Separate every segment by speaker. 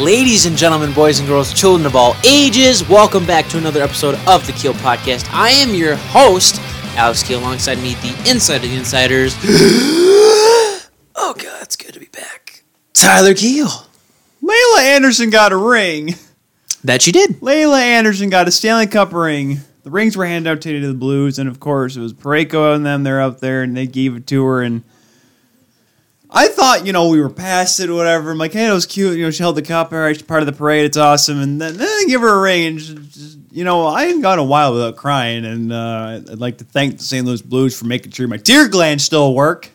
Speaker 1: Ladies and gentlemen, boys and girls, children of all ages, welcome back to another episode of the Keel Podcast. I am your host, Alex Keel, alongside me, the Inside of the Insiders. oh, God, it's good to be back. Tyler Keel.
Speaker 2: Layla Anderson got a ring.
Speaker 1: That you did.
Speaker 2: Layla Anderson got a Stanley Cup ring. The rings were handed out today to the Blues, and of course, it was Pareko and them. They're up there, and they gave it to her. And I thought, you know, we were past it or whatever. I'm like, hey, that was cute. You know, she held the cup. All right, she's part of the parade. It's awesome. And then, then they give her a ring. And, she, just- you know, I hadn't gone a while without crying. And uh, I'd like to thank the St. Louis Blues for making sure my tear glands still work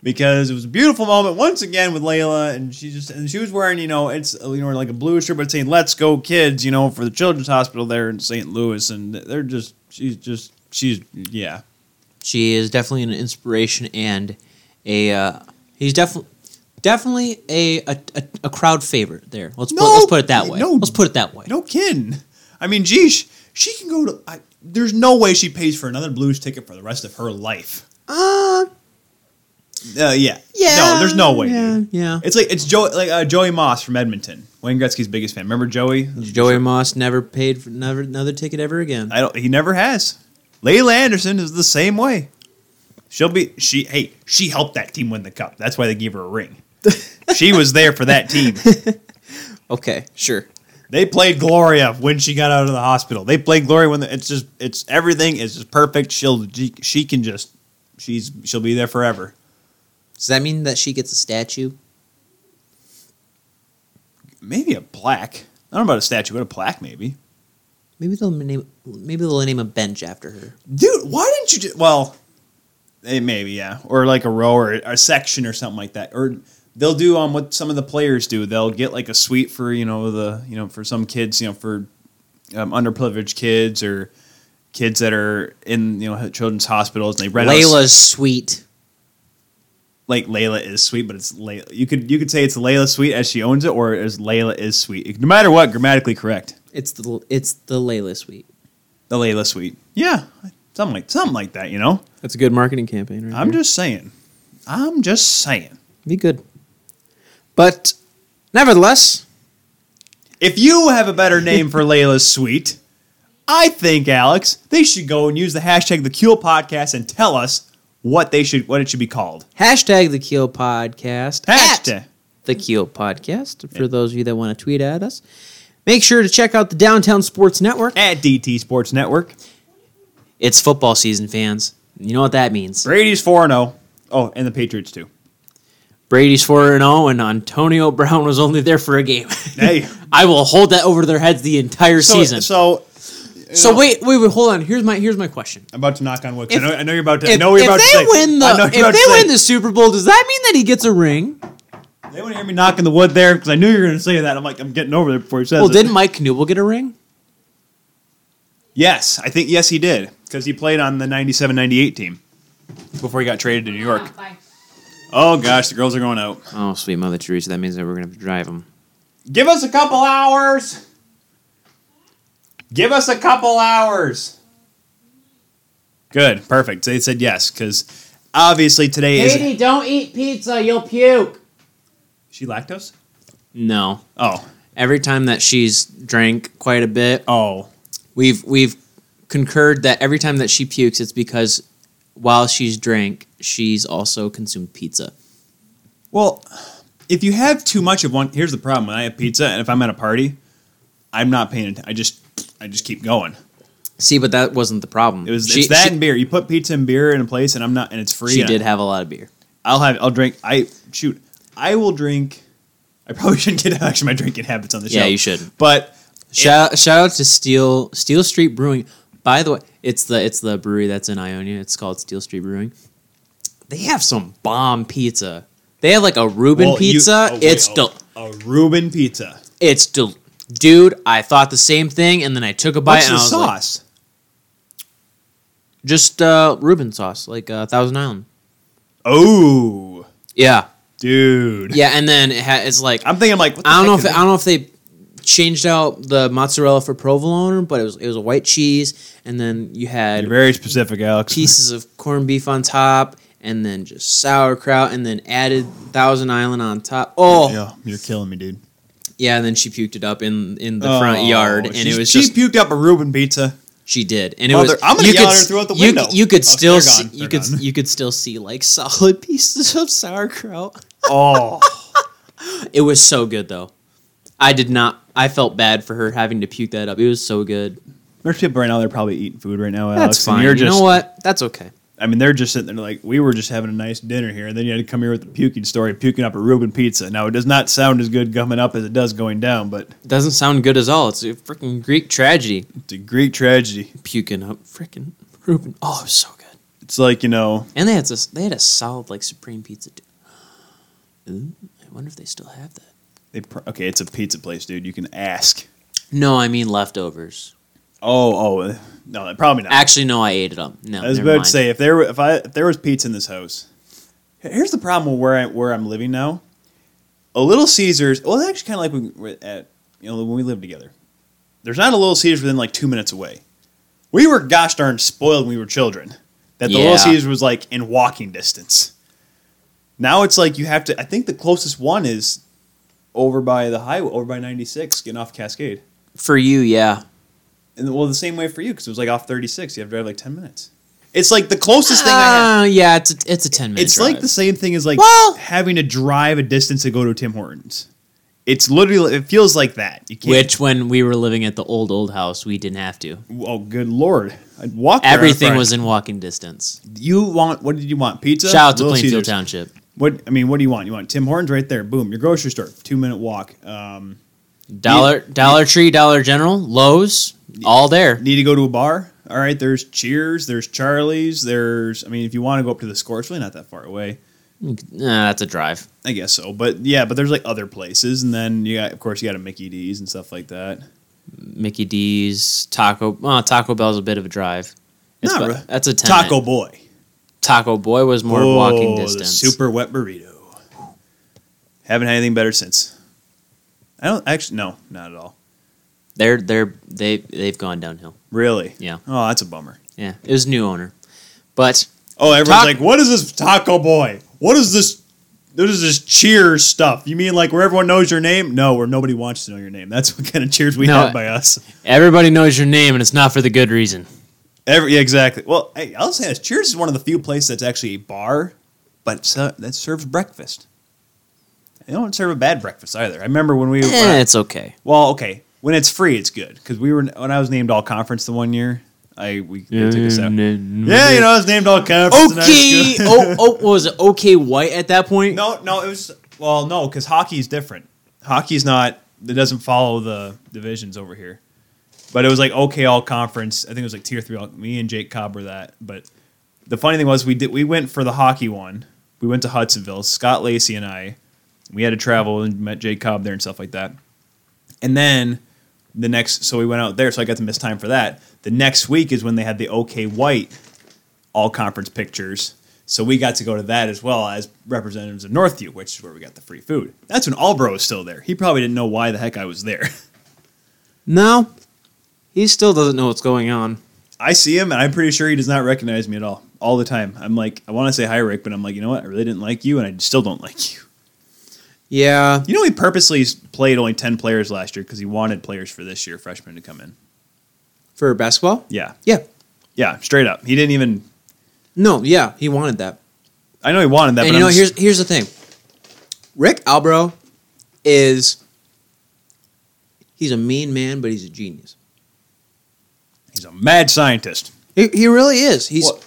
Speaker 2: because it was a beautiful moment once again with Layla, and she just and she was wearing you know it's you know like a blue shirt, but it's saying "Let's go, kids," you know, for the Children's Hospital there in St. Louis, and they're just she's just she's yeah
Speaker 1: She is definitely an inspiration and a. Uh, he's definitely. Definitely a, a, a, a crowd favorite there. Let's, put,
Speaker 2: No,
Speaker 1: let's put it that way.
Speaker 2: no.
Speaker 1: let's put it that way.
Speaker 2: no kidding. I mean, geez, she can go to. I, there's no way she pays for another Blues ticket for the rest of her life.
Speaker 1: Uh,
Speaker 2: Uh, yeah,
Speaker 1: yeah.
Speaker 2: No, there's no way.
Speaker 1: Yeah,
Speaker 2: dude.
Speaker 1: yeah.
Speaker 2: It's like it's Joe like uh, Joey Moss from Edmonton, Wayne Gretzky's biggest fan. Remember Joey?
Speaker 1: Joey Moss never paid for never, another ticket ever again.
Speaker 2: I don't. He never has. Layla Anderson is the same way. She'll be. She. Hey, she helped that team win the cup. That's why they gave her a ring. she was there for that team.
Speaker 1: okay, sure.
Speaker 2: They played Gloria when she got out of the hospital. They played Gloria when the, it's just it's everything is just perfect. She'll she, she can just she's she'll be there forever.
Speaker 1: Does that mean that she gets a statue?
Speaker 2: Maybe a plaque. I don't know about a statue, but a plaque maybe.
Speaker 1: Maybe they'll name maybe they'll name a bench after her.
Speaker 2: Dude, why didn't you? Just, well, eh, maybe yeah, or like a row or a section or something like that. Or they'll do on um, what some of the players do. They'll get like a suite for you know the you know for some kids you know for um, underprivileged kids or kids that are in you know children's hospitals and they rent out-
Speaker 1: Layla's sweet.
Speaker 2: like Layla is sweet, but it's Layla. You could you could say it's Layla sweet as she owns it, or as Layla is sweet. No matter what, grammatically correct.
Speaker 1: It's the it's the Layla sweet.
Speaker 2: The Layla sweet. Yeah, something like something like that. You know,
Speaker 1: That's a good marketing campaign, right?
Speaker 2: I'm just saying. I'm just saying.
Speaker 1: be good. But nevertheless,
Speaker 2: If you have a better name for Layla's Suite, I think Alex, they should go and use the hashtag the Kuehl Podcast and tell us what they should what it should be called.
Speaker 1: hashtag the Keel Podcast. at
Speaker 2: Hashtag.
Speaker 1: the Keel Podcast. For those of you that want to tweet at us, make sure to check out the Downtown Sports Network.
Speaker 2: At DT Sports Network.
Speaker 1: It's football season, fans. You know what that means.
Speaker 2: Brady's 4 0. Oh, and the Patriots too.
Speaker 1: Brady's 4 and 0 and Antonio Brown was only there for a game.
Speaker 2: Hey.
Speaker 1: I will hold that over their heads the entire
Speaker 2: So,
Speaker 1: season. So,
Speaker 2: so
Speaker 1: wait, wait, wait, hold on. Here's my here's my question.
Speaker 2: I'm about to knock on wood. 'cause
Speaker 1: If-
Speaker 2: I, know, I know you're about to. I
Speaker 1: If,
Speaker 2: know you're
Speaker 1: if
Speaker 2: about
Speaker 1: they
Speaker 2: to say,
Speaker 1: win the
Speaker 2: I know you're
Speaker 1: if
Speaker 2: about to
Speaker 1: they
Speaker 2: say-
Speaker 1: win the Super Bowl, does that mean that he gets a ring?
Speaker 2: they want to hear me knocking the wood there because I knew you were going to say that. I'm like, I'm getting over there before he says
Speaker 1: Well,
Speaker 2: it.
Speaker 1: didn't Mike Knuble get a ring?
Speaker 2: Yes, I think yes he did because he played on the 97-98 team before he got traded to New York. Oh gosh, the girls are going out.
Speaker 1: Oh, sweet Mother Teresa, that means that we're gonna have to drive him.
Speaker 2: Give us a couple hours. Give us a couple hours. Good, perfect. They said yes because obviously today is
Speaker 1: don't eat pizza, you'll puke.
Speaker 2: she lactose.
Speaker 1: No.
Speaker 2: Oh,
Speaker 1: Every time that she's drank quite a bit,
Speaker 2: oh,
Speaker 1: we've we've concurred that every time that she pukes, it's because while she's drank, she's also consumed pizza.
Speaker 2: Well, if you have too much of one, here's the problem. When I have pizza and if I'm at a party, I'm not paying attention. I just, I just keep going.
Speaker 1: See, but that wasn't the problem.
Speaker 2: It was it's that and beer. You put pizza and beer in a place, and I'm not, and it's free.
Speaker 1: She,
Speaker 2: and
Speaker 1: did have a lot of beer.
Speaker 2: I'll have. I'll drink. I shoot. I will drink. I probably shouldn't get actually my drinking habits on the show.
Speaker 1: Yeah, you should.
Speaker 2: But
Speaker 1: Shout shout out to Steel Steel Street Brewing. By the way, it's the it's the brewery that's in Ionia. It's called Steel Street Brewing. They have some bomb pizza. They have like a Reuben
Speaker 2: well, you-
Speaker 1: pizza.
Speaker 2: oh, wait,
Speaker 1: it's
Speaker 2: oh,
Speaker 1: del-
Speaker 2: a Reuben pizza.
Speaker 1: it's del- dude. I thought the same thing, and then I took a bite
Speaker 2: What's
Speaker 1: and I
Speaker 2: the
Speaker 1: was like,
Speaker 2: sauce?
Speaker 1: just uh, Reuben sauce, like uh, Thousand Island.
Speaker 2: oh,
Speaker 1: Yeah,
Speaker 2: dude.
Speaker 1: yeah, and then it ha- it's like I
Speaker 2: I'm thinking like what the
Speaker 1: don't know
Speaker 2: heck
Speaker 1: if
Speaker 2: is
Speaker 1: I don't know if they changed out the mozzarella for provolone, but it was it was a white cheese, and then you had
Speaker 2: You're very specific, Alex.
Speaker 1: pieces of corned beef on top, and then just sauerkraut, and then added Thousand Island on top. Oh,
Speaker 2: Yeah, you're killing me, dude.
Speaker 1: Yeah, and then she puked it up in in the
Speaker 2: Oh,
Speaker 1: front yard, and
Speaker 2: she-
Speaker 1: it was
Speaker 2: she
Speaker 1: just
Speaker 2: puked up a Reuben pizza.
Speaker 1: she did, and it
Speaker 2: Mother-
Speaker 1: was.
Speaker 2: I'm gonna
Speaker 1: you
Speaker 2: yell
Speaker 1: could
Speaker 2: at her
Speaker 1: s-
Speaker 2: through the
Speaker 1: you-
Speaker 2: window.
Speaker 1: You could
Speaker 2: Oh,
Speaker 1: still
Speaker 2: they're
Speaker 1: see,
Speaker 2: gone,
Speaker 1: you
Speaker 2: they're
Speaker 1: could s-
Speaker 2: gone.
Speaker 1: you could still see like solid pieces of sauerkraut.
Speaker 2: Oh,
Speaker 1: It was so good though. I did not. I felt bad for her having to puke that up. It was so good.
Speaker 2: there's people right now. They're probably eating food right now. Alex,
Speaker 1: That's
Speaker 2: and
Speaker 1: fine.
Speaker 2: Oh, You're
Speaker 1: you
Speaker 2: just,
Speaker 1: know what? That's okay.
Speaker 2: I mean, they're just sitting there like we were just having a nice dinner here, and then you had to come here with the puking story, puking up a Reuben pizza. Now it does not sound as good coming up as it does going down, but
Speaker 1: It doesn't sound good at all. It's a freaking Greek tragedy.
Speaker 2: it's a Greek tragedy.
Speaker 1: Puking up freaking Reuben. Oh, it was so good.
Speaker 2: It's like you know,
Speaker 1: And they had this, they had a solid like supreme pizza. Too. Ooh, I wonder if they still have that.
Speaker 2: they pr- okay, it's a pizza place, dude. You can ask.
Speaker 1: No, I mean leftovers.
Speaker 2: Oh, oh, no, probably not.
Speaker 1: Actually, no, I ate it up. No,
Speaker 2: I was
Speaker 1: never
Speaker 2: about
Speaker 1: mind.
Speaker 2: to say if there were, if I if there was pizza in this house. Here's the problem with where I where I'm living now. A Little Caesars. Well, it's actually, kind of like when we at you know when we lived together. There's not a Little Caesars within like two minutes away. We were gosh darn spoiled when we were children. That the
Speaker 1: Yeah.
Speaker 2: Little Caesars was like in walking distance. Now it's like you have to. I think the closest one is over by the highway, over by 96, getting off Cascade.
Speaker 1: for you, yeah.
Speaker 2: And well, the same way for you because it was like off 36. You have to drive like 10 minutes. It's like the closest thing I have.
Speaker 1: Uh, yeah, it's a, it's a ten minute.
Speaker 2: Ah. It's
Speaker 1: drive.
Speaker 2: like the same thing as like
Speaker 1: Well-
Speaker 2: having to drive a distance to go to Tim Hortons. It's literally it feels like that. You can't.
Speaker 1: which when we were living at the old old house, we didn't have to.
Speaker 2: oh, good lord! I'd walk. there on
Speaker 1: Everything
Speaker 2: Friday.
Speaker 1: was in walking distance.
Speaker 2: You want? What did you want? Pizza.
Speaker 1: Shout out to
Speaker 2: Little
Speaker 1: Plainfield
Speaker 2: Caesars.
Speaker 1: Township.
Speaker 2: What I mean, what do you want? You want Tim Hortons right there? Boom, your grocery store, two minute walk. Um,
Speaker 1: Dollar Dollar Tree, Dollar General, Lowe's, all there.
Speaker 2: need to go to a bar? All right, there's Cheers, there's Charlie's, there's. I mean, if you want to go up to the score, it's really not that far away.
Speaker 1: Nah, that's a drive.
Speaker 2: I guess so, but yeah, but there's like other places, and then you got, of course, you got a Mickey D's and stuff like that.
Speaker 1: Mickey D's, Taco well, Taco Bell's a bit of a drive. It's
Speaker 2: Not
Speaker 1: about-
Speaker 2: really.
Speaker 1: That's a 10
Speaker 2: Taco
Speaker 1: minute.
Speaker 2: Boy.
Speaker 1: Taco Boy was more
Speaker 2: Oh,
Speaker 1: walking
Speaker 2: the
Speaker 1: distance.
Speaker 2: super wet burrito. Haven't had anything better since. I don't actually. No, not at all.
Speaker 1: They're they're they they've gone downhill.
Speaker 2: Really?
Speaker 1: Yeah.
Speaker 2: Oh, that's a bummer.
Speaker 1: Yeah, it was new owner, but
Speaker 2: Oh, everyone's
Speaker 1: Ta-
Speaker 2: like, "What is this Taco Boy? What is this? What is this Cheers stuff? You mean like where everyone knows your name? No, where nobody wants to know your name. That's what kind of Cheers we
Speaker 1: No,
Speaker 2: had by us.
Speaker 1: everybody knows your name, and it's not for the good reason.
Speaker 2: Every yeah, exactly. Well, hey, I'll say this: Cheers is one of the few places that's actually a bar, but ser- that serves breakfast. They don't serve a bad breakfast either. I remember when we when I-
Speaker 1: Eh, it's okay.
Speaker 2: Well, okay. When it's free, it's good because we were when I was named all conference the one year. I we they took us out. Yeah, you know, I was named all conference. in high
Speaker 1: Okay.
Speaker 2: school.
Speaker 1: oh, oh, what was it okay white at that point?
Speaker 2: no, no, it was well, no, because hockey is different. Hockey's not. It doesn't follow the divisions over here. But it was like okay, all conference. I think it was like tier three. All, me and Jake Cobb were that. But the funny thing was, we did. We went for the hockey one. We went to Hudsonville. Scott Lacey and I. We had to travel and met Jake Cobb there and stuff like that. And then the next, so we went out there, so I got to miss time for that. The next week is when they had the OK White all conference pictures. So we got to go to that as well as representatives of Northview, which is where we got the free food. That's when Albro was still there. He probably didn't know why the heck I was there.
Speaker 1: No, he still doesn't know what's going on.
Speaker 2: I see him, and I'm pretty sure he does not recognize me at all. All the time, I'm like, I want to say hi, Rick, but I'm like, you know what? I really didn't like you, and I still don't like you.
Speaker 1: Yeah,
Speaker 2: You know, he purposely played only ten players last year because he wanted players for this year, freshmen to come in.
Speaker 1: for basketball.
Speaker 2: Yeah,
Speaker 1: Yeah.
Speaker 2: yeah, straight up. He didn't even
Speaker 1: No. Yeah, he wanted that.
Speaker 2: I know he wanted that,
Speaker 1: and
Speaker 2: but
Speaker 1: you know,
Speaker 2: I'm
Speaker 1: here's
Speaker 2: just-
Speaker 1: here's the thing. Rick Albro is he's a mean man, but he's a genius.
Speaker 2: he's a mad scientist.
Speaker 1: He, he really is. He's
Speaker 2: What-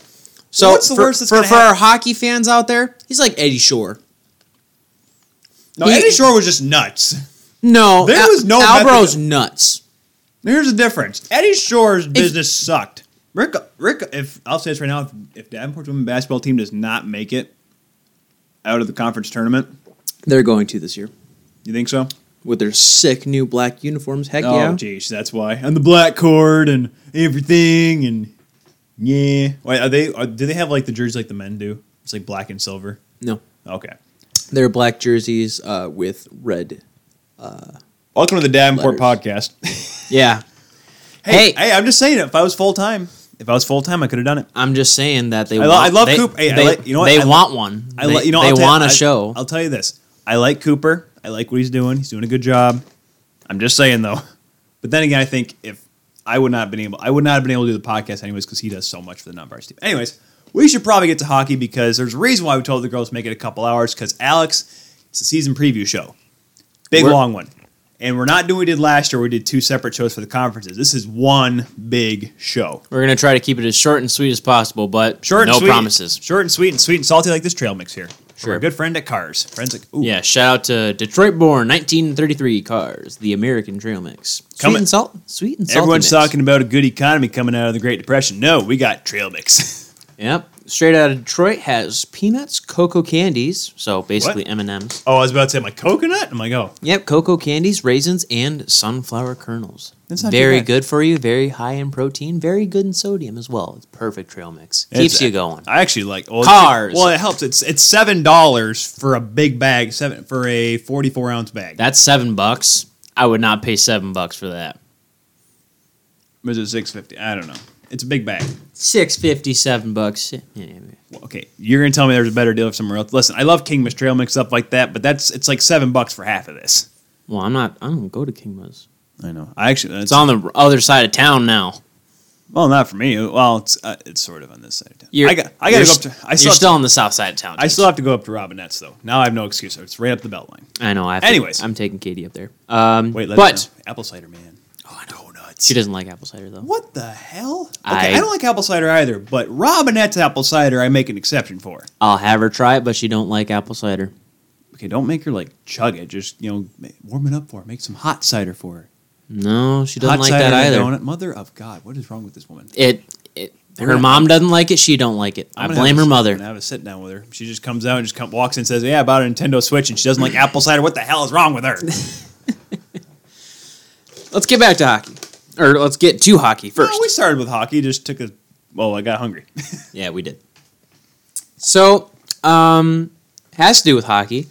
Speaker 1: so
Speaker 2: what's the
Speaker 1: for,
Speaker 2: worst that's
Speaker 1: for,
Speaker 2: gonna
Speaker 1: for our hockey fans out there. He's like Eddie Shore.
Speaker 2: No,
Speaker 1: He-
Speaker 2: Eddie Shore was just nuts.
Speaker 1: No,
Speaker 2: There
Speaker 1: Al-
Speaker 2: was no
Speaker 1: Albro's
Speaker 2: method-
Speaker 1: nuts.
Speaker 2: Here's the difference: Eddie Shore's business sucked. Rick, Rick, if I'll say this right now, if, if Davenport's women's basketball team does not make it out of the conference tournament,
Speaker 1: They're going to this year
Speaker 2: you think so?
Speaker 1: with their sick new black uniforms. Heck
Speaker 2: Oh,
Speaker 1: yeah!
Speaker 2: jeez, that's why. And the black cord and everything and yeah. Wait, are they? Are, do they have like the jerseys like the men do? It's like black and silver.
Speaker 1: No,
Speaker 2: Okay.
Speaker 1: they're black jerseys uh, with red.
Speaker 2: Welcome to the Davenport podcast.
Speaker 1: Yeah, Hey.
Speaker 2: hey, hey, I'm just saying, if I was full time, if I was full time, I could have done it.
Speaker 1: I'm just saying that they.
Speaker 2: I lo-
Speaker 1: want,
Speaker 2: I love
Speaker 1: they,
Speaker 2: Coop. Hey, I
Speaker 1: they,
Speaker 2: like- you know what?
Speaker 1: They
Speaker 2: I lo-
Speaker 1: want one.
Speaker 2: I
Speaker 1: they,
Speaker 2: li- you know
Speaker 1: they
Speaker 2: I'll tell-
Speaker 1: want a
Speaker 2: I-
Speaker 1: show.
Speaker 2: I'll tell you this. I like Cooper. I like what he's doing. He's doing a good job. I'm just saying though. But then again, I think if I would not have been able, I would not have been able to do the podcast anyways because he does so much for the non-varsity team. Anyways, we should probably get to hockey because there's a reason why we told the girls to make it a couple hours because Alex, it's a season preview show, big
Speaker 1: We're-
Speaker 2: long one, and we're not doing what we did last year. We did two separate shows for the conferences. This is one big show.
Speaker 1: We're gonna try to keep it as short and sweet as possible, but
Speaker 2: Short
Speaker 1: no
Speaker 2: and sweet,
Speaker 1: promises.
Speaker 2: Short and sweet and sweet and salty like this trail mix here. Sure.
Speaker 1: Sure.
Speaker 2: Our good friend at Cars. Friends at ooh,
Speaker 1: Yeah, shout out to Detroit-born 1933 cars, the American Trail Mix. Sweet
Speaker 2: Coming-
Speaker 1: and salt, sweet and salty.
Speaker 2: Everyone's
Speaker 1: mix.
Speaker 2: talking about a good economy coming out of the Great Depression. No, we got trail mix.
Speaker 1: Yep, straight out of Detroit has peanuts, cocoa candies, so basically
Speaker 2: What?
Speaker 1: M and M's.
Speaker 2: oh, I was about to say my coconut. I'm like, oh,
Speaker 1: Yep, cocoa candies, raisins, and sunflower kernels.
Speaker 2: That's not too
Speaker 1: very
Speaker 2: bad.
Speaker 1: good for you. Very high in protein. Very good in sodium as well. It's perfect trail mix.
Speaker 2: It's-
Speaker 1: Keeps you going.
Speaker 2: I actually like well,
Speaker 1: Cars.
Speaker 2: Well, it helps. It's it's seven dollars for a big bag, seven for a 44 ounce bag.
Speaker 1: That's seven bucks. I would not pay seven bucks for that.
Speaker 2: was it 650? I don't know. It's a big bag.
Speaker 1: Six fifty, seven bucks. Yeah.
Speaker 2: Well, okay, you're gonna tell me there's a better deal somewhere else. Listen, I love King Miss Trail mix up like that, but that's it's like seven bucks for half of this.
Speaker 1: Well, I'm not. I don't go to King Buzz.
Speaker 2: I know. I actually
Speaker 1: It's on the other side of town now.
Speaker 2: Well, not for me. Well, it's uh, it's sort of on this side of town.
Speaker 1: You're,
Speaker 2: I got I gotta
Speaker 1: you're
Speaker 2: go up to.
Speaker 1: st-
Speaker 2: I
Speaker 1: you're
Speaker 2: still have to-
Speaker 1: still on the south side of town.
Speaker 2: I
Speaker 1: Jason.
Speaker 2: still have to go up to Robinettes though. Now I have no excuse. It's right up the belt line.
Speaker 1: I know. I have to-
Speaker 2: Anyways.
Speaker 1: I'm taking Katie up there. Um,
Speaker 2: Wait, let me
Speaker 1: but
Speaker 2: know. apple cider man. Oh, donuts.
Speaker 1: she doesn't like apple cider though.
Speaker 2: What the hell? Okay, I,
Speaker 1: I-
Speaker 2: don't like apple cider either, but Robinette's apple cider I make an exception for.
Speaker 1: I'll have her try it, but she don't like apple cider.
Speaker 2: Okay, don't make her like chug it. Just you know, ma- warm it up for her. Make some hot cider for her.
Speaker 1: No, she doesn't
Speaker 2: hot
Speaker 1: like
Speaker 2: cider
Speaker 1: that
Speaker 2: and a
Speaker 1: either.
Speaker 2: Donut. Mother of God, what is wrong with this woman?
Speaker 1: It, it her
Speaker 2: gonna-
Speaker 1: mom doesn't like it. She don't like it. I
Speaker 2: I'm gonna
Speaker 1: blame
Speaker 2: have
Speaker 1: her
Speaker 2: a-
Speaker 1: mother.
Speaker 2: I'm gonna have a sit down with her. She just comes out and just come, walks in and says, "Yeah, about a Nintendo Switch," and she doesn't like apple cider. What the hell is wrong with her?
Speaker 1: Let's get back to hockey, or let's get to hockey first.
Speaker 2: Well, we started with hockey. Just took a. Well, I got hungry.
Speaker 1: Yeah, we did. So, um, has to do with hockey.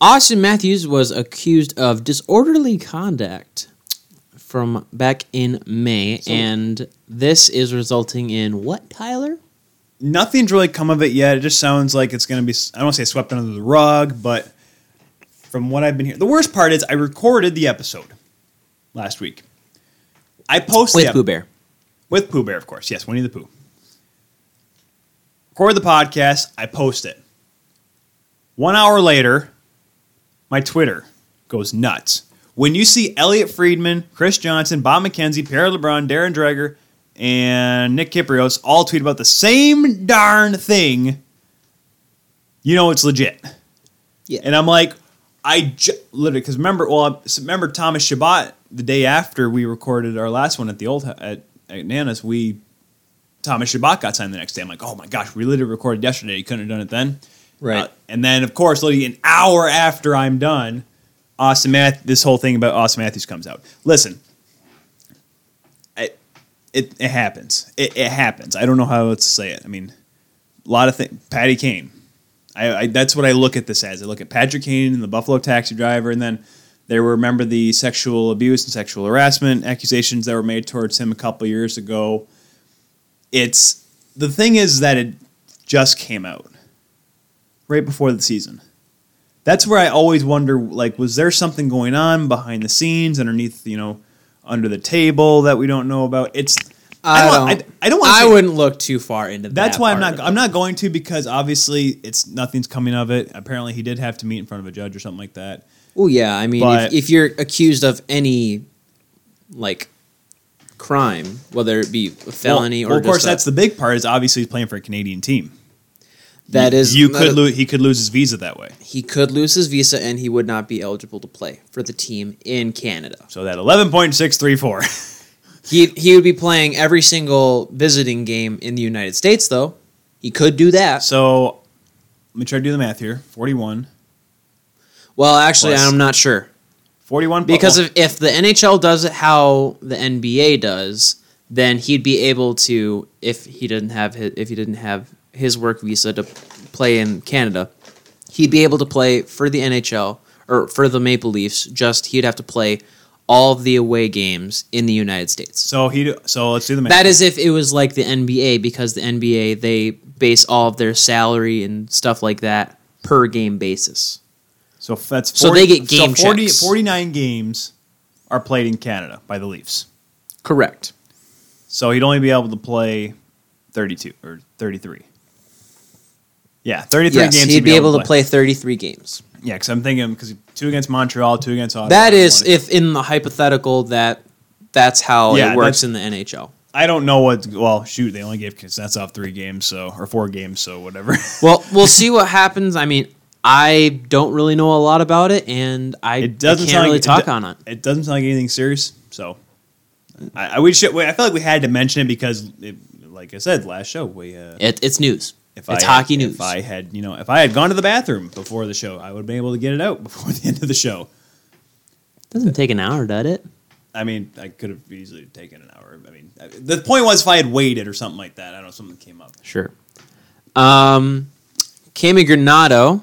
Speaker 1: Austin Matthews was accused of disorderly conduct from back in May, and this is resulting in what, Tyler?
Speaker 2: nothing's really come of it yet. It just sounds like it's going to be, I don't want to say swept under the rug, but from what I've been hearing, the worst part is I recorded the episode last week. I posted
Speaker 1: With
Speaker 2: the ep-
Speaker 1: Pooh Bear.
Speaker 2: With Pooh Bear, of course. Yes, Winnie the Pooh. Record the podcast. I post it. One hour later, my Twitter goes nuts. When you see Elliot Friedman, Chris Johnson, Bob McKenzie, Pierre LeBron, Darren Dreger, and Nick Kiprios all tweet about the same darn thing, you know it's legit.
Speaker 1: Yeah.
Speaker 2: And I'm like, I ju- literally because remember, well, I- remember Thomas Shabbat the day after we recorded our last one at the old hou- at, at Nana's, we Thomas Shabbat got signed the next day. I'm like, oh my gosh, we literally recorded yesterday. You couldn't have done it then,
Speaker 1: Right.
Speaker 2: Uh, and then of course, literally an hour after I'm done, Austin Math, this whole thing about Austin Matthews comes out. Listen, it it, it happens. It, it happens. I don't know how else to say it. I mean, a lot of things. Patty Kane. I, I that's what I look at this as. I look at Patrick Kane and the Buffalo taxi driver, and then there were remember the sexual abuse and sexual harassment accusations that were made towards him a couple years ago. It's the thing is that it just came out right before the season. That's where I always wonder like was there something going on behind the scenes underneath, you know, under the table that we don't know about? It's I don't, I, I don't want to
Speaker 1: I wouldn't look too far into that.
Speaker 2: that's why
Speaker 1: part
Speaker 2: I'm not.
Speaker 1: of it.
Speaker 2: I'm not going to because obviously it's nothing's coming of it. Apparently, he did have to meet in front of a judge or something like that.
Speaker 1: Well, yeah, I mean,
Speaker 2: But-
Speaker 1: if, if you're accused of any like crime, whether it be a felony
Speaker 2: Well, well,
Speaker 1: or
Speaker 2: of course,
Speaker 1: just a-
Speaker 2: that's the big part. Is obviously he's playing for a Canadian team.
Speaker 1: that is
Speaker 2: you could
Speaker 1: uh,
Speaker 2: lose. He could lose his visa that way.
Speaker 1: he could lose his visa and he would not be eligible to play for the team in Canada.
Speaker 2: So that eleven point six three four.
Speaker 1: He he would be playing every single visiting game in the United States though. He could do that.
Speaker 2: So let me try to do the math here. 41.
Speaker 1: Well, actually
Speaker 2: Plus-
Speaker 1: I'm not sure.
Speaker 2: 41
Speaker 1: Because
Speaker 2: well,
Speaker 1: if, if the NHL does it how the NBA does, then he'd be able to if he didn't have his, if he didn't have his work visa to play in Canada, he'd be able to play for the NHL or for the Maple Leafs, just he'd have to play all of the away games in the United States.
Speaker 2: so he so let's do the math.
Speaker 1: That is if it was like the NBA because the NBA they base all of their salary and stuff like that per game basis.
Speaker 2: so that's 40,
Speaker 1: so they get game
Speaker 2: so 40,
Speaker 1: checks.
Speaker 2: 49 games are played in Canada by the Leafs.
Speaker 1: Correct.
Speaker 2: So he'd only be able to play 32 or 33. Yeah, 33
Speaker 1: Yes,
Speaker 2: games.
Speaker 1: he'd be able to play 33 games.
Speaker 2: Yeah, because I'm thinking because two against Montreal, two against Ottawa.
Speaker 1: That is,
Speaker 2: one-
Speaker 1: if in the hypothetical that that's how
Speaker 2: Yeah,
Speaker 1: it works
Speaker 2: that's-
Speaker 1: in the NHL.
Speaker 2: I don't know what. Well, shoot, they only gave Kuznets off three games, so or four games, so whatever.
Speaker 1: Well, we'll see what happens. I mean, I don't really know a lot about it, and I,
Speaker 2: it doesn't
Speaker 1: I
Speaker 2: sound
Speaker 1: can't really
Speaker 2: like,
Speaker 1: talk
Speaker 2: do-
Speaker 1: on it.
Speaker 2: It doesn't sound like anything serious. So I, I we should. I feel like we had to mention it because, it, like I said last show, we uh,
Speaker 1: it. It's news.
Speaker 2: if
Speaker 1: it's
Speaker 2: I,
Speaker 1: hockey
Speaker 2: if
Speaker 1: news.
Speaker 2: I had you know if I had gone to the bathroom before the show, I would have been able to get it out before the end of the show.
Speaker 1: doesn't take an hour, does it?
Speaker 2: I mean, I could have easily taken an hour. I mean, I- the point was if I had waited or something like that. I don't know something came up.
Speaker 1: Sure. Um, Cami Granado,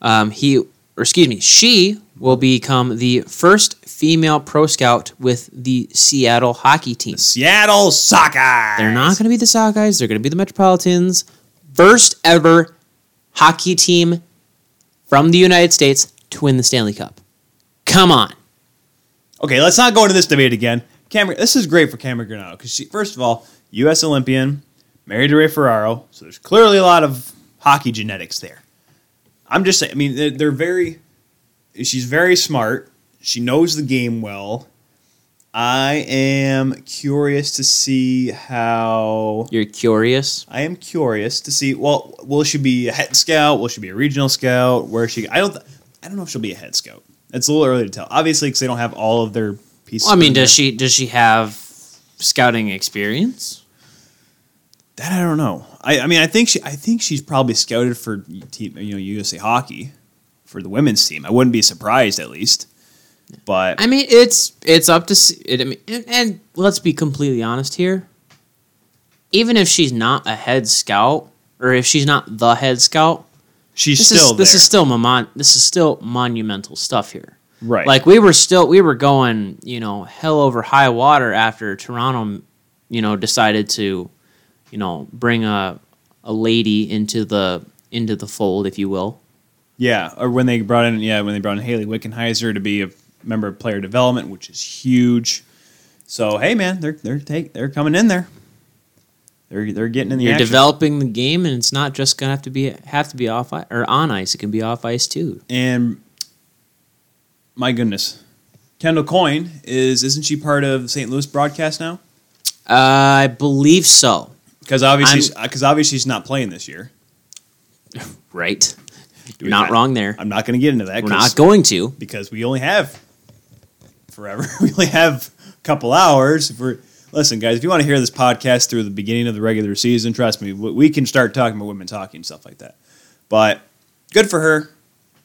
Speaker 1: um, he or excuse me, she will become the first female pro scout with the Seattle hockey team.
Speaker 2: Seattle Sockeye.
Speaker 1: They're not going to be the Sockeyes. They're going to be the Metropolitans. First ever hockey team from the United States to win the Stanley Cup. Come on.
Speaker 2: Okay, let's not go into this debate again. Cameron, this is great for Cameron Granado because she, first of all, U.S. Olympian, married to Ray Ferraro, so there's clearly a lot of hockey genetics there. I'm just saying. I mean, they're, they're very. She's very smart. She knows the game well. I am curious to see how.
Speaker 1: You're curious.
Speaker 2: I am curious to see. Well, will she be a head scout? Will she be a regional scout? Where is she? I don't. Th- I don't know if she'll be a head scout. It's a little early to tell. Obviously, because they don't have all of their pieces.
Speaker 1: Well, I mean,
Speaker 2: in there.
Speaker 1: does she does she have scouting experience?
Speaker 2: That I don't know. I, I mean, I think she. I think she's probably scouted for team, you know USA Hockey for the women's team. I wouldn't be surprised, at least. But
Speaker 1: I mean, it's it's up to s- it. I mean, and, and let's be completely honest here. Even if she's not a head scout, or if she's not the head scout,
Speaker 2: she's
Speaker 1: this
Speaker 2: still
Speaker 1: is this
Speaker 2: there.
Speaker 1: is still mon- this is still monumental stuff here.
Speaker 2: right.
Speaker 1: Like we were still we were going, you know, hell over high water after Toronto, you know, decided to, you know, bring a a lady into the into the fold, if you will.
Speaker 2: yeah, or when they brought in yeah when they brought in Haley Wickenheiser to be a member of player development, which is huge. So hey, man, they're they're take, they're coming in there. They're they're getting in the
Speaker 1: You're
Speaker 2: action.
Speaker 1: developing the game, and it's not just gonna have to be have to be off i- or on ice. It can be off ice too.
Speaker 2: and my goodness, Kendall Coyne is isn't she part of St. Louis broadcast now?
Speaker 1: Uh, I believe so.
Speaker 2: Because obviously, because obviously she's not playing this year.
Speaker 1: Right?
Speaker 2: we
Speaker 1: You're not
Speaker 2: not-
Speaker 1: wrong there.
Speaker 2: I'm not going to get into that
Speaker 1: We're
Speaker 2: 'cause-
Speaker 1: not going to.
Speaker 2: because we only have forever. we only have a couple hours. If we're listen, guys, if you want to hear this podcast through the beginning of the regular season, trust me, we we can start talking about women talking and stuff like that. But good for her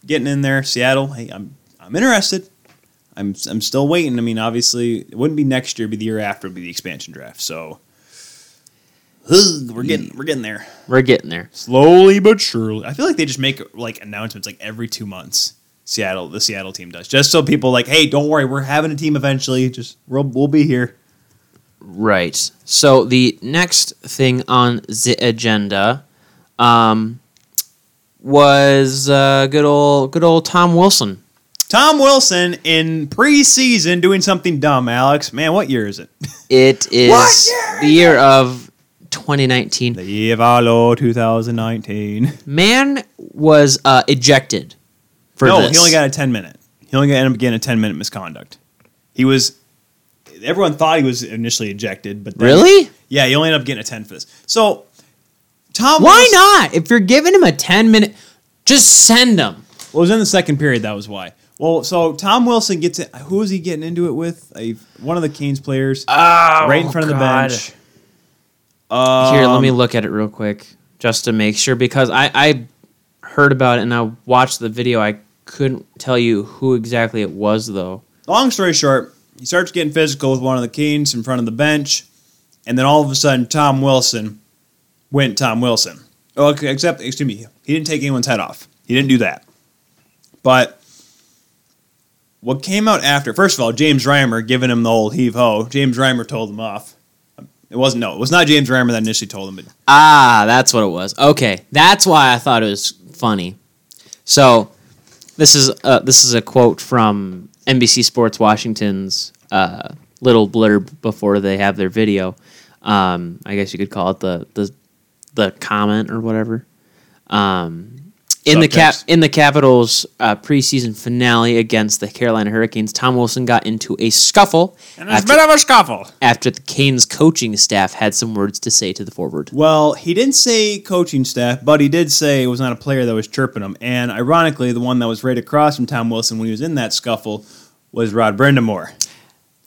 Speaker 2: getting in there, Seattle. Hey, I'm I'm interested. I'm I'm still waiting. I mean, obviously, it wouldn't be next year, it'd be the year after, it'd be the expansion draft. So. ugh, We're getting we're getting there
Speaker 1: We're getting there.
Speaker 2: slowly but surely. I feel like they just make like announcements like every two months. Seattle, the Seattle team does just so people like, hey, don't worry, we're having a team eventually. Just we'll we'll be here.
Speaker 1: Right. So the next thing on the agenda um, was uh, good old good old Tom Wilson.
Speaker 2: Tom Wilson in preseason doing something dumb. Alex, man, what year is it?
Speaker 1: It is
Speaker 2: What year
Speaker 1: the year of 2019.
Speaker 2: The Evalo 2019.
Speaker 1: Man was uh, ejected for
Speaker 2: no,
Speaker 1: this.
Speaker 2: he only got a 10 minute. He only got ended up getting a 10 minute misconduct. He was. Everyone thought he was initially ejected, but then,
Speaker 1: really.
Speaker 2: yeah, he only ended up getting a 10 for this. So, Tom,
Speaker 1: Why
Speaker 2: Wilson-
Speaker 1: not? If you're giving him a 10 minute, just send him.
Speaker 2: Well, it was in the second period. That was why. Well, so Tom Wilson gets it. Who is he getting into it with? A, one of the Canes players, right in front of the
Speaker 1: Oh, God.
Speaker 2: bench. Um,
Speaker 1: Here, let me look at it real quick just to make sure because I, I heard about it and I watched the video. I couldn't tell you who exactly it was though.
Speaker 2: Long story short, he starts getting physical with one of the Canes in front of the bench, and then all of a sudden, Tom Wilson went Tom Wilson. Oh, okay, except excuse me, he didn't take anyone's head off. He didn't do that. But what came out after? First of all, James Reimer giving him the old heave ho. James Reimer told him off. It wasn't no, it was not James Reimer that initially told him, but
Speaker 1: Ah, that's what it was. Okay, that's why I thought it was funny. So, this is uh, this is a quote from NBC Sports Washington's uh, little blurb before they have their video. Um, I guess you could call it the the the comment or whatever. Um, in the cap
Speaker 2: Subtext.
Speaker 1: in the Capitals uh, preseason finale against the Carolina Hurricanes, Tom Wilson got into a scuffle after,
Speaker 2: of a scuffle.
Speaker 1: after the Canes coaching staff had some words to say to the forward.
Speaker 2: Well, he didn't say coaching staff, but he did say it was not a player that was chirping him. And ironically, the one that was right across from Tom Wilson when he was in that scuffle was Rod Brendamore.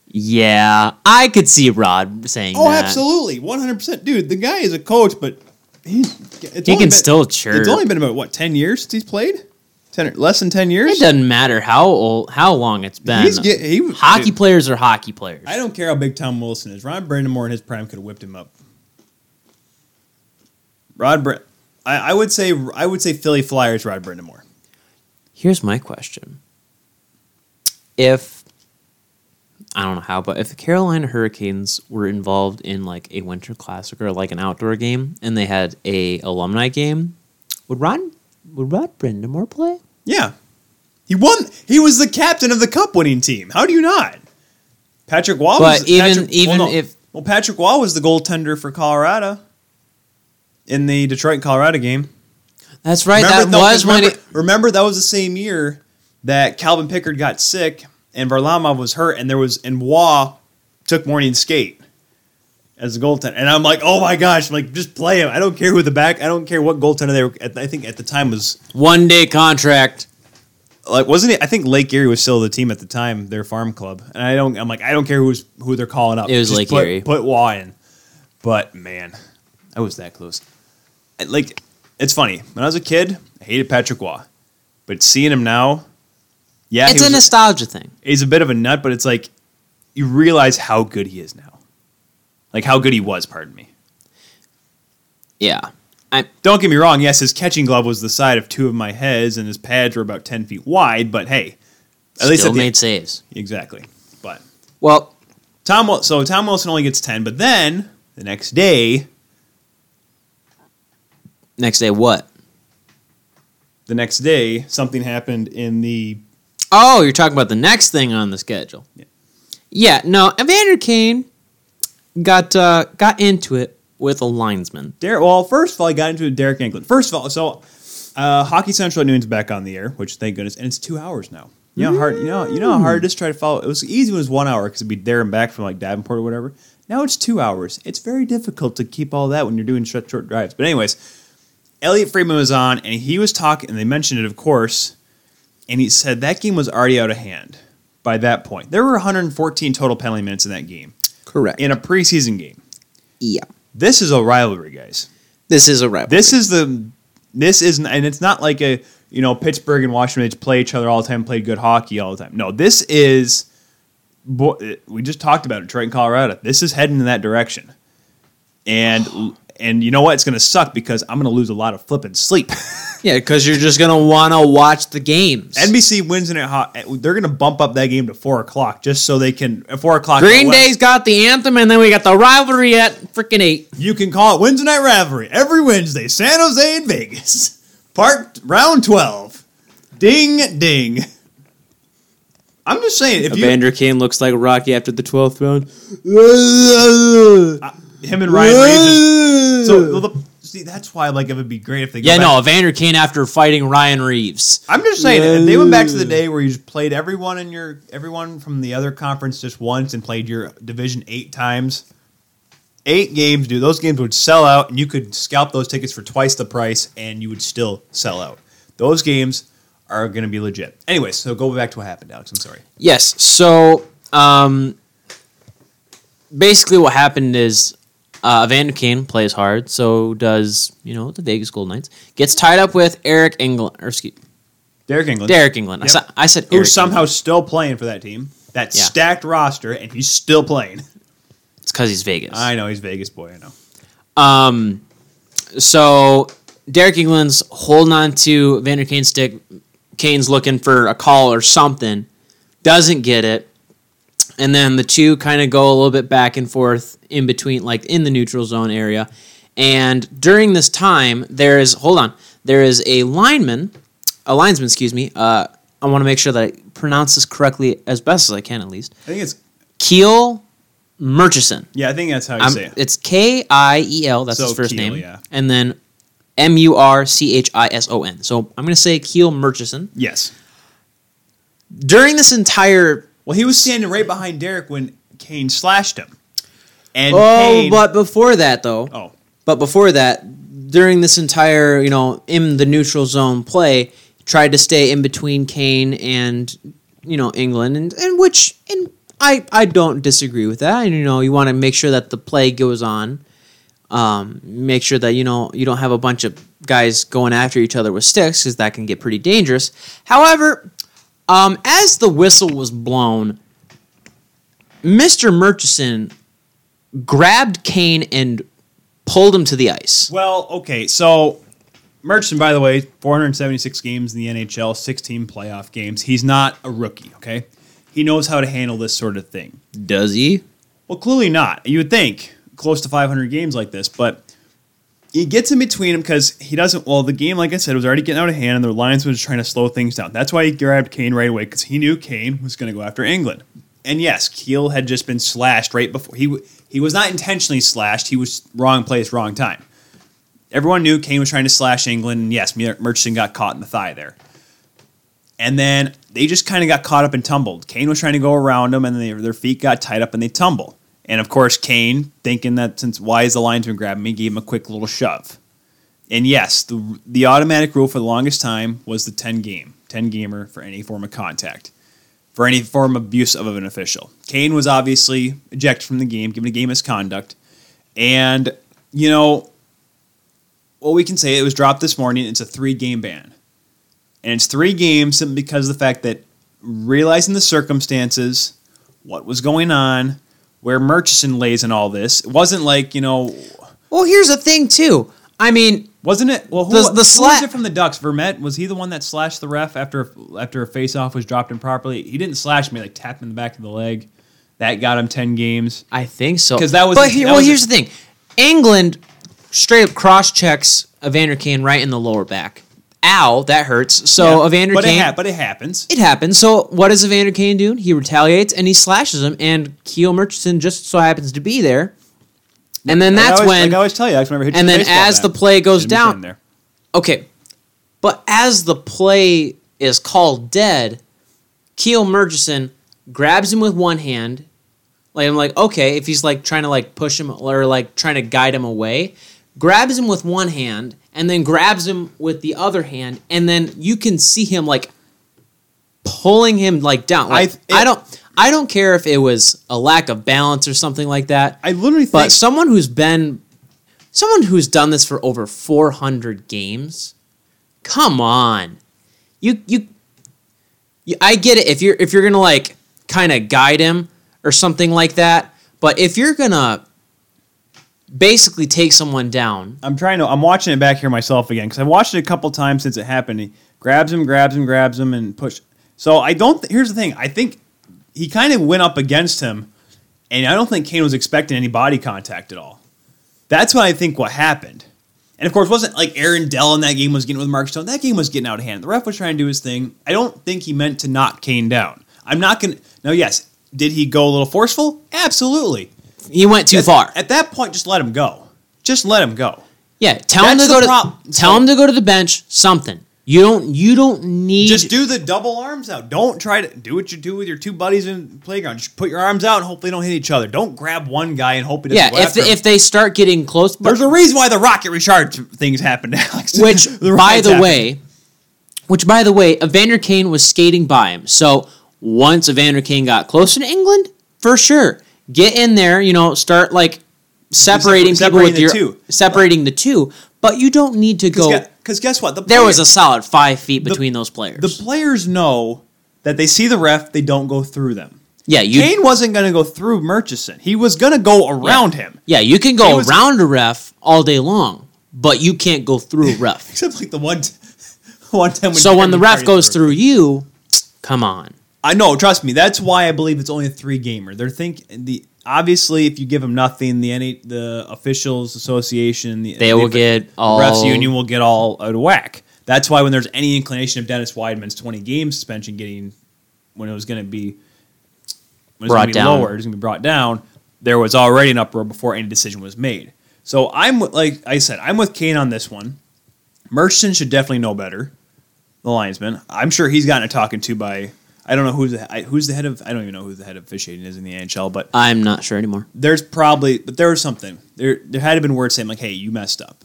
Speaker 1: Yeah, I could see Rod saying
Speaker 2: Oh,
Speaker 1: that.
Speaker 2: absolutely, one hundred percent, dude. The guy is a coach, but he, it's
Speaker 1: He
Speaker 2: only
Speaker 1: can
Speaker 2: been-
Speaker 1: still chirp.
Speaker 2: It's only been about what ten years since he's played, ten or- less than ten years.
Speaker 1: It doesn't matter how old, how long it's been.
Speaker 2: He's get- he was-
Speaker 1: hockey
Speaker 2: dude.
Speaker 1: players are hockey players.
Speaker 2: I don't care how big Tom Wilson is. Rod Brandamore in his prime could have whipped him up. Rod, Bra- I, I would say, I would say Philly Flyers. Rod Brandamore.
Speaker 1: Here's my question: If I don't know how, but if the Carolina Hurricanes were involved in like a winter classic or like an outdoor game, and they had a alumni game, would Ron would Rod Brindamore play?
Speaker 2: Yeah, he won. He was the captain of the Cup winning team. How do you not? Patrick Wall.
Speaker 1: But
Speaker 2: was,
Speaker 1: even-
Speaker 2: Patrick-
Speaker 1: even
Speaker 2: well, no.
Speaker 1: if-
Speaker 2: well, Patrick Wall was the goaltender for Colorado in the Detroit Colorado game.
Speaker 1: That's right. that
Speaker 2: no,
Speaker 1: was
Speaker 2: remember,
Speaker 1: when it,
Speaker 2: remember that was the same year that Calvin Pickard got sick and Varlamov was hurt and there was and Waugh took morning skate as a goaltender and I'm like oh my gosh like just play him I don't care who the back I don't care what goaltender they were at, I think at the time was
Speaker 1: one day contract.
Speaker 2: like wasn't it I think Lake Erie was still the team at the time their farm club and I don't I'm like I don't care who's who they're calling up
Speaker 1: It was
Speaker 2: Just
Speaker 1: Lake
Speaker 2: put,
Speaker 1: Erie.
Speaker 2: put Waugh in but man I was that close I- like it's funny when I was a kid I hated Patrick Waugh but seeing him now yeah he
Speaker 1: It's a
Speaker 2: was-
Speaker 1: nostalgia thing.
Speaker 2: he's a bit of a nut but it's like you realize how good he is now like how good he was pardon me
Speaker 1: Yeah. I
Speaker 2: don't get me wrong yes his catching glove was the side of two of my heads and his pads were about 10 feet wide but hey at
Speaker 1: still
Speaker 2: least at the-
Speaker 1: made saves.
Speaker 2: Exactly. But
Speaker 1: Well,
Speaker 2: Tom, Wil- so Tom Wilson only gets ten, but then the next day,
Speaker 1: next day what?
Speaker 2: the next day, something happened in the.
Speaker 1: Oh, you're talking about the next thing on the schedule. Yeah.
Speaker 2: Yeah.
Speaker 1: no, Evander Kane got uh, got into it with a linesman.
Speaker 2: Der- well, first of all, I got into Derek Englund. First of all, so uh, Hockey Central at noon's back on the air, which thank goodness, and it's two hours now. You know how hard you know you know how hard it is to try to follow. It was easy when it was one hour because it'd be there and back from like Davenport or whatever. Now it's two hours. It's very difficult to keep all that when you're doing short, short drives. But anyways, Elliot Friedman was on and he was talking, and they mentioned it, of course. and he said that game was already out of hand by that point. There were 114 total penalty minutes in that game
Speaker 1: Correct.
Speaker 2: in a preseason game.
Speaker 1: yeah.
Speaker 2: This is a rivalry, guys.
Speaker 1: This is a rival.
Speaker 2: This is the this is and it's not like a you know Pittsburgh and Washington they play each other all the time, played good hockey all the time. No, this is boy, we just talked about Detroit and Colorado. This is heading in that direction, and and you know what? It's going to suck because I'm going to lose a lot of flipping sleep.
Speaker 1: yeah, because you're just gonna wanna watch the games.
Speaker 2: NBC wins in it hot. They're going to bump up that game to four o'clock just so they can at four o'clock. in the
Speaker 1: Green
Speaker 2: West,
Speaker 1: Day's got the anthem, and then we got the rivalry at freaking eight.
Speaker 2: You can call it Wednesday Night Rivalry every Wednesday, San Jose and Vegas. Part round twelve. Ding ding. I'm just saying if you
Speaker 1: Kane looks like Rocky after the twelfth round.
Speaker 2: him and Uh, Ryan Reeves. Is, so well, the, see that's why like it would be great if they go
Speaker 1: yeah,
Speaker 2: back-
Speaker 1: no, Evander Kane after fighting Ryan Reeves.
Speaker 2: I'm just saying, if they went back to the day where you just played everyone in your everyone from the other conference just once and played your division eight times. Eight games, dude. Those games would sell out, and you could scalp those tickets for twice the price, and you would still sell out. Those games are going to be legit. Anyway, so go back to what happened, Alex. I'm sorry.
Speaker 1: Yes. So, um, basically, what happened is uh, Van Kane plays hard. So does you know the Vegas Golden Knights gets tied up with Eric England or excuse
Speaker 2: Derek England,
Speaker 1: Derek England. I,
Speaker 2: Yep.
Speaker 1: sa- I said
Speaker 2: who's
Speaker 1: Eric
Speaker 2: somehow still playing for that team, that
Speaker 1: Yeah.
Speaker 2: stacked roster, and he's still playing.
Speaker 1: It's because he's Vegas.
Speaker 2: I know he's Vegas boy. I know.
Speaker 1: Um, so Derek England's holding on to Vander Kane's stick. Kane's looking for a call or something, doesn't get it, and then the two kind of go a little bit back and forth in between, like in the neutral zone area. And during this time, there is hold on, there is a lineman, a linesman, excuse me. Uh, I want to make sure that I pronounce this correctly as best as I can, at least.
Speaker 2: I think it's
Speaker 1: Keel Murchison.
Speaker 2: yeah. I think that's how you
Speaker 1: I'm-
Speaker 2: say it.
Speaker 1: it's K I E L. That's
Speaker 2: So
Speaker 1: his first
Speaker 2: Keel,
Speaker 1: name.
Speaker 2: yeah.
Speaker 1: And then M U R C H I S O N. So I'm going to say Keel Murchison.
Speaker 2: Yes.
Speaker 1: During this entire.
Speaker 2: Well, he was standing right behind Derek when Kane slashed him. And
Speaker 1: Oh,
Speaker 2: Kane-
Speaker 1: but before that, though.
Speaker 2: oh,
Speaker 1: But before that, during this entire, you know, in the neutral zone play, tried to stay in between Kane and, you know, England, and, and which, and I, I don't disagree with that. And, you know, you want to make sure that the play goes on. Um, make sure that, you know, you don't have a bunch of guys going after each other with sticks because that can get pretty dangerous. However, um, as the whistle was blown, Mr. Murchison grabbed Kane and pulled him to the ice.
Speaker 2: Well, okay, so Merchant, by the way, 476 games in the NHL, 16 playoff games. He's not a rookie, okay? He knows how to handle this sort of thing.
Speaker 1: Does he?
Speaker 2: Well, clearly not. You would think close to 500 games like this, but he gets in between him because he doesn't. Well, the game, like I said, was already getting out of hand, and their lines was trying to slow things down. That's why he grabbed Kane right away because he knew Kane was going to go after England. And yes, Keel had just been slashed right before he w- he was not intentionally slashed. He was wrong place, wrong time. Everyone knew Kane was trying to slash England, and yes, Mer- Murchison got caught in the thigh there. And then they just kind of got caught up and tumbled. Kane was trying to go around them, and they, their feet got tied up and they tumble. And of course, Kane, thinking that since why is the linesman grabbing me, gave him a quick little shove. And yes, the, the automatic rule for the longest time was the 10 game, 10 gamer for any form of contact, for any form of abuse of an official. Kane was obviously ejected from the game, given a game misconduct. And, you know, well, we can say it was dropped this morning. It's a three game ban. And it's three games simply because of the fact that realizing the circumstances, what was going on, where Murchison lays in all this, it wasn't like, you know,
Speaker 1: Well, here's the thing too. I mean,
Speaker 2: wasn't it? Well, who,
Speaker 1: The- the
Speaker 2: who was
Speaker 1: sla-
Speaker 2: it from the Ducks? Vermette was he the one that slashed the ref after after a faceoff was dropped improperly? He didn't slash me; like tapped him in the back of the leg. That got him ten games.
Speaker 1: I think so.
Speaker 2: 'Cause that was-
Speaker 1: But he-
Speaker 2: that
Speaker 1: well,
Speaker 2: was-
Speaker 1: here's the thing. England straight up cross checks Evander Kane right in the lower back. Ow, that hurts. So
Speaker 2: Yeah.
Speaker 1: Evander
Speaker 2: but
Speaker 1: Kane.
Speaker 2: it hap- but it happens.
Speaker 1: it happens. So what does Evander Kane do? He retaliates and he slashes him, and Keel Murchison just so happens to be there. And then
Speaker 2: Like I
Speaker 1: that's
Speaker 2: always-
Speaker 1: when
Speaker 2: like I always tell you, I just remember hitting
Speaker 1: and
Speaker 2: the
Speaker 1: then
Speaker 2: baseball
Speaker 1: as
Speaker 2: bat.
Speaker 1: the play goes
Speaker 2: Didn't return
Speaker 1: down- Okay. But as the play is called dead, Keel Murchison grabs him with one hand. Like I'm like, okay, if he's like trying to like push him or like trying to guide him away, grabs him with one hand and then grabs him with the other hand, and then you can see him like pulling him like down. Like,
Speaker 2: th-
Speaker 1: I don't I don't care if it was a lack of balance or something like that.
Speaker 2: I literally
Speaker 1: But
Speaker 2: think
Speaker 1: someone who's been, someone who's done this for over 400 games, come on, you you, you I get it if you're if you're gonna like kind of guide him or something like that, but if you're gonna basically take someone down,
Speaker 2: I'm trying to. I'm watching it back here myself again because I watched it a couple times since it happened. He grabs him, grabs him, grabs him, and push. So I don't. Th- here's the thing. I think he kind of went up against him, and I don't think Kane was expecting any body contact at all. That's what I think what happened. And of course, it wasn't like Aaron Dell in that game was getting with Mark Stone. That game was getting out of hand. The ref was trying to do his thing. I don't think he meant to knock Kane down. I'm not gonna. Now, yes, did he go a little forceful? Absolutely.
Speaker 1: you went too far.
Speaker 2: At that point, just let him go. Just let him go.
Speaker 1: Yeah, tell him to
Speaker 2: That's
Speaker 1: go
Speaker 2: the
Speaker 1: to
Speaker 2: prob-
Speaker 1: tell him to go to the bench. Something you don't you don't need.
Speaker 2: Just do the double arms out. Don't try to do what you do with your two buddies in the playground. Just put your arms out and hope they don't hit each other. Don't grab one guy and hope it doesn't
Speaker 1: yeah,
Speaker 2: go
Speaker 1: if
Speaker 2: after
Speaker 1: they,
Speaker 2: him.
Speaker 1: if they start getting close, but
Speaker 2: There's a reason why the rocket recharge things happened, Alex.
Speaker 1: Which,
Speaker 2: The
Speaker 1: by
Speaker 2: rockets
Speaker 1: the
Speaker 2: happened.
Speaker 1: way, which by the way, Evander Kane was skating by him. So once Evander Kane got closer to England, for sure, get in there. You know, start like separating people
Speaker 2: separating
Speaker 1: with
Speaker 2: the
Speaker 1: your
Speaker 2: two.
Speaker 1: separating the two. But you don't need to go.
Speaker 2: because guess what? The
Speaker 1: there was
Speaker 2: player-
Speaker 1: a solid five feet between those players.
Speaker 2: the players know that they see the ref, they don't go through them.
Speaker 1: yeah, you.
Speaker 2: Kane wasn't going to go through Murchison. He was going to go around him.
Speaker 1: yeah, you can go
Speaker 2: Kane was-
Speaker 1: around a ref all day long, but you can't go through a ref.
Speaker 2: Except like the one, t- one time. When
Speaker 1: so when
Speaker 2: Jeremy
Speaker 1: the ref
Speaker 2: Cardiff
Speaker 1: goes
Speaker 2: threw it.
Speaker 1: through you, come on.
Speaker 2: I know, trust me. That's why I believe it's only a three gamer. They're think the obviously if you give them nothing, the NA, the officials association, the,
Speaker 1: They will
Speaker 2: the-
Speaker 1: get
Speaker 2: the refs
Speaker 1: all-
Speaker 2: union will get all out of whack. That's why when there's any inclination of Dennis Weidman's 20 game suspension getting when it was going to be when it was
Speaker 1: Brought
Speaker 2: gonna be
Speaker 1: down.
Speaker 2: lower, it was going to be brought down. There was already an uproar before any decision was made. So I'm with- like I said, I'm with Kane on this one. Murchison should definitely know better. The linesman, I'm sure he's gotten a talking to by I don't know who's the, I, who's the head of I don't even know who the head of officiating is in the NHL, but
Speaker 1: I'm not sure anymore.
Speaker 2: there's probably but there was something there there had to been words saying like hey you messed up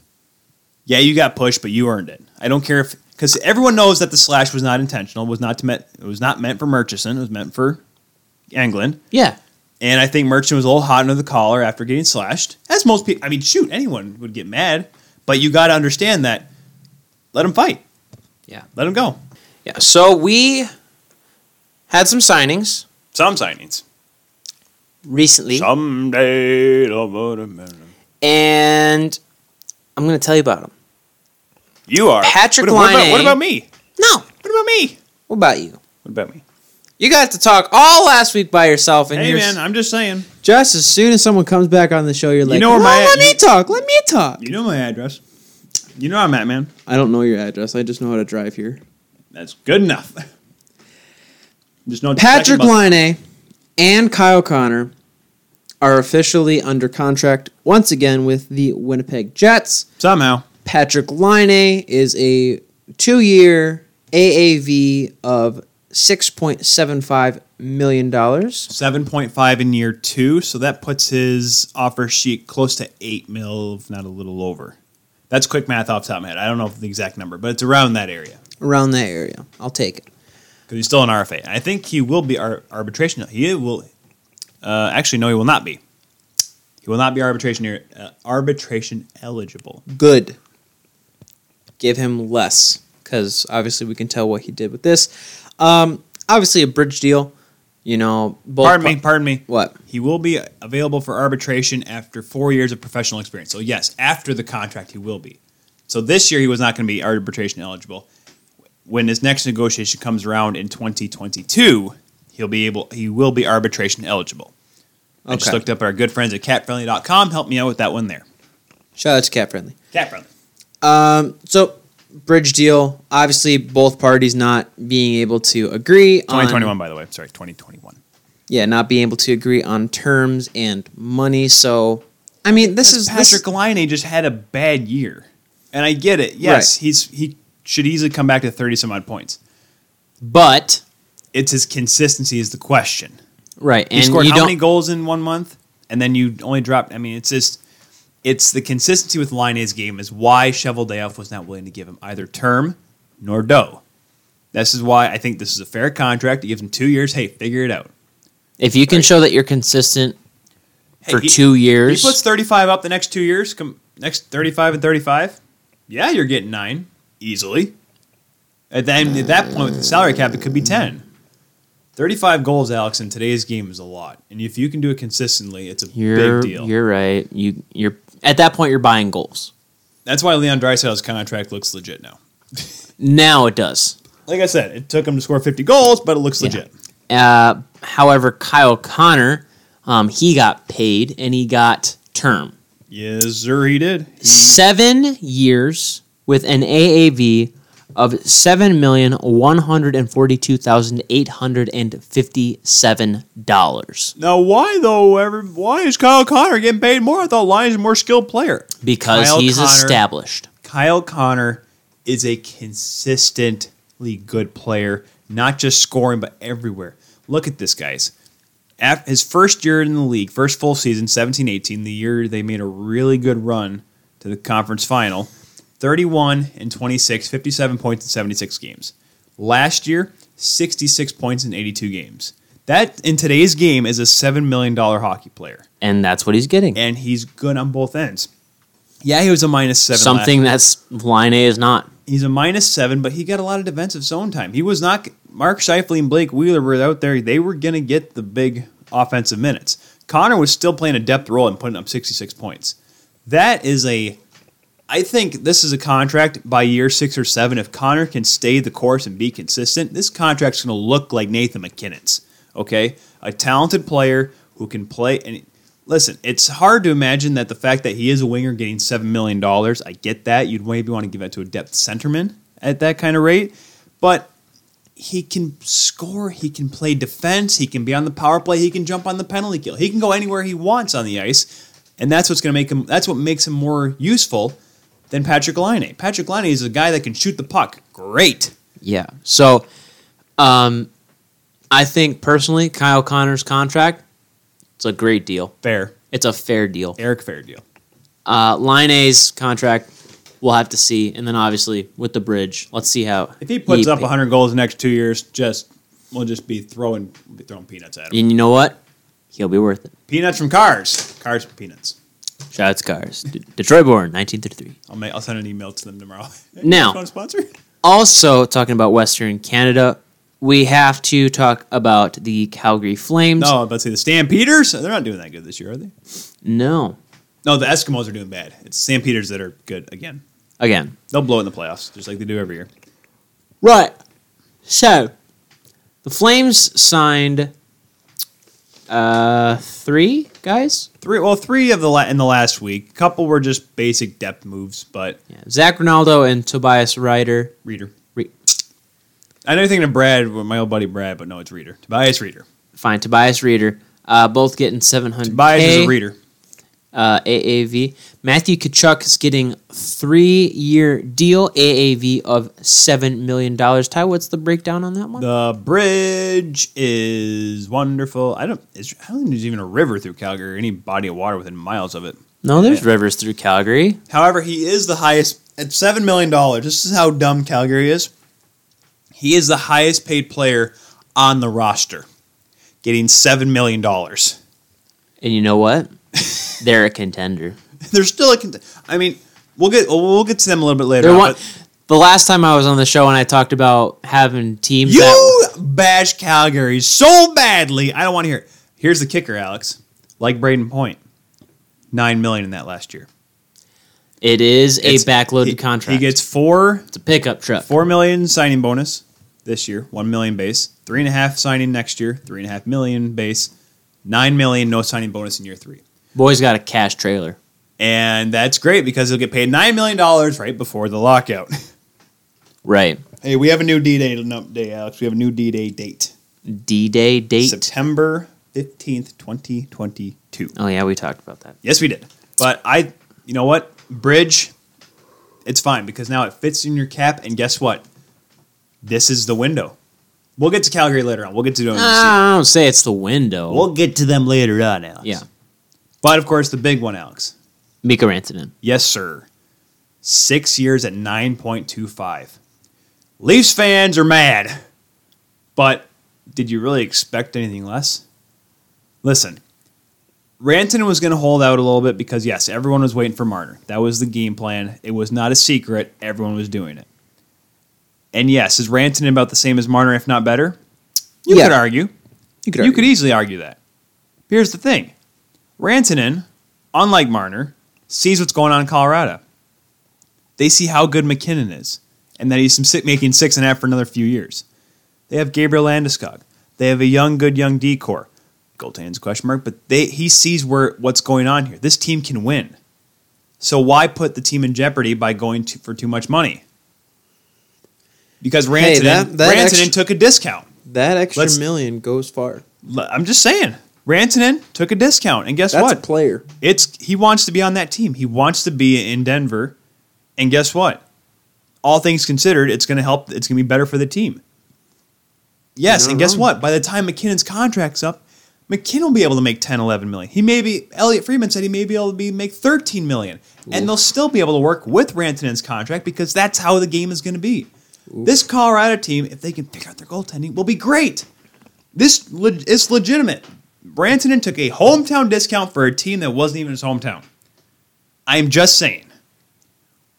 Speaker 2: yeah you got pushed but you earned it i don't care if because everyone knows that the slash was not intentional was not to meant it was not meant for murchison it was meant for england
Speaker 1: Yeah,
Speaker 2: and i think murchison was a little hot under the collar after getting slashed as most people i mean shoot anyone would get mad but you got to understand that let him fight
Speaker 1: Yeah.
Speaker 2: let him go
Speaker 1: yeah. So we had some signings
Speaker 2: some signings
Speaker 1: recently,
Speaker 2: someday it'll vote a man.
Speaker 1: and I'm going to tell you about them.
Speaker 2: you are
Speaker 1: Patrick
Speaker 2: what, what, about,
Speaker 1: Laine.
Speaker 2: what about me
Speaker 1: No,
Speaker 2: what about me
Speaker 1: what about you?
Speaker 2: what about me
Speaker 1: You got to talk all last week by yourself, and
Speaker 2: hey
Speaker 1: you're
Speaker 2: man i'm just saying
Speaker 1: just as soon as someone comes back on the show, you're like,
Speaker 2: know where
Speaker 1: "No,
Speaker 2: my-
Speaker 1: let me
Speaker 2: you-
Speaker 1: talk, let me talk.
Speaker 2: You know my address. You know where I'm at, man.
Speaker 1: I don't know your address. I just know how to drive here.
Speaker 2: That's good enough. There's no
Speaker 1: Patrick
Speaker 2: second bus-
Speaker 1: Line and Kyle Connor are officially under contract once again with the Winnipeg Jets.
Speaker 2: Somehow.
Speaker 1: Patrick Line is a two year AAV of $6.75 million.
Speaker 2: Seven point five in year two, so that puts his offer sheet close to eight mil, if not a little over. That's quick math off the top of my head. I don't know the exact number, but it's around that area.
Speaker 1: Around that area. I'll take it.
Speaker 2: Because he's still an RFA. I think he will be ar- arbitration. He will uh, actually no, he will not be. He will not be arbitration er- uh, arbitration eligible.
Speaker 1: Good. Give him less because obviously we can tell what he did with this. Um, obviously, a bridge deal. You know, both.
Speaker 2: Pardon me,
Speaker 1: par-
Speaker 2: pardon me.
Speaker 1: What?
Speaker 2: He will be available for arbitration after four years of professional experience. So yes, after the contract, he will be. So this year, he was not going to be arbitration eligible. When his next negotiation comes around in 2022, he'll be able. He will be arbitration eligible. I just
Speaker 1: Okay.
Speaker 2: looked up our good friends at CatFriendly.com. Help me out with that one there.
Speaker 1: Shout out to Cat Friendly.
Speaker 2: Cat Friendly.
Speaker 1: Um, so bridge deal. Obviously, both parties not being able to agree. on-
Speaker 2: 2021, by the way. Sorry, 2021.
Speaker 1: yeah, not being able to agree on terms and money. So, I mean, this is this-
Speaker 2: Patrick Line just had a bad year, and I get it. Yes, he's he should easily come back to 30 some odd points.
Speaker 1: but
Speaker 2: It's his consistency is the question.
Speaker 1: right.
Speaker 2: You
Speaker 1: and
Speaker 2: scored
Speaker 1: you
Speaker 2: how
Speaker 1: don't,
Speaker 2: many goals in one month, and then you only dropped. I mean, it's just it's the consistency with Line's game is why Cheveldayoff was not willing to give him either term nor dough. This is why I think this is a fair contract. It gives him two years. Hey, figure it out.
Speaker 1: If you can show that you're consistent
Speaker 2: Hey,
Speaker 1: for
Speaker 2: he-
Speaker 1: two years,
Speaker 2: He puts thirty five up the next two years. Come next thirty five and thirty five. Yeah, you're getting nine easily. And then at that point with the salary cap, it could be ten. Thirty five goals, Alex, in today's game is a lot. And if you can do it consistently, it's a
Speaker 1: you're
Speaker 2: big deal.
Speaker 1: you're right. You you're at that point you're buying goals.
Speaker 2: That's why Leon Dreisaitl's contract looks legit now.
Speaker 1: Now it does.
Speaker 2: Like I said, it took him to score 50 goals, but it looks legit.
Speaker 1: Uh, however, Kyle Connor, um, he got paid and he got term
Speaker 2: Yes, sir, he did.
Speaker 1: seven years with an AAV of seven million one hundred and forty two thousand eight hundred and fifty seven dollars
Speaker 2: Now, why though? Every, why is Kyle Connor getting paid more? I thought Lyon's a more skilled player.
Speaker 1: because
Speaker 2: Kyle
Speaker 1: he's
Speaker 2: Connor.
Speaker 1: established.
Speaker 2: Kyle Connor is a consistently good player, not just scoring, but everywhere. Look at this, guys. Af his first year in the league, first full season, 17 18, the year they made a really good run to the conference final, 31 and 26, 57 points in 76 games. Last year, 66 points in 82 games. That, in today's game, is a $7 million hockey player,
Speaker 1: And that's what he's getting.
Speaker 2: and he's good on both ends. Yeah, he was a minus seven. last
Speaker 1: Something that's line A is not.
Speaker 2: He's a minus seven, but he got a lot of defensive zone time. He was not Mark Scheifele and Blake Wheeler were out there. They were going to get the big offensive minutes. Connor was still playing a depth role and putting up 66 points. That is a, I think this is a contract by year six or seven. If Connor can stay the course and be consistent, this contract's going to look like Nathan McKinnon's. Okay, a talented player who can play and. Listen, it's hard to imagine that the fact that he is a winger getting seven million dollars. I get that you'd maybe want to give that to a depth centerman at that kind of rate, but he can score, he can play defense, he can be on the power play, he can jump on the penalty kill. He can go anywhere he wants on the ice, and that's what's going to make him that's what makes him more useful than Patrick Laine. Patrick Laine is a guy that can shoot the puck. Great.
Speaker 1: Yeah. So, um, I think personally, Kyle Connor's contract, it's a great deal.
Speaker 2: Fair.
Speaker 1: It's a fair deal.
Speaker 2: Eric Fair deal.
Speaker 1: Uh, Line's contract, we'll have to see, and then obviously with the bridge, let's see how
Speaker 2: If he puts up 100 goals the next 2 years, just we'll just be throwing we'll be throwing peanuts at him.
Speaker 1: And you know what? He'll be worth it.
Speaker 2: Peanuts from Cars. Cars from Peanuts.
Speaker 1: Shout out to Cars. D- Detroit born, 1933.
Speaker 2: I'll make, I'll send an email to them tomorrow.
Speaker 1: Now-
Speaker 2: Want to sponsor?
Speaker 1: Also, talking about Western Canada, we have to talk about the Calgary Flames.
Speaker 2: No, let's see the Stampeders. They're not doing that good this year, are they?
Speaker 1: No.
Speaker 2: No, the Eskimos are doing bad. It's Stampeders that are good again.
Speaker 1: Again.
Speaker 2: They'll blow it in the playoffs, just like they do every year.
Speaker 1: Right. So, the Flames signed uh, three guys.
Speaker 2: Three, well, three of the la- in the last week. A couple were just basic depth moves, but
Speaker 1: Yeah. Zach Ronaldo and Tobias Ryder.
Speaker 2: Reader.
Speaker 1: Re-
Speaker 2: I know you're thinking of Brad, my old buddy Brad, but no, it's Reader. Tobias Reader.
Speaker 1: Fine, Tobias Reader. Uh, both getting 700.
Speaker 2: Tobias is a Reader.
Speaker 1: uh, AAV. Matthew Kachuk is getting three-year deal AAV of seven million dollars. Ty, what's the breakdown on that one?
Speaker 2: The bridge is wonderful. I don't. Is, I don't think there's even a river through Calgary or any body of water within miles of it.
Speaker 1: no, there's rivers through Calgary.
Speaker 2: However, he is the highest at seven million dollars. This is how dumb Calgary is. He is the highest paid player on the roster, getting seven million dollars.
Speaker 1: And you know what? They're a contender.
Speaker 2: They're still a. Cont- I mean, we'll get we'll get to them a little bit later.
Speaker 1: They're
Speaker 2: on,
Speaker 1: one.
Speaker 2: but
Speaker 1: The last time I was on the show and I talked about having teams that
Speaker 2: you bash Calgary so badly. I don't want to hear. It. Here's the kicker, Alex. Like Braden Point, nine million in that last year.
Speaker 1: it is a
Speaker 2: It's-
Speaker 1: backloaded
Speaker 2: he-
Speaker 1: contract.
Speaker 2: He gets four
Speaker 1: it's a pickup truck.
Speaker 2: four million signing bonus this year, one million base, three and a half signing next year, three and a half million base, nine million no signing bonus in year three,
Speaker 1: Boy's got a cash trailer.
Speaker 2: and that's great because he'll get paid nine million dollars right before the lockout.
Speaker 1: Right.
Speaker 2: hey, we have a new D day day, Alex. We have a new D day date,
Speaker 1: D Day date.
Speaker 2: September fifteenth, twenty twenty two.
Speaker 1: Oh yeah, we talked about that.
Speaker 2: Yes, we did. But I, you know what, bridge, it's fine because now it fits in your cap, and guess what? This is the window. We'll get to Calgary later on. We'll get to them.
Speaker 1: I don't say it's the window.
Speaker 2: We'll get to them later on, Alex.
Speaker 1: yeah.
Speaker 2: But of course, the big one, Alex.
Speaker 1: Mika Rantanen.
Speaker 2: Yes, sir. Six years at 9.25. Leafs fans are mad. But did you really expect anything less? Listen, Ranton was going to hold out a little bit because, yes, everyone was waiting for Marner. That was the game plan. It was not a secret. Everyone was doing it. And yes, is Ranton about the same as Marner, if not better? You
Speaker 1: Yeah.
Speaker 2: could argue.
Speaker 1: You
Speaker 2: You could easily argue that. Here's the thing Rantanen, unlike Marner, sees what's going on in Colorado. They see how good McKinnon is and that he's some si- making six and a half for another few years. They have Gabriel Landeskog. They have a young, good, young decor. Goaltending's a question mark, but they, he sees where what's going on here. This team can win. So why put the team in jeopardy by going to, for too much money? Because Rantanen,
Speaker 3: that- that
Speaker 2: Rantanen
Speaker 3: extra-
Speaker 2: took a discount.
Speaker 3: That extra
Speaker 2: Let's-
Speaker 3: million goes far.
Speaker 2: L- I'm just saying. Rantanen took a discount, and guess
Speaker 3: That's
Speaker 2: what?
Speaker 3: a player.
Speaker 2: it's he wants to be on that team. He wants to be in Denver, and guess what? All things considered, it's going to help. It's going to be better for the team. Yes,
Speaker 3: You're
Speaker 2: and
Speaker 3: not
Speaker 2: guess
Speaker 3: wrong.
Speaker 2: what? By the time McKinnon's contract's up, McKinnon will be able to make 10, 11 million. He may be. Elliot Freeman said he may be able to be make thirteen million, and they'll still be able to work with Rantanen's contract because that's how the game is going to be. This Colorado team, if they can figure out their goaltending, will be great. This leg- it's legitimate. Brantonen took a hometown discount for a team that wasn't even his hometown. I'm just saying.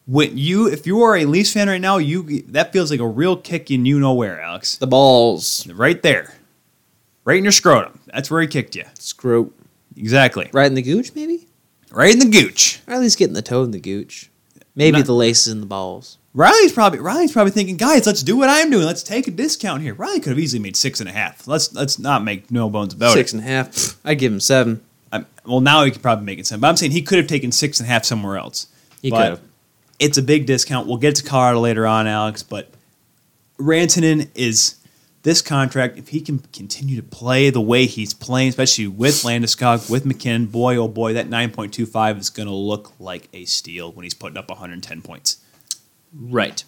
Speaker 2: When you, if you are a Leafs fan right now, you that feels like a real kick in you know where, Alex.
Speaker 3: The balls.
Speaker 2: Right there, right in your scrotum. That's where he kicked you.
Speaker 3: Scrope.
Speaker 2: Exactly.
Speaker 3: Right in the gooch, maybe?
Speaker 2: Right in the gooch.
Speaker 3: Or at least getting the toe in the gooch. Maybe
Speaker 2: Not-
Speaker 3: the laces in the balls.
Speaker 2: Riley's probably Riley's probably thinking, guys, let's do what I'm doing. Let's take a discount here. Riley could have easily made six and a half. Let's let's not make no bones about it.
Speaker 3: Six and a half. Pfft, I'd give him seven.
Speaker 2: I'm, well, now he could probably make it seven. But I'm saying he could have taken six and a half somewhere else.
Speaker 1: He
Speaker 2: But
Speaker 1: could've.
Speaker 2: It's a big discount. We'll get to Colorado later on, Alex. But Rantanen is this contract, if he can continue to play the way he's playing, especially with Landeskog, with McKinnon, boy, oh boy, that 9.25 is going to look like a steal when he's putting up 110 points.
Speaker 1: Right.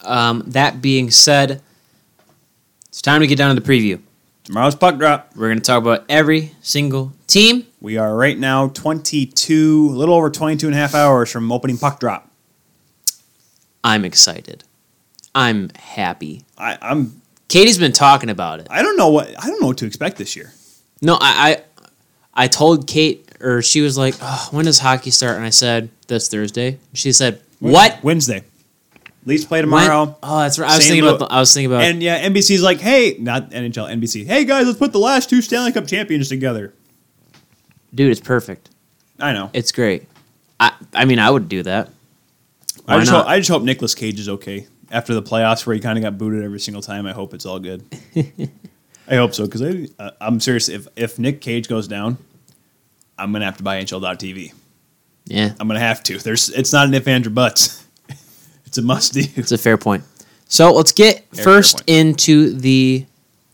Speaker 1: Um, that being said, it's time to get down to the preview.
Speaker 2: Tomorrow's puck drop.
Speaker 1: We're going to talk about every single team.
Speaker 2: We are right now 22, a little over 22 and a half hours from opening puck drop.
Speaker 1: I'm excited. I'm happy.
Speaker 2: I, I'm
Speaker 1: Katie's been talking about it.
Speaker 2: I don't know what I don't know what to expect this year.
Speaker 1: No, I I, I told Kate, or she was like, oh, "When does hockey start?" And I said, "This Thursday." She said, "What?"
Speaker 2: Wednesday? Leafs play
Speaker 1: When-
Speaker 2: tomorrow.
Speaker 1: Oh, that's right. I was
Speaker 2: St.
Speaker 1: thinking about.
Speaker 2: Louis-
Speaker 1: The, I was thinking about.
Speaker 2: And yeah, NBC's like, hey, not NHL, NBC. Hey guys, let's put the last two Stanley Cup champions together.
Speaker 1: dude, it's perfect.
Speaker 2: I know.
Speaker 1: It's great. I I mean, I would do that.
Speaker 2: I
Speaker 1: why
Speaker 2: just,
Speaker 1: not?
Speaker 2: hope, I just hope Nicolas Cage is okay after the playoffs where he kind of got booted every single time. I hope it's all good. I hope so because I, uh, I'm serious. If if Nick Cage goes down, I'm gonna have to buy NHL.tv.
Speaker 1: Yeah,
Speaker 2: I'm gonna have to. There's it's not an if, and, or buts. it's a must do.
Speaker 1: it's a fair point. So let's get
Speaker 2: Fair- fair
Speaker 1: first
Speaker 2: point.
Speaker 1: into the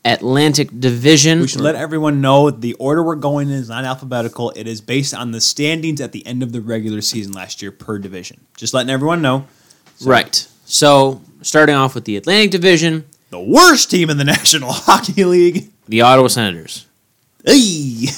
Speaker 1: Atlantic Division.
Speaker 2: We should let everyone know the order we're going in is not alphabetical. It is based on the standings at the end of the regular season last year per division. Just letting everyone know.
Speaker 1: Right. So starting off with the Atlantic Division,
Speaker 2: The worst team in the National Hockey League.
Speaker 1: the Ottawa Senators
Speaker 2: Hey.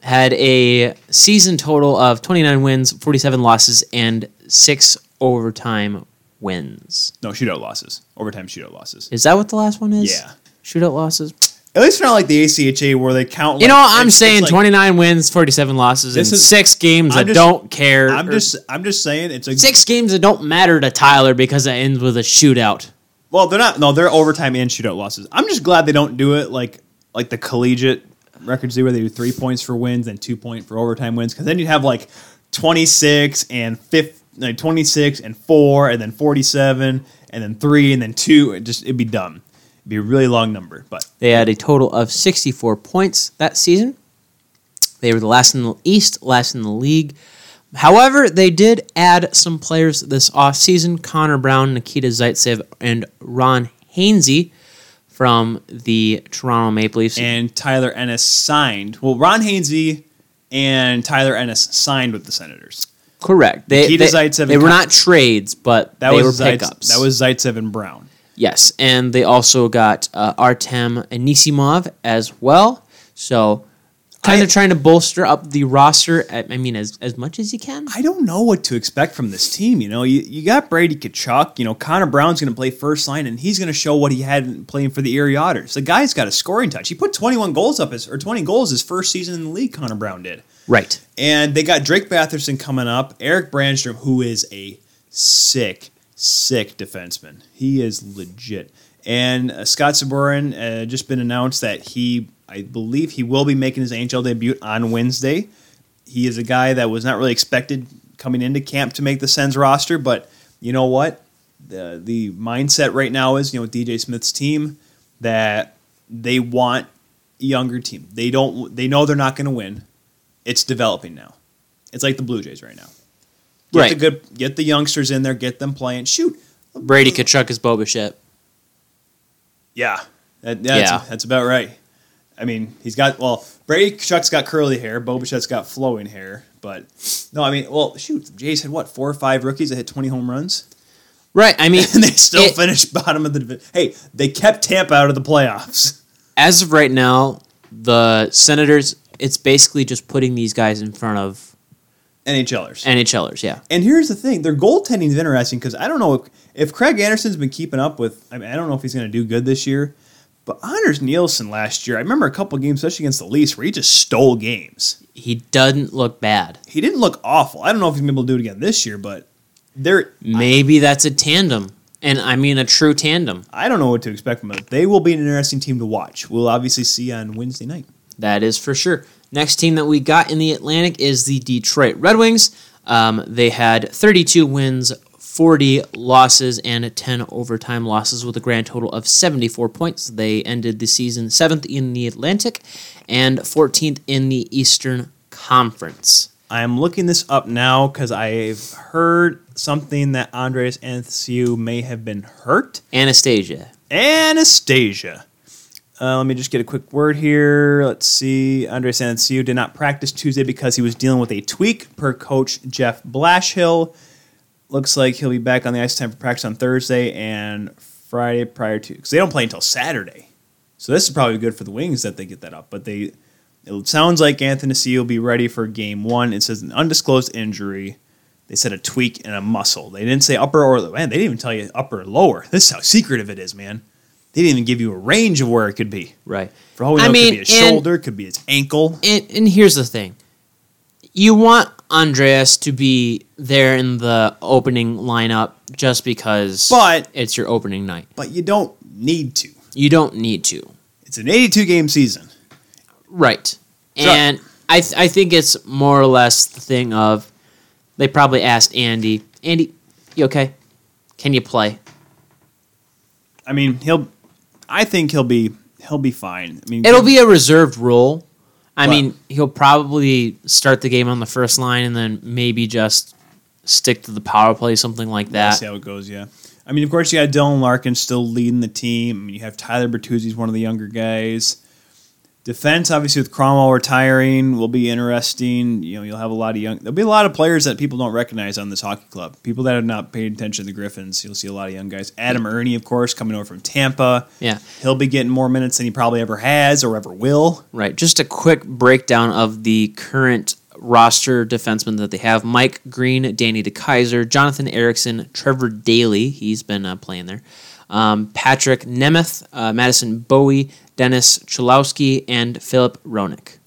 Speaker 1: had a season total of 29 wins, 47 losses, and six overtime wins.
Speaker 2: No, shootout losses. Overtime shootout losses.
Speaker 1: Is that what the last one is?
Speaker 2: Yeah.
Speaker 1: Shootout losses.
Speaker 2: At least not like the ACHA where they count. Like,
Speaker 1: you know, I'm
Speaker 2: it's- it's
Speaker 1: saying
Speaker 2: like-
Speaker 1: 29 wins, 47 losses, and
Speaker 2: This is-
Speaker 1: six games
Speaker 2: I'm
Speaker 1: that
Speaker 2: just-
Speaker 1: don't care.
Speaker 2: I'm
Speaker 1: or
Speaker 2: just, I'm just saying it's a
Speaker 1: six games that don't matter to Tyler because it ends with a shootout.
Speaker 2: Well, they're not. No, they're overtime and shootout losses. I'm just glad they don't do it like like the collegiate records do, where they do three points for wins and two point for overtime wins. Because then you have like 26 and fifth, like 26 and four, and then 47, and then three, and then two. It just it'd be dumb. It'd be a really long number. But
Speaker 1: They had a total of 64 points that season. They were the last in the East, last in the league. However, they did add some players this offseason Connor Brown, Nikita Zaitsev, and Ron Hainsey from the Toronto Maple Leafs.
Speaker 2: and Tyler Ennis signed. Well, Ron Hainsey and Tyler Ennis signed with the Senators.
Speaker 1: Correct. They,
Speaker 2: Nikita
Speaker 1: they,
Speaker 2: Zaitsev and
Speaker 1: they were
Speaker 2: Con-
Speaker 1: not trades, but
Speaker 2: That
Speaker 1: they
Speaker 2: was
Speaker 1: were
Speaker 2: Zaitse-
Speaker 1: pickups.
Speaker 2: that was Zaitsev and Brown.
Speaker 1: Yes, and they also got uh, Artem Anisimov as well. So, kind
Speaker 2: I-
Speaker 1: of trying to bolster up the roster. At, I mean, as as much as you can.
Speaker 2: I don't know what to expect from this team. You know, you, you got Brady Kachuk. You know, Connor Brown's going to play first line, and he's going to show what he had in playing for the Erie Otters. The guy's got a scoring touch. He put 21 goals up his or 20 goals his first season in the league. Connor Brown did,
Speaker 1: right.
Speaker 2: and they got Drake Batherson coming up, Eric Brandstrom, who is a sick, sick defenseman. He is legit, and uh, Scott Saburin uh, just been announced that he, I believe, he will be making his NHL debut on Wednesday he is a guy that was not really expected coming into camp to make the Sens roster, but you know what? The the mindset right now is, you know, with DJ Smith's team that they want a younger team. They don't they know they're not going to win. It's developing now. It's like the Blue Jays right now. Get
Speaker 1: Right.
Speaker 2: the good get the youngsters in there, get them playing. Shoot.
Speaker 1: Brady Kachuk is Bobuchet.
Speaker 2: Yeah. That, that's,
Speaker 1: Yeah.
Speaker 2: that's about right. I mean, he's got well, Brady Chuck's got curly hair, Bobuchet's got flowing hair, but no, I mean, well, shoot, the Jays had what four or five rookies that hit twenty home runs,
Speaker 1: Right. I mean,
Speaker 2: and they still
Speaker 1: it-
Speaker 2: finished bottom of the division. Hey, they kept Tampa out of the playoffs.
Speaker 1: as of right now, the Senators. It's basically just putting these guys in front of
Speaker 2: NHLers.
Speaker 1: NHLers. Yeah.
Speaker 2: And here's the thing: their goaltending is interesting because I don't know if, if Craig Anderson's been keeping up with. I mean, I don't know if he's going to do good this year. But Anders Nielsen last year, I remember a couple games, especially against the Leafs, where he just stole games.
Speaker 1: He doesn't look bad.
Speaker 2: he didn't look awful. I don't know if he's gonna be able to do it again this year, but there
Speaker 1: Maybe that's a tandem, and I mean a true tandem.
Speaker 2: I don't know what to expect from them. They will be an interesting team to watch. We'll obviously see on Wednesday night.
Speaker 1: That is for sure. Next team that we got in the Atlantic is the Detroit Red Wings. Um, they had 32 wins, 40 losses, and 10 overtime losses with a grand total of 74 points. They ended the season seventh in the Atlantic and 14th in the Eastern Conference.
Speaker 2: I'm looking this up now because I've heard something that Andreas Anthesiu may have been hurt.
Speaker 1: Anastasia.
Speaker 2: Anastasia. Uh, let me just get a quick word here. Let's see. Andre Sancio did not practice Tuesday because he was dealing with a tweak per coach Jeff Blashill. Looks like he'll be back on the ice time for practice on Thursday and Friday prior to because they don't play until Saturday. So this is probably good for the Wings that they get that up. But they it sounds like Anthony C will be ready for game one. It says an undisclosed injury. They said a tweak and a muscle. They didn't say upper or man. They didn't even tell you upper or lower. This is how secretive it is, man. They didn't even give you a range of where it could be.
Speaker 1: Right.
Speaker 2: For all we
Speaker 4: I
Speaker 2: know, it
Speaker 4: mean,
Speaker 2: could be his
Speaker 4: and-
Speaker 2: shoulder, it could be his ankle.
Speaker 4: and, and here's the thing you want andreas to be there in the opening lineup just because
Speaker 2: But-
Speaker 4: it's your opening night
Speaker 2: But you don't need to.
Speaker 4: you don't need to
Speaker 2: It's an 82 game season.
Speaker 4: right
Speaker 2: So-
Speaker 4: and I, th- I think it's more or less the thing of they probably asked andy andy you okay can you play
Speaker 2: I mean, he'll. I think he'll be he'll be fine. I mean,
Speaker 4: it'll be a reserved role i
Speaker 2: Wow.
Speaker 4: mean he'll probably start the game on the first line and then maybe just stick to the power play something like that
Speaker 2: See how it goes, yeah. I mean, of course, you got Dylan Larkin still leading the team. I mean, you have Tyler Bertuzzi's one of the younger guys. Defense, obviously, with Cromwell retiring, will be interesting. You know, you'll have a lot of young. There'll be a lot of players that people don't recognize on this hockey club. People that have not paid attention to the Griffins. You'll see a lot of young guys. Adam Ernie, of course, coming over from Tampa.
Speaker 4: yeah
Speaker 2: He'll be getting more minutes than he probably ever has or ever will.
Speaker 4: Right. Just a quick breakdown of the current roster defensemen that they have: Mike Green, Danny DeKaiser, Jonathan Erickson, Trevor Daly. He's been uh, playing there. Um, Patrick Nemeth, uh, Madison Bowie, Dennis Chalowski, and Philip Ronick.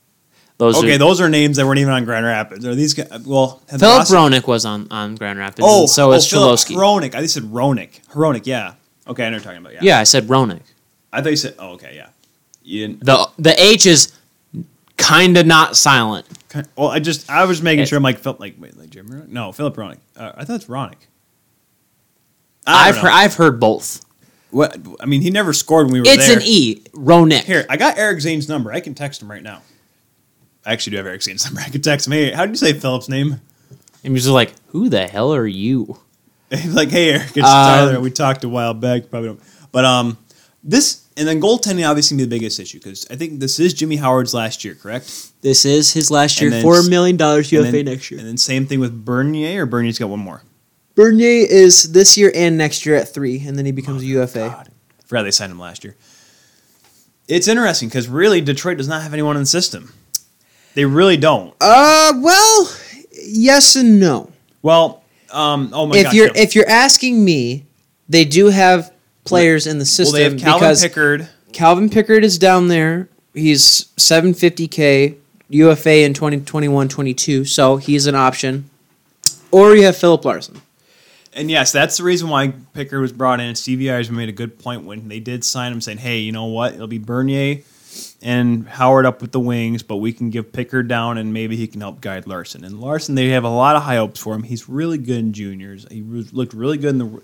Speaker 4: Those
Speaker 2: Okay,
Speaker 4: are.
Speaker 2: those are names that weren't even on Grand Rapids. Are these guys? Well, have the
Speaker 4: Philip
Speaker 2: roster-
Speaker 4: Ronick was on, on Grand Rapids.
Speaker 2: Oh,
Speaker 4: and so
Speaker 2: oh,
Speaker 4: is
Speaker 2: Philip
Speaker 4: Chalowski.
Speaker 2: Hronik. I think said Ronick. Hronik, yeah. Okay, I know what you're talking about.
Speaker 4: yeah, I said Ronick.
Speaker 2: I thought you said. Oh, okay, yeah. You didn't.
Speaker 4: The the H is kind of not silent.
Speaker 2: ki- Well, I just I was making
Speaker 4: It-
Speaker 2: sure. I'm like, Phil, like wait, like Jim Ronick? No, Philip Ronick. Uh, I thought it's Ronick. I
Speaker 4: I've
Speaker 2: don't know.
Speaker 4: heard, I've heard both.
Speaker 2: What? I mean, he never scored when we were
Speaker 4: It's
Speaker 2: there.
Speaker 4: an E. Ronick.
Speaker 2: Here, I got Eric Zane's number. I can text him right now. I actually do have Eric Zane's number. I can text him. Hey, how do you say Philip's name?
Speaker 4: And he's just like, "Who the hell are you?"
Speaker 2: He's like, hey, Eric,
Speaker 1: Um,
Speaker 2: it's Tyler. We talked a while back. You Probably don't. But um, this and then goaltending obviously be the biggest issue because I think this is Jimmy Howard's last year, correct?
Speaker 4: This is his last
Speaker 2: And
Speaker 4: year,
Speaker 2: then-
Speaker 4: four million dollars UFA next
Speaker 2: And
Speaker 4: year.
Speaker 2: then same thing with Bernier, or Bernier's got one more.
Speaker 1: Bernier is this year and next year at three, and then he becomes a UFA.
Speaker 2: Oh, God. Forgot they signed him last year. It's interesting because really Detroit does not have anyone in the system. They really don't.
Speaker 1: Uh, well, yes and no.
Speaker 2: Well, um, oh my
Speaker 1: if
Speaker 2: gosh,
Speaker 1: you're
Speaker 2: no.
Speaker 1: if you're asking me, they do have players in the
Speaker 2: well,
Speaker 1: system
Speaker 2: they have Calvin
Speaker 1: because
Speaker 2: Pickard.
Speaker 1: Calvin Pickard is down there. He's 750k UFA in 2021-22, so he's an option. Or you have Philip Larson.
Speaker 2: And yes, that's the reason why Pickard was brought in. Stevie Eisman made a good point when they did sign him, saying, "Hey, you know what? It'll be Bernier and Howard up with the wings, but we can give Pickard down, and maybe he can help guide Larson." And Larson, they have a lot of high hopes for him. He's really good in juniors. He re- looked really good in the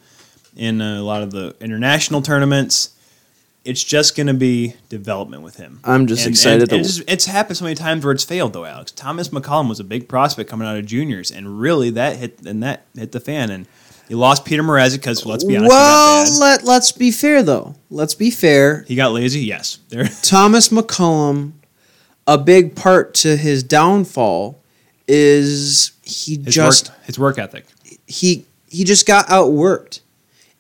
Speaker 2: in a lot of the international tournaments. It's just going to be development with him.
Speaker 1: I'm just excited to-
Speaker 2: it's, just- it's happened so many times where it's failed though, Alex. Thomas McCollum was a big prospect coming out of juniors, and really that hit and that hit the fan. And you lost Peter Mrazek because let's be honest, he,
Speaker 1: Well,
Speaker 2: got bad.
Speaker 1: let, let's be fair though. Let's be fair.
Speaker 2: He got lazy. Yes, there.
Speaker 1: Thomas McCollum, a big part to his downfall is he
Speaker 2: His
Speaker 1: just
Speaker 2: work, his work ethic.
Speaker 1: he he just got outworked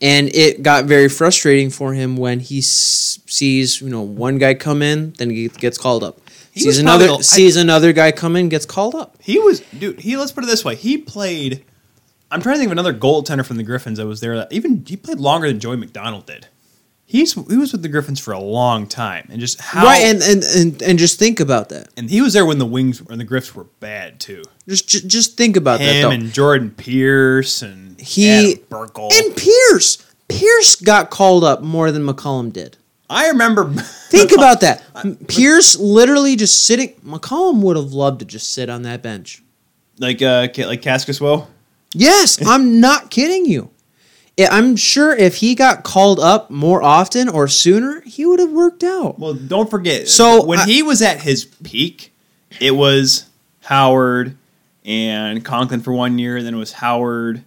Speaker 1: and it got very frustrating for him when he s- sees you know one guy come in then he gets called up
Speaker 2: He was
Speaker 1: sees
Speaker 2: probably
Speaker 1: another
Speaker 2: the-
Speaker 1: sees another guy come in gets called up
Speaker 2: He was dude. He let's put it this way. He played. I'm trying to think of another goaltender from the Griffins that was there. That even he played longer than Joey McDonald did. He's he was with the Griffins for a long time, and just how
Speaker 1: right and, and and and just think about that
Speaker 2: and he was there when the wings and the Griffs were bad too.
Speaker 1: just just, just think about that
Speaker 2: Him
Speaker 1: though.
Speaker 2: and Jordan Pierce and
Speaker 1: He-
Speaker 2: Adam Burkle.
Speaker 1: and pierce pierce got called up more than mccollum did
Speaker 2: I remember.
Speaker 1: think about that pierce literally just sitting mccollum would have loved to just sit on that bench
Speaker 2: like uh, Ca- like Cascaswell.
Speaker 1: Yes, I'm not kidding you. I- I'm sure if he got called up more often or sooner, he would have worked out.
Speaker 2: Well, don't forget.
Speaker 1: So,
Speaker 2: when
Speaker 1: I-
Speaker 2: he was at his peak, it was Howard and Conklin for one year, and then it was Howard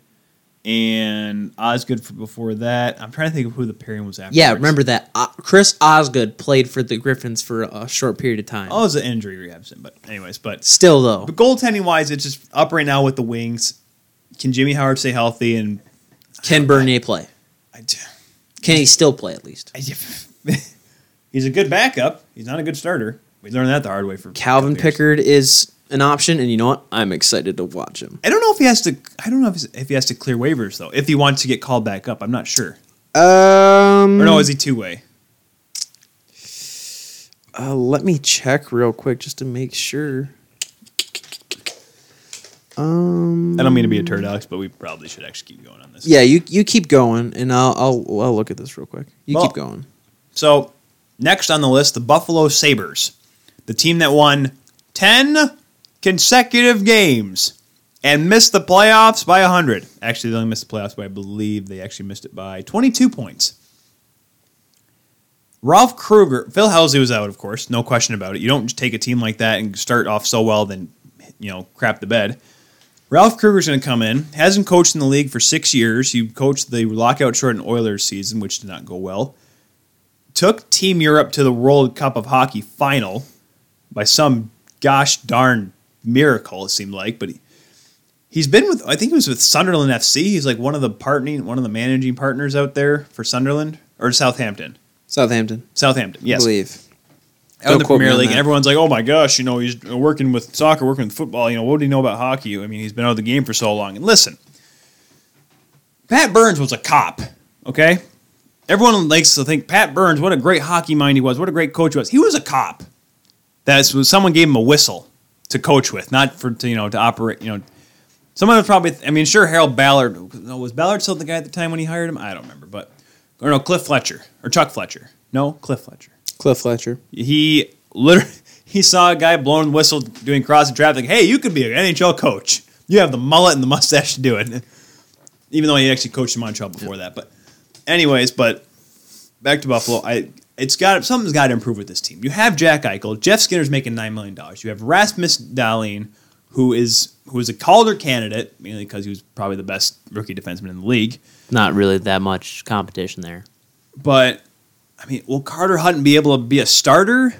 Speaker 2: and Osgood for before that. I'm trying to think of who the pairing was after.
Speaker 1: Yeah, remember that uh, Chris Osgood played for the Griffins for a short period of time.
Speaker 2: Oh, it was an injury rehab, but anyways, but
Speaker 1: Still though,
Speaker 2: but goaltending wise, it's just up right now with the wings. Can Jimmy Howard stay healthy? And
Speaker 1: can Bernier play?
Speaker 2: I, d-
Speaker 1: Can he still play at least?
Speaker 2: I d- he's a good backup. He's not a good starter. We learned that the hard way for a
Speaker 1: Calvin
Speaker 2: couple years.
Speaker 1: Pickard is an option, and you know what? I'm excited to watch him.
Speaker 2: I don't know if he has to. I don't know if, if he has to clear waivers though. If he wants to get called back up, I'm not sure.
Speaker 1: Um,
Speaker 2: Or no, is he two way?
Speaker 1: uh, let me check real quick just to make sure. Um,
Speaker 2: I don't mean to be a turd, Alex, but we probably should actually keep going on this.
Speaker 1: yeah, you you keep going, and I'll I'll, I'll look at this real quick. You
Speaker 2: Well-
Speaker 1: keep going.
Speaker 2: So, next on the list, the Buffalo Sabres, the team that won 10 consecutive games and missed the playoffs by 100. Actually, they only missed the playoffs by, I believe, they actually missed it by 22 points. Ralph Kruger, Phil Housley was out, of course, no question about it. You don't take a team like that and start off so well, then, you know, crap the bed. Ralph Kruger's going to come in. Hasn't coached in the league for six years. He coached the lockout short and Oilers season, which did not go well took Team Europe to the World Cup of Hockey final by some gosh darn miracle, it seemed like. But he, he's been with, I think he was with Sunderland FC. He's like one of the partnering, one of the managing partners out there for Sunderland or Southampton.
Speaker 1: Southampton,
Speaker 2: Southampton, yes.
Speaker 1: I believe.
Speaker 2: Out in
Speaker 1: Don't
Speaker 2: the
Speaker 1: quote me
Speaker 2: Premier
Speaker 1: on
Speaker 2: League, and
Speaker 1: that.
Speaker 2: everyone's like, oh my gosh, you know, he's working with soccer, working with football. You know, what do you know about hockey? I mean, he's been out of the game for so long. And listen, Pat Burns was a cop, okay? Everyone likes to think Pat Burns, what a great hockey mind he was, what a great coach he was. He was a cop. That's when someone gave him a whistle to coach with, not for to you know to operate. You know, someone was probably. I mean, sure, Harold Ballard. No, was Ballard still the guy at the time when he hired him? I don't remember, but or no, Cliff Fletcher or Chuck Fletcher. No, Cliff Fletcher
Speaker 1: Cliff Fletcher.
Speaker 2: he literally he saw a guy blowing whistle doing cross in traffic. Hey, you could be an NHL coach. You have the mullet and the mustache to do it. Even though he actually coached in Montreal before that, but anyways, but back to Buffalo. I it's got something's got to improve with this team. You have Jack Eichel. Jeff Skinner's making nine million dollars. You have Rasmus Dahlin, who is who is a Calder candidate mainly because he was probably the best rookie defenseman in the league.
Speaker 4: Not really that much competition there.
Speaker 2: But I mean, will Carter Hutton be able to be a starter?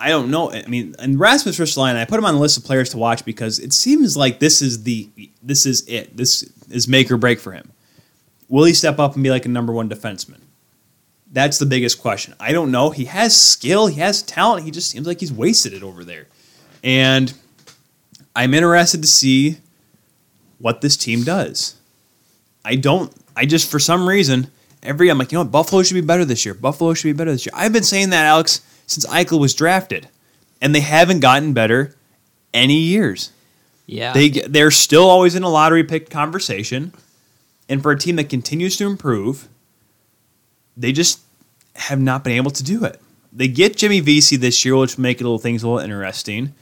Speaker 2: I don't know. I mean, and Rasmus Ristolainen, I put him on the list of players to watch because it seems like this is the this is it. This is make or break for him. Will he step up and be like a number one defenseman? That's the biggest question. I don't know. He has skill. He has talent. He just seems like he's wasted it over there. And I'm interested to see what this team does. I don't. I just for some reason every I'm like, you know what, Buffalo should be better this year. Buffalo should be better this year. I've been saying that Alex since Eichel was drafted, and they haven't gotten better any years.
Speaker 4: Yeah.
Speaker 2: They get- they're still always in a lottery pick conversation, and for a team that continues to improve, they just have not been able to do it. They get Jimmy VC this year, which will make little things a little interesting.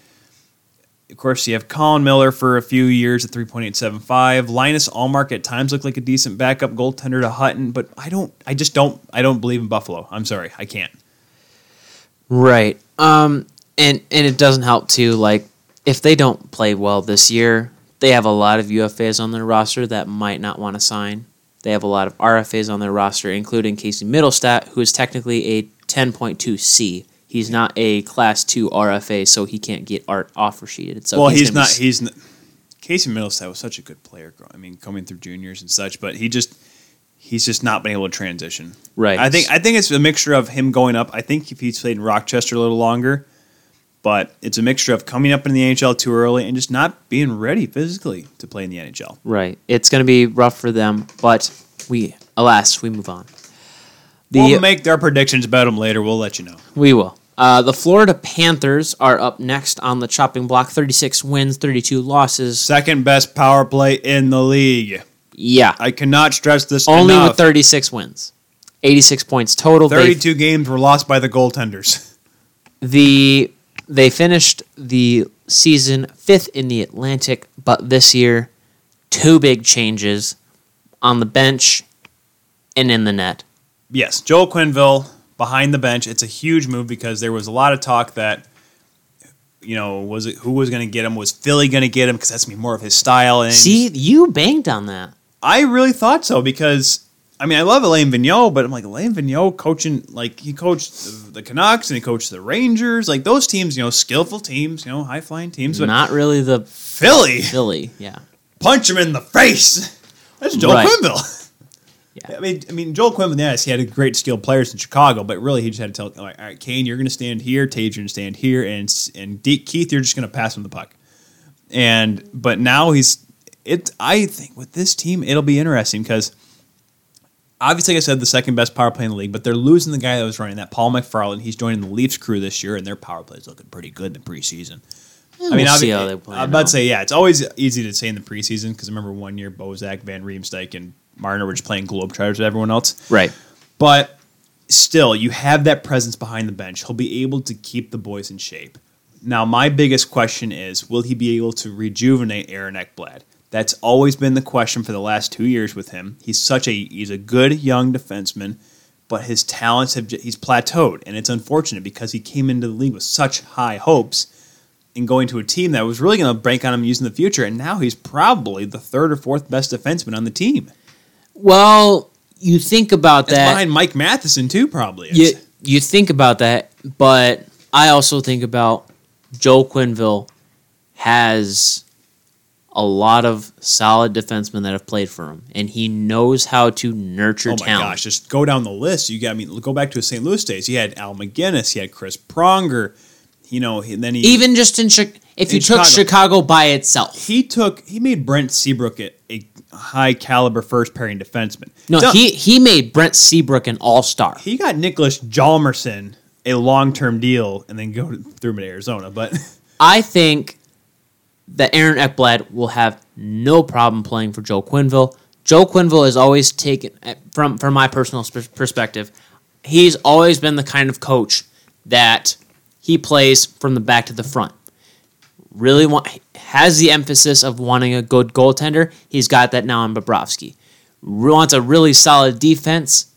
Speaker 2: Of course, you have Colin Miller for a few years at 3.875. Linus Allmark at times looked like a decent backup goaltender to Hutton, but I don't. I just don't. I don't believe in Buffalo. I'm sorry, I can't.
Speaker 4: Right. Um and and it doesn't help too like if they don't play well this year, they have a lot of UFAs on their roster that might not want to sign. They have a lot of RFAs on their roster including Casey Middlestat who is technically a 10.2C. He's not a class 2 RFA so he can't get art offer sheeted. So
Speaker 2: well, he's
Speaker 4: gonna be
Speaker 2: not.
Speaker 4: s-
Speaker 2: He's n Casey Middlestat was such a good player. grow- I mean, coming through juniors and such, but he just he's just not been able to transition.
Speaker 4: Right.
Speaker 2: I think I think it's a mixture of him going up. I think if he's played in Rochester a little longer, but it's a mixture of coming up in the NHL too early and just not being ready physically to play in the NHL.
Speaker 4: Right. It's going to be rough for them, but we alas, we move on. The
Speaker 2: we'll make their predictions about him later. We'll let you know.
Speaker 4: We will. Uh, the Florida Panthers are up next on the chopping block. 36 wins, 32 losses.
Speaker 2: Second best power play in the league.
Speaker 4: Yeah.
Speaker 2: I cannot stress this
Speaker 4: Only
Speaker 2: enough.
Speaker 4: with 36 wins. 86 points total. They-
Speaker 2: 32 games were lost by the goaltenders.
Speaker 4: the they finished the season fifth in the Atlantic, but this year, two big changes on the bench and in the net.
Speaker 2: Yes, Joel Quinville behind the bench. It's a huge move because there was a lot of talk that you know was it who was going to get him? Was Philly going to get him? Because that's gonna be more of his style. And
Speaker 4: See, you banked on that.
Speaker 2: I really thought so because I mean I love Elaine Vigneault, but I'm like Elaine Vigneault coaching like he coached the, the Canucks and he coached the Rangers, like those teams, you know, skillful teams, you know, high flying teams, but
Speaker 4: Not really the
Speaker 2: Philly,
Speaker 4: Philly. Yeah.
Speaker 2: punch him in the face. That's Joel
Speaker 4: Right.
Speaker 2: Quinville.
Speaker 4: Yeah.
Speaker 2: I mean, I mean, Joel Quinville. Yes, he had a great skilled players in Chicago, but really he just had to tell, like, all right, Kane, you're going to stand here, Tage, you're going to stand here, and S- and De- Keith, you're just going to pass him the puck. And but now he's it. I think with this team, it'll be interesting because obviously, like I said, the second best power play in the league, but they're losing the guy that was running that Paul McFarland. He's joining the Leafs crew this year, and their power play is looking pretty good in the preseason. I mean,
Speaker 4: Hmm. We'll
Speaker 2: obvi-
Speaker 4: see how they play
Speaker 2: I'm
Speaker 4: now.
Speaker 2: about to say, yeah, it's always easy to say in the preseason because I remember one year Bozak, Van Riemsdyk, and Marner were just playing Globetrotters with everyone else.
Speaker 4: Right.
Speaker 2: But still, you have that presence behind the bench. He'll be able to keep the boys in shape. Now, my biggest question is will he be able to rejuvenate Aaron Eckblad? That's always been the question for the last two years with him. He's such a he's a good young defenseman, but his talents have j- he's plateaued, and it's unfortunate because he came into the league with such high hopes and going to a team that was really going to bank on him using the future, and now he's probably the third or fourth best defenseman on the team.
Speaker 4: Well, you think about
Speaker 2: That's
Speaker 4: that.
Speaker 2: behind Mike Matheson too, probably. is.
Speaker 4: you you think about that, but I also think about Joe Quinville has a lot of solid defensemen that have played for him, and he knows how to nurture
Speaker 2: Oh my
Speaker 4: talent.
Speaker 2: gosh, just go down the list. You got I mean, go back to his St. Louis days. He had Al McGinnis, he had Chris Pronger, you know, and then he
Speaker 4: Even just in Chi- if you
Speaker 2: In
Speaker 4: took
Speaker 2: Chicago.
Speaker 4: Chicago by itself,
Speaker 2: he took he made Brent Seabrook a, a high caliber first pairing defenseman.
Speaker 4: no,
Speaker 2: So-
Speaker 4: he he made Brent Seabrook an All Star.
Speaker 2: he got Nicholas Jalmerson a long term deal and then go to, threw him to Arizona, but
Speaker 4: I think that Aaron Eckblad will have no problem playing for Joe Quinville. Joe Quinville has always taken, eh, from from my personal sp- perspective, he's always been the kind of coach that he plays from the back to the front. Really want has the emphasis of wanting a good goaltender. He's got that now in Bobrovsky. Re- Wants a really solid defense.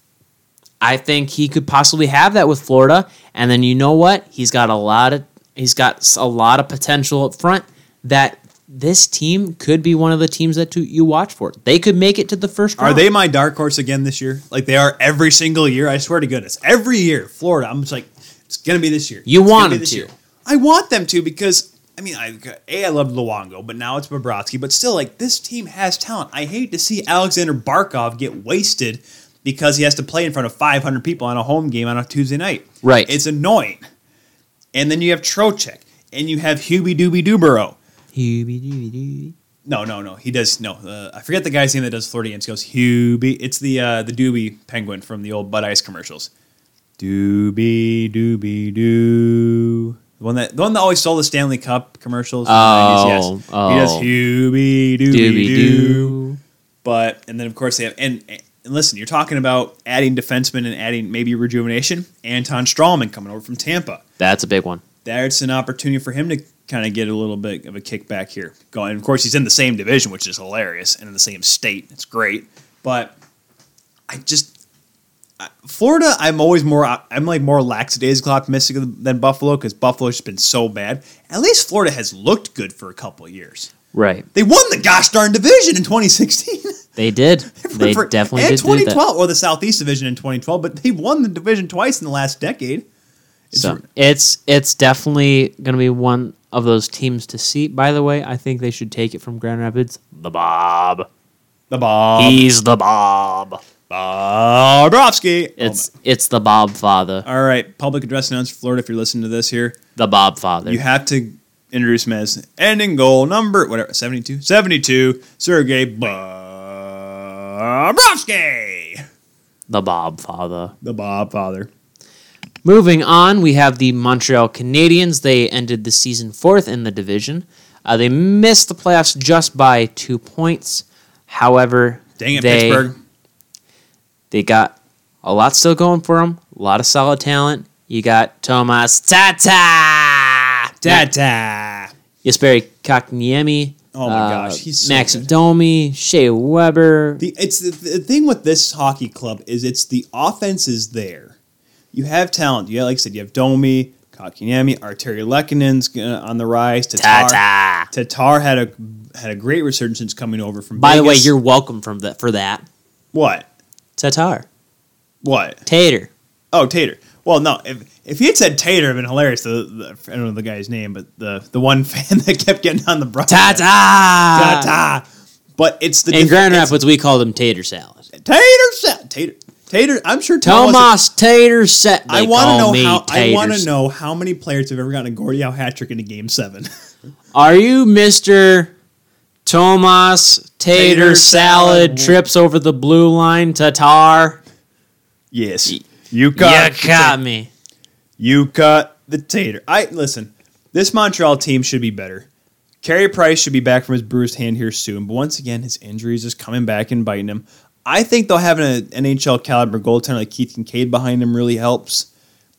Speaker 4: I think he could possibly have that with Florida. And then you know what? He's got a lot of he's got s- a lot of potential up front that this team could be one of the teams that to, you watch for. They could make it to the first round.
Speaker 2: Are they my dark horse again this year? Like they are every single year. I swear to goodness, every year, Florida. I'm just like, it's gonna be this year.
Speaker 4: You
Speaker 2: It's
Speaker 4: want
Speaker 2: gonna be
Speaker 4: them
Speaker 2: this
Speaker 4: to.
Speaker 2: year. I want them to because I mean, I a I love Luongo, but now it's Bobrovsky. But still, like this team has talent. I hate to see Alexander Barkov get wasted because he has to play in front of 500 people on a home game on a Tuesday night.
Speaker 4: Right.
Speaker 2: It's annoying. And then you have Trocheck, and you have Hubie Doobie Dubero.
Speaker 4: Hubby-dubby-doo.
Speaker 2: No, no, no. He does no. Uh, I forget the guy's name that does Florida games. He goes Hubie. It's the uh, the Doobie Penguin from the old Bud Ice commercials. Doobie Doobie Doo. The one that the one that always stole the Stanley Cup commercials. in the 90s,
Speaker 4: Oh,
Speaker 2: yes. He does
Speaker 4: oh.
Speaker 2: Hubie Doobie Doo.
Speaker 4: Dooby-doo.
Speaker 2: But and then of course they have and, and listen, you're talking about adding defensemen and adding maybe rejuvenation. Anton Strawman coming over from Tampa
Speaker 4: That's a big one.
Speaker 2: that's an opportunity for him to kind of get a little bit of a kickback here. Going, of course, he's in the same division, which is hilarious, and in the same state. It's great, but I just I- Florida. I'm always more. op- I'm like more lackadaisical optimistic than Buffalo because Buffalo's just been so bad. At least Florida has looked good for a couple of years.
Speaker 4: Right.
Speaker 2: They won the gosh darn division in 2016.
Speaker 4: They did. They
Speaker 2: For-
Speaker 4: definitely
Speaker 2: and
Speaker 4: did do that.
Speaker 2: 2012 or the Southeast Division in 2012, but they won the division twice in the last decade.
Speaker 4: So it's it's definitely going to be one of those teams to see. By the way, I think they should take it from Grand Rapids. Um, The Bob.
Speaker 2: The Bob
Speaker 4: He's the Bob.
Speaker 2: Bobrovsky. Oh
Speaker 4: It's it's the Bob father.
Speaker 2: All right, public address announcer Florida. If you're listening to this here,
Speaker 4: The Bob father.
Speaker 2: you have to introduce him as ending goal number whatever 72, 72, Sergey Bobrovsky,
Speaker 4: the Bob father.
Speaker 2: the Bob father.
Speaker 4: Moving on, we have the Montreal Canadiens. They ended the season fourth in the division. Uh, they missed the playoffs just by two points. However,
Speaker 2: Dang it,
Speaker 4: they-
Speaker 2: Pittsburgh!
Speaker 4: They got a lot still going for them. A lot of solid talent. You got Tomas Tata,
Speaker 2: Tata.
Speaker 4: Jesperi Kotkaniemi.
Speaker 2: Oh my gosh, he's so
Speaker 4: uh, Max
Speaker 2: good.
Speaker 4: Domi, Shea Weber.
Speaker 2: The it's the, the thing with this hockey club is it's the offense is there. You have talent. Yeah, like I said, you have Domi, Kakanyemi, Arturi Lekkonen's gonna- on the rise. Tatar,
Speaker 4: Ta-ta.
Speaker 2: Tatar had a had a great resurgence coming over from.
Speaker 4: By the way,
Speaker 2: Vegas.
Speaker 4: you're welcome from the, for that.
Speaker 2: what?
Speaker 4: Tatar.
Speaker 2: What?
Speaker 4: Tater.
Speaker 2: Oh, Tater. Well, no. If if he had said Tater, it'd been hilarious. The, the I don't know the guy's name, but the the one fan that kept getting on the broadcast.
Speaker 4: Ta-ta.
Speaker 2: Ta-ta. But it's the
Speaker 4: In Grand
Speaker 2: it's
Speaker 4: Rapids, we called them tater salad.
Speaker 2: Tater sa- Tater Tater. I'm sure Thomas.
Speaker 4: Tomas Tater Set.
Speaker 2: I want to know how I want
Speaker 4: Taters.
Speaker 2: to know how many players have ever gotten a Gordie Howe hat trick in a game seven.
Speaker 4: Are you Mister Tomas Tater,
Speaker 2: Tater
Speaker 4: Salad
Speaker 2: Salad.
Speaker 4: trips over the blue line? Tatar.
Speaker 2: yes, you
Speaker 4: You
Speaker 2: got
Speaker 4: got me.
Speaker 2: you got the Tater. I listen. This Montreal team should be better. Carey Price should be back from his bruised hand here soon, but once again, his injuries is coming back and biting him. I think though having an NHL caliber goaltender like Keith Kincaid behind him really helps.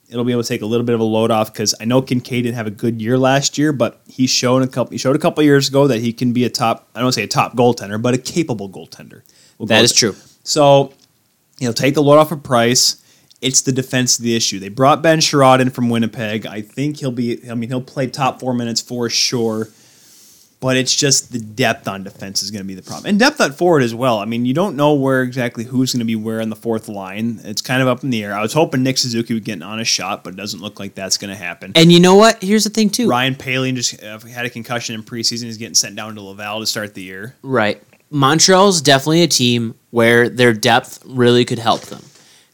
Speaker 2: It'll be able to take a little bit of a load off because I know Kincaid didn't have a good year last year, but he showed a couple. He showed a couple years ago that he can be a top. I don't wanna say a top goaltender, but a capable goaltender. We'll go
Speaker 4: That
Speaker 2: with
Speaker 4: is
Speaker 2: it.
Speaker 4: true.
Speaker 2: So, you know, take the load off of Price. It's the defense of the issue. They brought Ben Sherrod in from Winnipeg. I think he'll be. I mean, he'll play top four minutes for sure. But it's just the depth on defense is going to be the problem, and depth at forward as well. I mean, you don't know where exactly who's going to be where on the fourth line. It's kind of up in the air. I was hoping Nick Suzuki would get an honest shot, but it doesn't look like that's going to happen.
Speaker 4: And you know what? Here's the thing too.
Speaker 2: Ryan Paley just uh, had a concussion in preseason. He's getting sent down to Laval to start the year.
Speaker 4: Right. Montreal's definitely a team where their depth really could help them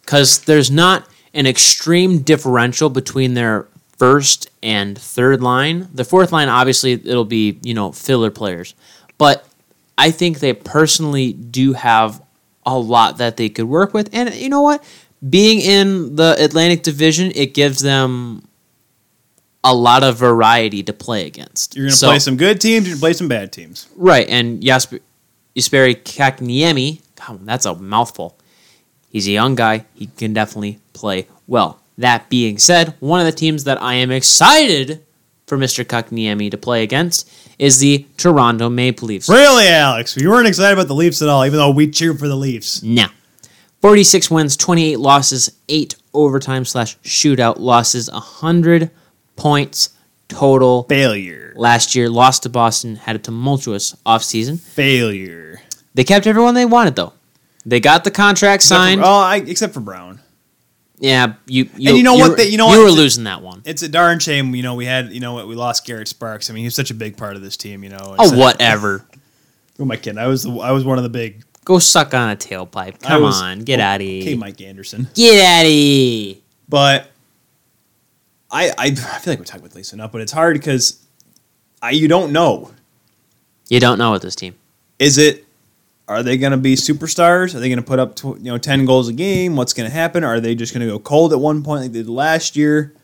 Speaker 4: because there's not an extreme differential between their first and third line. The fourth line, obviously, it'll be, you know, filler players. But I think they personally do have a lot that they could work with. And you know what? Being in the Atlantic Division, it gives them a lot of variety to play against.
Speaker 2: You're going to
Speaker 4: So-
Speaker 2: play some good teams. You're going to play some bad teams.
Speaker 4: Right, and Jasper Jesperi Kakniemi, God, that's a mouthful. He's a young guy. He can definitely play well. That being said, one of the teams that I am excited for Mr. Kakniemi to play against is the Toronto Maple Leafs.
Speaker 2: Really, Alex, you weren't excited about the Leafs at all, even though we cheered for the Leafs.
Speaker 4: Now, 46 wins, 28 losses, 8 overtime slash shootout losses, 100 points total
Speaker 2: Failure.
Speaker 4: last year. Lost to Boston, had a tumultuous offseason.
Speaker 2: Failure.
Speaker 4: They kept everyone they wanted, though. They got the contract signed.
Speaker 2: Except for, oh, I, except for Brown.
Speaker 4: Yeah, you. you
Speaker 2: And you know what?
Speaker 4: were-
Speaker 2: They- you know
Speaker 4: you
Speaker 2: what?
Speaker 4: were losing that one.
Speaker 2: It's a darn shame, you know, we had, you know, what we lost Garrett Sparks. I mean, he was such a big part of this team, you know. and
Speaker 4: Oh,
Speaker 2: so-
Speaker 4: whatever.
Speaker 2: Who am I kidding? I was, the, I was one of the big.
Speaker 4: Go suck on a tailpipe.
Speaker 2: I
Speaker 4: Come
Speaker 2: was-
Speaker 4: on, get
Speaker 2: oh,
Speaker 4: out of here.
Speaker 2: Okay, Mike Anderson.
Speaker 4: Get out of here.
Speaker 2: But I, I, I feel like we're talking about Leafs enough, but it's hard because I, you don't know.
Speaker 4: You don't know what this team.
Speaker 2: is it are they going to be superstars are they going to put up tw- you know 10 goals a game what's going to happen are they just going to go cold at one point like they did last year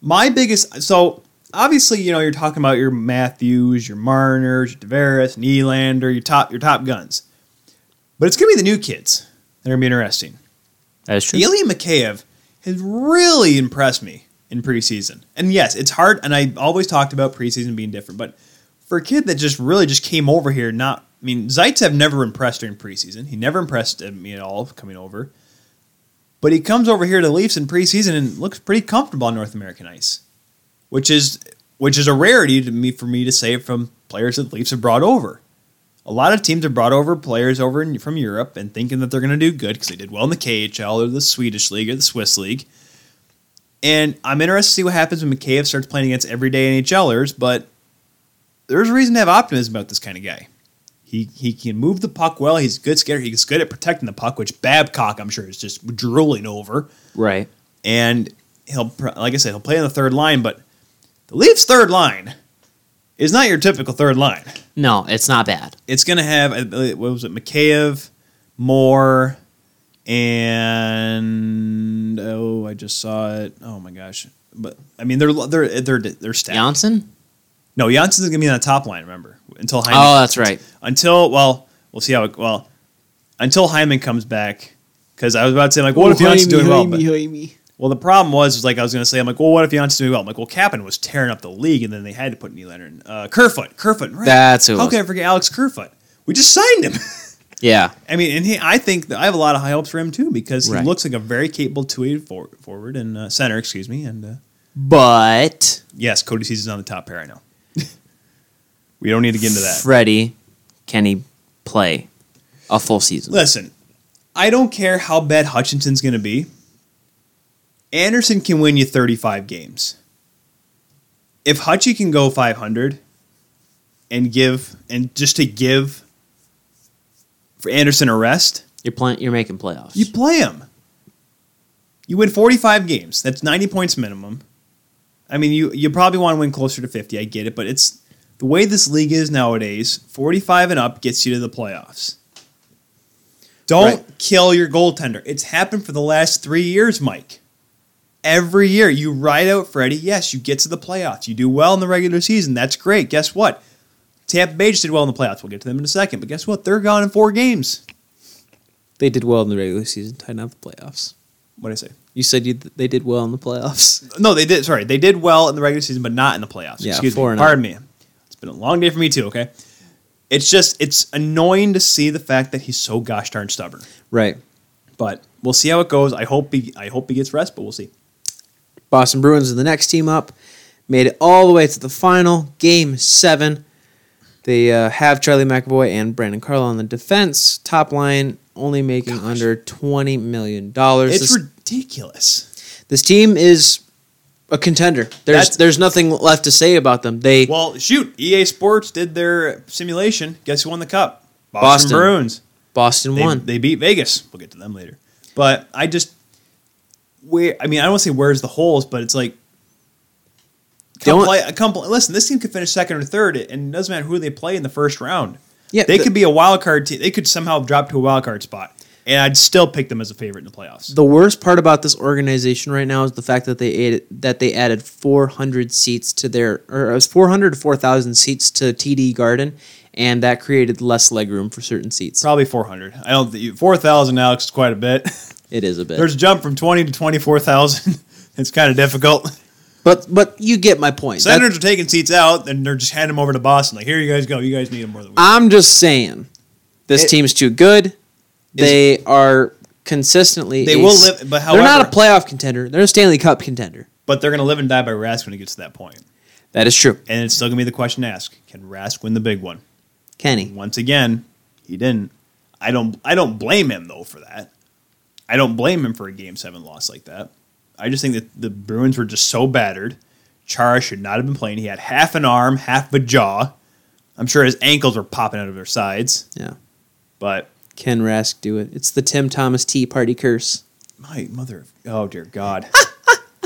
Speaker 2: my biggest so obviously you know you're talking about your matthews your mariners your Tavares, Nylander, your top your top guns but it's going to be the new kids that are going to be interesting
Speaker 4: That is true.
Speaker 2: Ilya Mikheyev has really impressed me in preseason. And yes, it's hard, and I always talked about preseason being different, but for a kid that just really just came over here, not I mean, Zaitsev never impressed during preseason. He never impressed me at all coming over. But he comes over here to the Leafs in preseason and looks pretty comfortable on North American ice, which is which is a rarity to me for me to say from players that the Leafs have brought over. A lot of teams have brought over players over in, from Europe and thinking that they're going to do good because they did well in the KHL or the Swedish league or the Swiss league. And I'm interested to see what happens when McKayev starts playing against everyday NHLers, but there's a reason to have optimism about this kind of guy. He, he can move the puck well. He's a good skater. He's good at protecting the puck, which Babcock, I'm sure, is just drooling over
Speaker 4: Right.
Speaker 2: and he'll pr- like I said he'll play on the third line, but the Leafs' third line is not your typical third line.
Speaker 4: No, it's not bad.
Speaker 2: It's going to have I believe- what was it, Mikheyev, Moore, and oh, I just saw it. Oh my gosh! But I mean, they're they're they're they're stacked.
Speaker 4: Johnson?
Speaker 2: No, Janssen's going to be on the top line. Remember until Hyman.
Speaker 4: Oh, that's right.
Speaker 2: Until well, we'll see how it well until Hyman comes back. Because I was about to say like, what if Janssen's doing well? but- well, the problem was, was like I was going to say, I'm like, well, what if Janssen doing well? I'm like, well, Kapan was tearing up the league, and then they had to put Nylander in. Uh, Kerfoot, Kerfoot, right?
Speaker 4: That's who it
Speaker 2: How
Speaker 4: was.
Speaker 2: can I forget Alex Kerfoot? We just signed him.
Speaker 4: Yeah.
Speaker 2: I mean, and he, I think that I have a lot of high hopes for him too because he
Speaker 4: Right.
Speaker 2: looks like a very capable two-way for, forward and uh, center, excuse me, and uh,
Speaker 4: But
Speaker 2: Yes, Cody Season's on the top pair. I know. we don't need to get into that.
Speaker 4: Freddie, can he play a full season?
Speaker 2: Listen, I don't care how bad Hutchinson's going to be. Anderson can win you 35 games. If Hutchie can go 500 and give and just to give for Anderson a rest,
Speaker 4: You're playing. You're making playoffs.
Speaker 2: You play him. You win 45 games. That's 90 points minimum. I mean, you you probably want to win closer to 50. I get it, but it's the way this league is nowadays. 45 and up gets you to the playoffs. Don't kill your goaltender. It's happened for the last 3 years, Mike. Every year you ride out Freddie. Yes, you get to the playoffs. You do well in the regular season. That's great. Guess what? Tampa Bay just did well in the playoffs. We'll get to them in a second. But guess what? They're gone in four games.
Speaker 1: They did well in the regular season, tied out the playoffs.
Speaker 2: What did I say?
Speaker 1: You said you, they did well in the playoffs.
Speaker 2: No, they did. Sorry, they did well in the regular season, but not in the playoffs.
Speaker 1: Yeah,
Speaker 2: Excuse
Speaker 1: four
Speaker 2: me.
Speaker 1: and oh.
Speaker 2: Pardon me. It's been a long day for me too. Okay, it's just it's annoying to see the fact that he's so gosh darn stubborn.
Speaker 1: Right.
Speaker 2: But we'll see how it goes. I hope he I hope he gets rest, but we'll see.
Speaker 1: Boston Bruins are the next team up. Made it all the way to the final, game seven. They uh, have Charlie McAvoy and Brandon Carlo on the defense. Top line only making under $20 million.
Speaker 2: It's
Speaker 1: this,
Speaker 2: ridiculous.
Speaker 1: this team is a contender. There's
Speaker 2: That's-
Speaker 1: there's nothing left to say about them. They
Speaker 2: Well, shoot, EA Sports did their simulation. Guess who won the cup? Boston,
Speaker 1: Boston.
Speaker 2: Bruins.
Speaker 1: Boston
Speaker 2: They,
Speaker 1: won.
Speaker 2: they beat Vegas. We'll get to them later. But I just where I mean I don't want to say where's the holes, but it's like
Speaker 1: They
Speaker 2: Come
Speaker 1: want-
Speaker 2: play, come play- listen, this team could finish second or third, and it doesn't matter who they play in the first round.
Speaker 1: Yeah,
Speaker 2: they
Speaker 1: the-
Speaker 2: could be a wild card team. They could somehow drop to a wild card spot, and I'd still pick them as a favorite in the playoffs.
Speaker 1: the worst part about this organization right now is the fact that they added, that they added 400 seats to their or it was 400 to 4,000 seats to TD Garden, and that created less legroom for certain seats.
Speaker 2: Probably 400. I don't think four thousand. Alex is quite a bit.
Speaker 1: It is a bit,
Speaker 2: There's a jump from 20 to 24,000. it's kind of difficult.
Speaker 1: but but you get my point. That-
Speaker 2: Senators are taking seats out, and they're just handing them over to Boston. Like, here you guys go. You guys need them more than we.
Speaker 1: I'm just saying, this
Speaker 2: It-
Speaker 1: team's too good. They are consistently.
Speaker 2: They
Speaker 1: a
Speaker 2: will
Speaker 1: s-
Speaker 2: live- but
Speaker 1: they're not a
Speaker 2: however-
Speaker 1: playoff contender. They're a Stanley Cup contender.
Speaker 2: but they're going to live and die by Rask when it gets to that point.
Speaker 1: That is true.
Speaker 2: And it's still going to be the question to ask: Can Rask win the big one?
Speaker 1: Kenny,
Speaker 2: once again, he didn't. I don't. I don't blame him though for that. I don't blame him for a game seven loss like that. I just think that the Bruins were just so battered. Chara should not have been playing. He had half an arm, half a jaw. I'm sure his ankles were popping out of their sides.
Speaker 1: yeah,
Speaker 2: But
Speaker 1: Ken Rask, do it. It's the Tim Thomas Tea Party curse.
Speaker 2: my mother, of, oh dear God,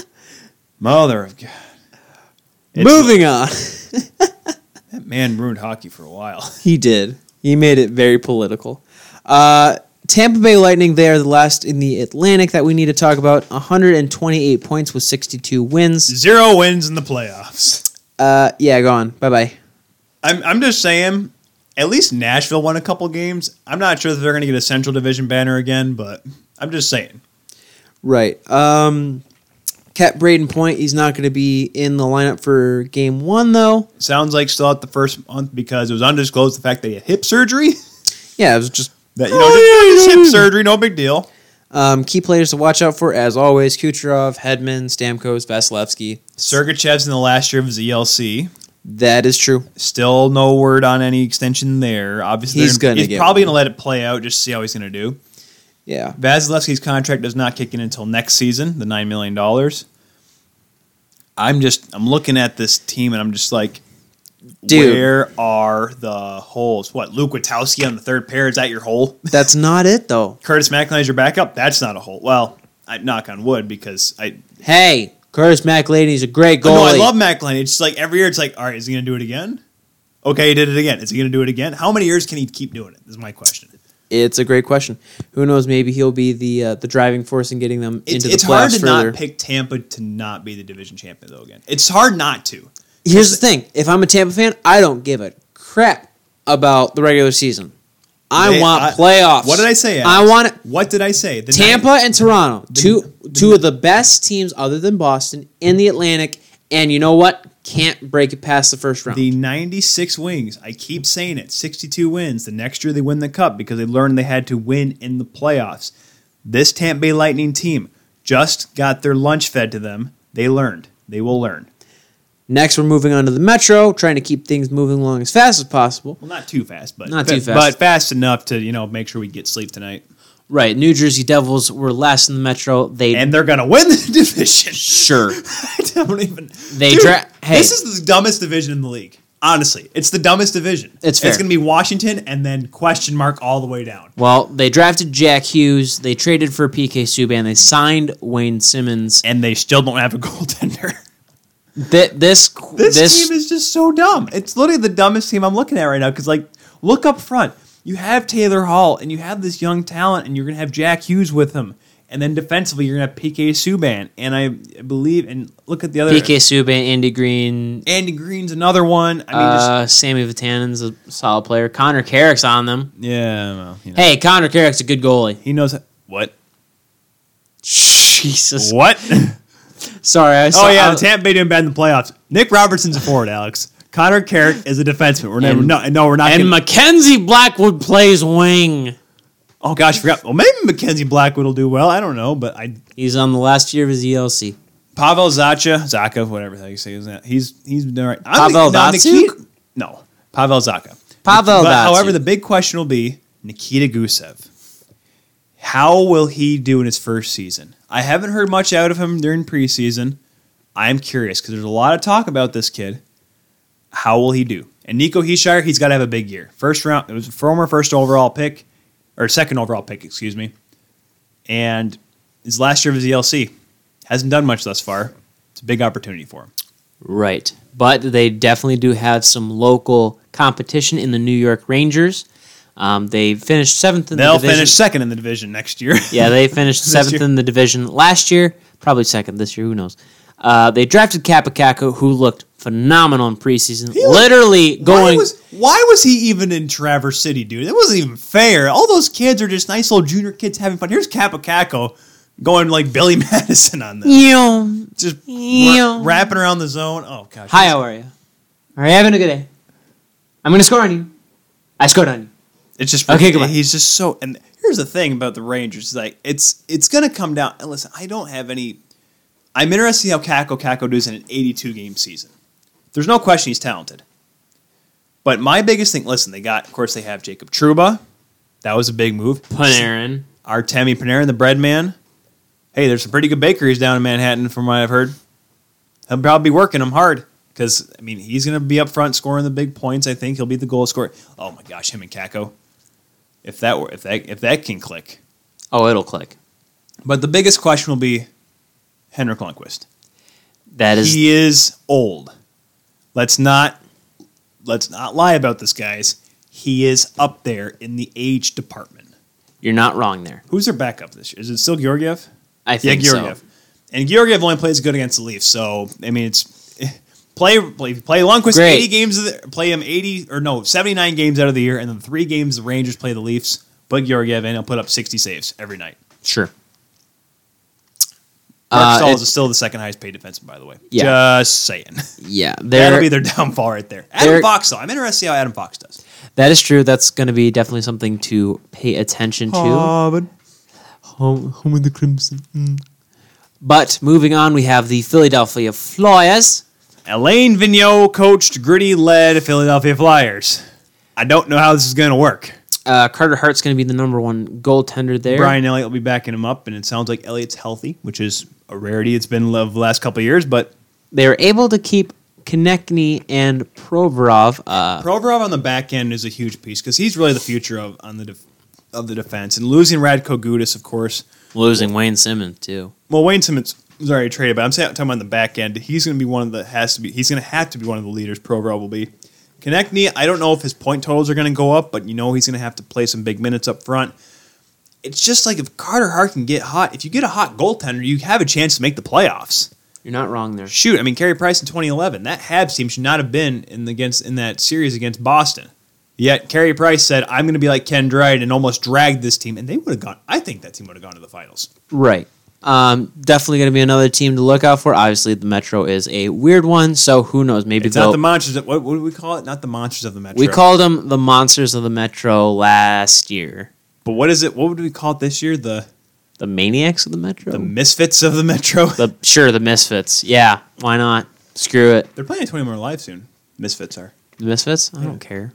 Speaker 2: mother of God, It's-
Speaker 1: Moving on.
Speaker 2: that man ruined hockey for a while.
Speaker 1: He did. He made it very political. Uh, Tampa Bay Lightning, they are the last in the Atlantic that we need to talk about. 128 points with 62 wins.
Speaker 2: Zero wins in the playoffs.
Speaker 1: Uh, yeah, gone. Bye bye.
Speaker 2: I'm I'm just saying, at least Nashville won a couple games. I'm not sure that they're going to get a Central Division banner again, but I'm just saying.
Speaker 1: Right. Um, kept Braden Point. He's not going to be in the lineup for game one, though.
Speaker 2: Sounds like still out the first month because it was undisclosed the fact that he had hip surgery.
Speaker 1: Yeah, it was just
Speaker 2: That you know, just- just hip surgery, no big deal.
Speaker 1: um, key players to watch out for, as always Kucherov, Hedman, Stamkos, Vasilevsky.
Speaker 2: Sergachev's in the last year of his ELC.
Speaker 1: That is true.
Speaker 2: Still no word on any extension there. Obviously,
Speaker 1: He's
Speaker 2: they're-
Speaker 1: gonna
Speaker 2: he's
Speaker 1: get
Speaker 2: probably
Speaker 1: one.
Speaker 2: going to let it play out just to see how he's going to do.
Speaker 1: Yeah.
Speaker 2: Vasilevsky's contract does not kick in until next season, the nine million dollars. I'm just I'm looking at this team and I'm just like,
Speaker 1: Dude.
Speaker 2: where are the holes? What Luke Witowski on the third pair is that your hole?
Speaker 1: That's not it, though.
Speaker 2: Curtis Macklin is your backup. That's not a hole. Well, I knock on wood because I
Speaker 1: Hey, Curtis McLady's a great goalie.
Speaker 2: no I love Macklin. It's just like every year it's like, all right, is he going to do it again? Okay, he did it again. Is he going to do it again? How many years can he keep doing it? Is my question.
Speaker 1: It's a great question. Who knows? Maybe he'll be the uh, the driving force in getting them
Speaker 2: It's,
Speaker 1: into the
Speaker 2: it's
Speaker 1: playoffs
Speaker 2: hard to
Speaker 1: further.
Speaker 2: not pick Tampa to not be the division champion though. Again, it's hard not to.
Speaker 1: Here's the thing: if I'm a Tampa fan, I don't give a crap about the regular season. I
Speaker 2: They-
Speaker 1: want
Speaker 2: I-
Speaker 1: playoffs.
Speaker 2: What did I say?
Speaker 1: I
Speaker 2: Alex?
Speaker 1: want it.
Speaker 2: What did I say? The
Speaker 1: Tampa
Speaker 2: Knight-
Speaker 1: and Toronto, two two of the best teams other than Boston in the Atlantic, and you know what? Can't break it past the first round.
Speaker 2: the 96 Wings. I keep saying it. 62 wins. The next year they win the cup because they learned they had to win in the playoffs. This Tampa Bay Lightning team just got their lunch fed to them. They learned. They will learn.
Speaker 1: Next, we're moving on to the Metro, trying to keep things moving along as fast as possible.
Speaker 2: Well, not too fast, but
Speaker 1: Not too fast.
Speaker 2: but fast enough to you know make sure we get sleep tonight.
Speaker 4: Right. New Jersey Devils were last in the Metro. They
Speaker 2: And they're gonna win the division.
Speaker 4: sure.
Speaker 2: I don't even.
Speaker 4: They
Speaker 2: Dude,
Speaker 4: dra- hey.
Speaker 2: This is the dumbest division in the league. Honestly, it's the dumbest division.
Speaker 4: It's fair.
Speaker 2: It's gonna be Washington and then question mark all the way down.
Speaker 4: Well, they drafted Jack Hughes. They traded for PK Subban. They signed Wayne Simmons.
Speaker 2: And they still don't have a goaltender.
Speaker 4: Th- this
Speaker 2: This,
Speaker 4: this, this
Speaker 2: team is just so dumb. It's literally the dumbest team I'm looking at right now. Because like, look up front. You have Taylor Hall and you have this young talent, and you're gonna have Jack Hughes with him. And then defensively, you're gonna have PK Subban, and I believe. And look at the other
Speaker 4: PK Subban, Andy Green,
Speaker 2: Andy Green's another one. I mean, just
Speaker 4: uh, Sammy Vatanen's a solid player. Connor Carrick's on them.
Speaker 2: yeah. Well, you know.
Speaker 4: Hey, Connor Carrick's a good goalie.
Speaker 2: He knows what
Speaker 4: Jesus.
Speaker 2: what.
Speaker 4: Sorry, I saw.
Speaker 2: oh yeah,
Speaker 4: I-
Speaker 2: the Tampa Bay doing bad in the playoffs. Nick Robertson's a forward, Alex. Connor Carrick is a defenseman. We're never,
Speaker 4: And-
Speaker 2: no, no, we're not.
Speaker 4: and
Speaker 2: gonna-
Speaker 4: Mackenzie Blackwood plays wing.
Speaker 2: oh gosh, I forgot. Well, maybe Mackenzie Blackwood will do well. I don't know, but I
Speaker 4: He's on the last year of his E ELC.
Speaker 2: Pavel Zacha, Zaka, whatever the hell you say is that. He's he's been all right. I'm
Speaker 4: Pavel
Speaker 2: now,
Speaker 4: Datsyuk?
Speaker 2: Nikita- No, Pavel Zaka.
Speaker 4: Pavel
Speaker 2: But,
Speaker 4: Datsyuk.
Speaker 2: however, the big question will be Nikita Gusev. How will he do in his first season? I haven't heard much out of him during preseason. I'm curious because there's a lot of talk about this kid. How will he do? And Nico Heeshire, he's got to have a big year. First round, it was a former first overall pick, or second overall pick, excuse me. And his last year of his ELC hasn't done much thus far. It's a big opportunity for him.
Speaker 4: Right. But they definitely do have some local competition in the New York Rangers. Um, they finished seventh in
Speaker 2: They'll
Speaker 4: the division.
Speaker 2: finish second in the division next year.
Speaker 4: yeah, they finished
Speaker 2: This
Speaker 4: seventh
Speaker 2: year.
Speaker 4: in the division last year, probably second this year. Who knows? Uh, they drafted Kapokako, who looked phenomenal in preseason.
Speaker 2: looked-
Speaker 4: Literally
Speaker 2: Why
Speaker 4: going.
Speaker 2: was, why was he even in Traverse City, dude? That wasn't even fair. All those kids are just nice little junior kids having fun. Here's Capocaco going like Billy Madison on this.
Speaker 4: Ew.
Speaker 2: Just
Speaker 4: Yeah.
Speaker 2: ra- wrapping around the zone. Oh, gosh.
Speaker 4: Hi, how are you? Are you having a good day? I'm gonna score on you. I scored on you.
Speaker 2: It's just
Speaker 4: Okay, come on.
Speaker 2: He's just so. And here's the thing about the Rangers: is like it's it's gonna come down. And listen, I don't have any. I'm interested to see how Kako Kako does in an 82 game season. There's no question he's talented. But my biggest thing, listen, they got, of course, they have Jacob Truba. That was a big move.
Speaker 4: Panarin.
Speaker 2: Artemi Panarin, the bread man. Hey, there's some pretty good bakeries down in Manhattan, from what I've heard. He'll probably be working them hard because I mean he's going to be up front scoring the big points. I think he'll be the goal scorer. Oh my gosh, him and Kako. If that were if that if that can click,
Speaker 4: Oh, it'll click.
Speaker 2: but the biggest question will be Henrik Lundqvist.
Speaker 4: That is
Speaker 2: He is old. Let's not let's not lie about this, guys. He is up there in the age department.
Speaker 4: you're not wrong there.
Speaker 2: Who's their backup this year? Is it still Georgiev?
Speaker 4: I
Speaker 2: Yeah,
Speaker 4: think
Speaker 2: Georgiev.
Speaker 4: so.
Speaker 2: And Georgiev only plays good against the Leafs, so I mean it's play play play Lundqvist
Speaker 4: Great.
Speaker 2: eighty games. Of the, play him eighty or no seventy nine games out of the year, and then three games the Rangers play the Leafs. But Georgiev and he'll put up sixty saves every night.
Speaker 4: Sure.
Speaker 2: Mark
Speaker 4: Uh,
Speaker 2: Stahl
Speaker 4: it-
Speaker 2: is still the second highest paid defenseman, by the way.
Speaker 4: Yeah.
Speaker 2: Just saying.
Speaker 4: Yeah,
Speaker 2: That'll
Speaker 4: there.
Speaker 2: be their downfall right there. Adam
Speaker 4: they're-
Speaker 2: Fox, though. I'm interested to see how Adam Fox does.
Speaker 4: that is true. That's going to be definitely something to pay attention to.
Speaker 2: but
Speaker 4: home, home of the Crimson. But moving on, we have the Philadelphia Flyers.
Speaker 2: Elaine Vigneault coached gritty led Philadelphia Flyers. I don't know how this is going to work.
Speaker 4: Uh, Carter Hart's going to be the number one goaltender there.
Speaker 2: Brian Elliott will be backing him up, and it sounds like Elliott's healthy, which is a rarity. It's been of the last couple of years, but
Speaker 4: They were able to keep Konechny and Provorov. Uh,
Speaker 2: Provorov on the back end is a huge piece because he's really the future of on the def- of the defense. And losing Radko Gudis, of course.
Speaker 4: losing Wayne Simmons, too.
Speaker 2: Well, Wayne Simmons was already traded, but I'm saying, talking about the back end. He's going to be one of the has to be. He's going to have to be one of the leaders. Provorov will be. Konechny, I don't know if his point totals are going to go up, but you know he's going to have to play some big minutes up front. It's just like if Carter Hart can get hot. If you get a hot goaltender, you have a chance to make the playoffs.
Speaker 4: You're not wrong there.
Speaker 2: shoot, I mean, Carey Price in 2011, that Habs team should not have been in the, against in that series against Boston. Yet Carey Price said, "I'm going to be like Ken Dryden and almost dragged this team, and they would have gone. I think that team would have gone to the finals.
Speaker 4: Right. Um, definitely going to be another team to look out for. Obviously, the Metro is a weird one, so who knows? Maybe
Speaker 2: It's not
Speaker 4: they'll-
Speaker 2: the monsters. Of, what, what do we call it? Not the monsters of the Metro.
Speaker 4: we called them the Monsters of the Metro last year.
Speaker 2: but what is it? What would we call it this year? The
Speaker 4: The Maniacs of the Metro.
Speaker 2: The Misfits of the Metro.
Speaker 4: The- sure, the Misfits. Yeah, why not? Screw it.
Speaker 2: They're playing 20 More Live soon. Misfits are.
Speaker 4: The Misfits. I
Speaker 2: Yeah.
Speaker 4: don't care.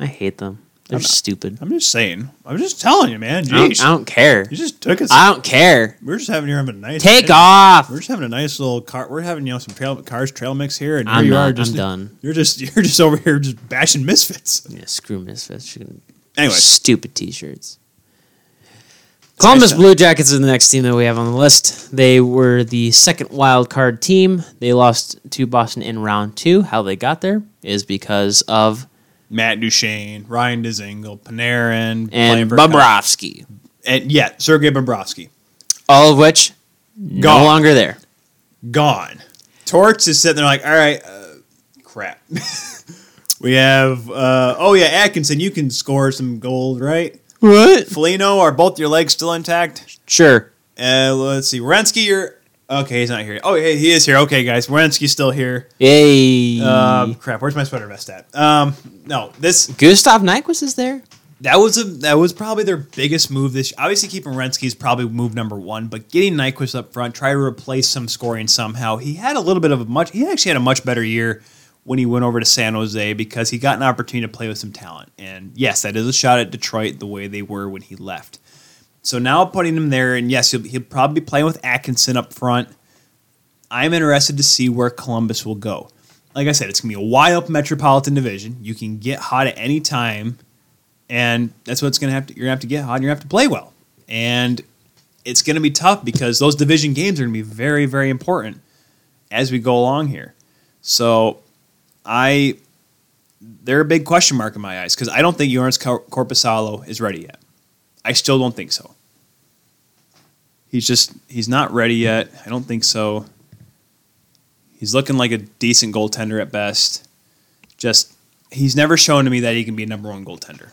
Speaker 4: I hate them. They're
Speaker 2: I'm not-
Speaker 4: stupid.
Speaker 2: I'm just saying. I'm just telling you, man.
Speaker 4: I don't,
Speaker 2: Jeez.
Speaker 4: I don't care.
Speaker 2: you just took us.
Speaker 4: I don't care.
Speaker 2: we're just having you're having a nice
Speaker 4: Take
Speaker 2: day.
Speaker 4: off.
Speaker 2: We're just having a nice little car. We're having you know some trail cars trail mix here, and here
Speaker 4: I'm
Speaker 2: you
Speaker 4: not.
Speaker 2: are. Just,
Speaker 4: I'm done.
Speaker 2: You're just you're just over here just bashing misfits.
Speaker 4: Yeah, screw Misfits. You're gonna-
Speaker 2: Anyway,
Speaker 4: stupid T-shirts.
Speaker 2: nice
Speaker 4: Columbus
Speaker 2: to-
Speaker 4: Blue Jackets is the next team that we have on the list. They were the second wild card team. They lost to Boston in round two. How they got there is because of
Speaker 2: Matt Duchene, Ryan Dezingle, Panarin, playing
Speaker 4: and
Speaker 2: for-
Speaker 4: Bobrovsky,
Speaker 2: and yeah, Sergei Bobrovsky
Speaker 4: all of which
Speaker 2: Gone.
Speaker 4: no longer there.
Speaker 2: gone. Torts is sitting there like, all right, uh, crap. we have uh, oh yeah, Atkinson. You can score some gold, right?
Speaker 4: What?
Speaker 2: Felino, are both your legs still intact?
Speaker 4: Sure.
Speaker 2: Uh, let's see. Wrensky, you're. Okay, he's not here. Oh, hey, he is here. Okay, guys. Wrensky's still here.
Speaker 4: Yay.
Speaker 2: Um, crap, where's my sweater vest at? Um, no, this.
Speaker 4: Gustav Nyquist is there.
Speaker 2: That was a that was probably their biggest move this year. Obviously, keeping Wrensky is probably move number one, but getting Nyquist up front, try to replace some scoring somehow. He had a little bit of a much. He actually had a much better year when he went over to San Jose because he got an opportunity to play with some talent. And yes, that is a shot at Detroit the way they were when he left. So now putting him there, and yes, he'll, he'll probably be playing with Atkinson up front. I'm interested to see where Columbus will go. Like I said, it's going to be a wide open metropolitan division. You can get hot at any time, and that's what's going to have to. You're going to have to get hot. and You're going to have to play well, and it's going to be tough because those division games are going to be very, very important as we go along here. So, I they're a big question mark in my eyes because I don't think Jonas Cor- Corposalo is ready yet. I still don't think so. He's just he's not ready yet. I don't think so. He's looking like a decent goaltender at best. Just he's never shown to me that he can be a number one goaltender.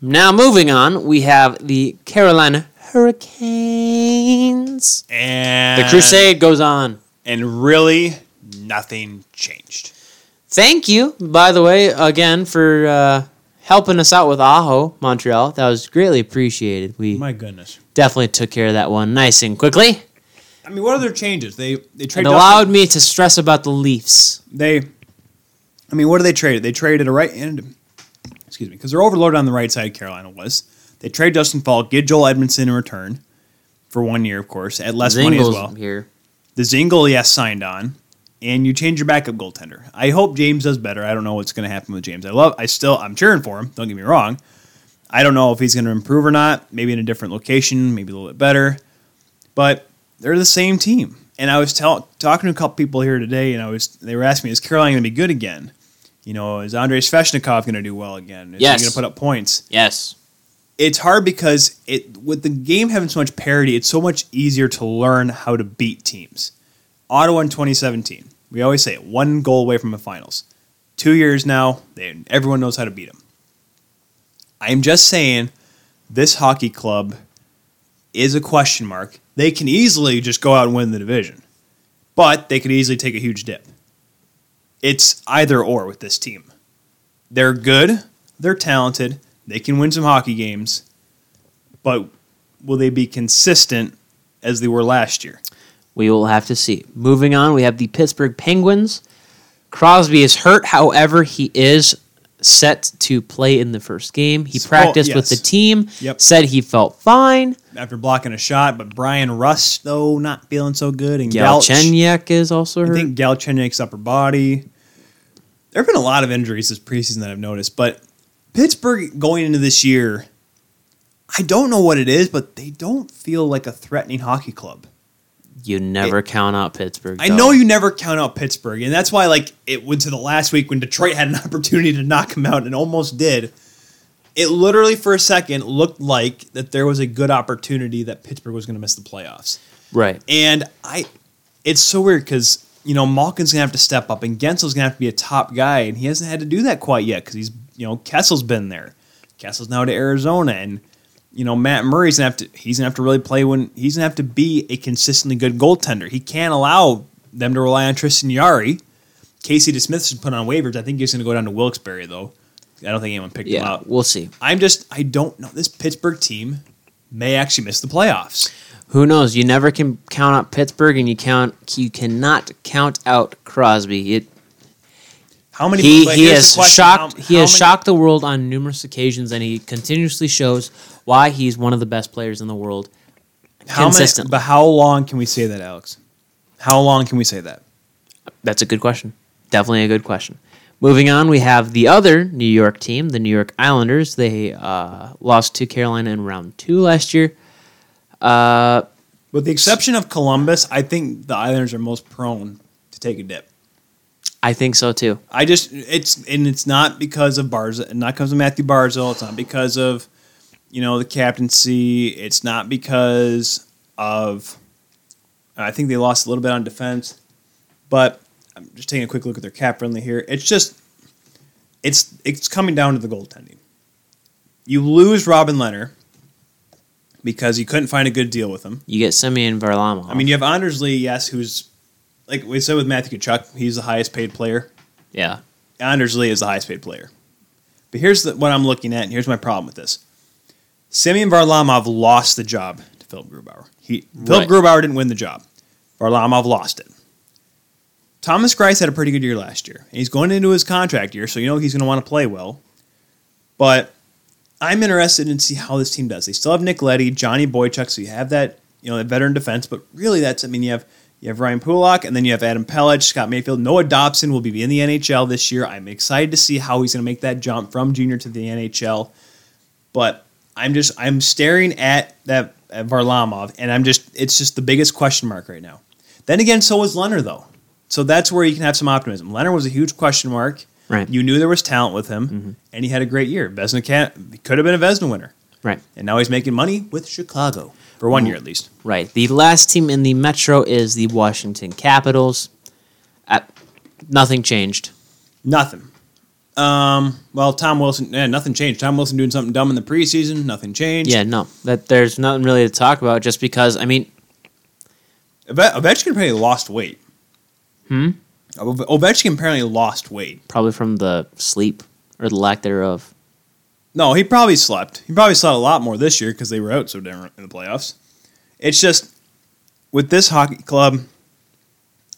Speaker 4: Now moving on, we have the Carolina Hurricanes.
Speaker 2: And
Speaker 4: The crusade goes on.
Speaker 2: and really nothing changed.
Speaker 4: Thank you, by the way, again for uh, helping us out with Aho Montreal. That was greatly appreciated. We
Speaker 2: My goodness.
Speaker 4: definitely took care of that one nice and quickly.
Speaker 2: I mean, what other changes? They they
Speaker 4: It
Speaker 2: traded
Speaker 4: allowed me to stress about the Leafs.
Speaker 2: they I mean, what do they trade? They traded a right end excuse me, because they're overloaded on the right side Carolina was. They trade Justin Falk, get Joel Edmondson in return for one year, of course, at less money as
Speaker 4: Zingles
Speaker 2: well.
Speaker 4: here.
Speaker 2: The Zingle, yes, signed on. And you change your backup goaltender. I hope James does better. I don't know what's going to happen with James. I love, I still, I'm cheering for him. Don't get me wrong. I don't know if he's going to improve or not. Maybe in a different location, maybe a little bit better. But they're the same team. And I was tell, talking to a couple people here today, and I was, they were asking me, is Carolina going to be good again? You know, is Andrei Sveshnikov going to do well again? Is
Speaker 4: Yes.
Speaker 2: he going to put up points?
Speaker 4: Yes.
Speaker 2: it's hard because it with the game having so much parity, it's so much easier to learn how to beat teams. Ottawa in 2017, we always say it, one goal away from the finals. Two years now, they, everyone knows how to beat them. I'm just saying, this hockey club is a question mark. They can easily just go out and win the division, but they could easily take a huge dip. It's either or with this team. They're good, they're talented, they can win some hockey games, but will they be consistent as they were last year?
Speaker 4: We will have to see. Moving on, we have the Pittsburgh Penguins. Crosby is hurt, however, he is set to play in the first game. He
Speaker 2: Spo-
Speaker 4: practiced with
Speaker 2: oh, yes.
Speaker 4: the team,
Speaker 2: Yep.
Speaker 4: said he felt fine.
Speaker 2: After blocking a shot, but Brian Rust though not feeling so good, and Galch-
Speaker 4: Galchenyuk is also
Speaker 2: I
Speaker 4: hurt.
Speaker 2: think Galchenyuk's upper body. There have been a lot of injuries this preseason that I've noticed, but Pittsburgh going into this year, I don't know what it is, but they don't feel like a threatening hockey club.
Speaker 4: You never count out Pittsburgh.
Speaker 2: I
Speaker 4: though.
Speaker 2: know you never count out Pittsburgh, and that's why like it went to the last week when Detroit had an opportunity to knock him out and almost did. It literally for a second looked like that there was a good opportunity that Pittsburgh was going to miss the playoffs.
Speaker 4: Right.
Speaker 2: And I, it's so weird because you know Malkin's gonna have to step up, and Gensel's gonna have to be a top guy, and he hasn't had to do that quite yet because he's you know Kessel's been there, Kessel's now to Arizona, and you know Matt Murray's gonna have to he's gonna have to really play when he's gonna have to be a consistently good goaltender. He can't allow them to rely on Tristan Yari. Casey DeSmith's been put on waivers. I think he's gonna go down to Wilkes-Barre though. I don't think anyone picked him
Speaker 4: Yeah.
Speaker 2: up.
Speaker 4: We'll see.
Speaker 2: I'm just I don't know this Pittsburgh team. may actually miss the playoffs.
Speaker 4: Who knows? You never can count out Pittsburgh, and you count you cannot count out Crosby. It
Speaker 2: How many?
Speaker 4: he,
Speaker 2: but
Speaker 4: he
Speaker 2: here's
Speaker 4: has
Speaker 2: the question,
Speaker 4: shocked
Speaker 2: how-
Speaker 4: he
Speaker 2: how
Speaker 4: has
Speaker 2: many-
Speaker 4: shocked the world on numerous occasions, and he continuously shows why he's one of the best players in the world.
Speaker 2: how many-
Speaker 4: consistently.
Speaker 2: but how long can we say that, Alex? How long can we say that?
Speaker 4: That's a good question. Definitely a good question. Moving on, we have the other New York team, the New York Islanders. They uh, lost to Carolina in round two last year. Uh,
Speaker 2: With the exception of Columbus, I think the Islanders are most prone to take a dip.
Speaker 4: I think so too.
Speaker 2: I just it's and it's not because of Barzell, not because of Matthew Barzell. It's not because of you know the captaincy. It's not because of I think they lost a little bit on defense, but I'm just taking a quick look at their cap friendly here. It's just it's it's coming down to the goaltending. You lose Robin Leonard because you couldn't find a good deal with him.
Speaker 4: You get Semyon Varlamov.
Speaker 2: I mean, you have Anders Lee, yes, who's like we said with Matthew Kachuk, he's the highest paid player
Speaker 4: yeah,
Speaker 2: Anders Lee is the highest paid player. But here's the, what I'm looking at, and here's my problem with this. Semyon Varlamov lost the job to Philip Grubauer. He, Philip
Speaker 4: Right.
Speaker 2: Grubauer didn't win the job. Varlamov lost it. Thomas Grice had a pretty good year last year. And he's going into his contract year, so you know he's going to want to play well. But I'm interested in see how this team does. They still have Nick Letty, Johnny Boychuk, so you have that, you know, that veteran defense, but really that's I mean you have you have Ryan Pulak and then you have Adam Pellich, Scott Mayfield, Noah Dobson will be in the NHL this year. I'm excited to see how he's going to make that jump from junior to the NHL. But I'm just I'm staring at that at Varlamov and I'm just it's just the biggest question mark right now. Then again, so was Leonard though. So that's where you can have some optimism. Leonard was a huge question mark.
Speaker 4: Right.
Speaker 2: You knew there was talent with him, and he had a great year. Vesna can't, could have been a Vesna winner,
Speaker 4: right,
Speaker 2: and now he's making money with Chicago for one year at least.
Speaker 4: right. The last team in the Metro is the Washington Capitals. Uh, nothing changed.
Speaker 2: Nothing. Um, well, Tom Wilson, yeah, nothing changed. Tom Wilson doing something dumb in the preseason, nothing changed.
Speaker 4: Yeah, no. That there's nothing really to talk about. Just because, I mean,
Speaker 2: Ove- Ovechkin apparently lost weight. Hmm. Ovechkin apparently lost weight.
Speaker 4: probably from the sleep or the lack thereof.
Speaker 2: No, he probably slept. He probably slept a lot more this year because they were out so damn in the playoffs. It's just with this hockey club,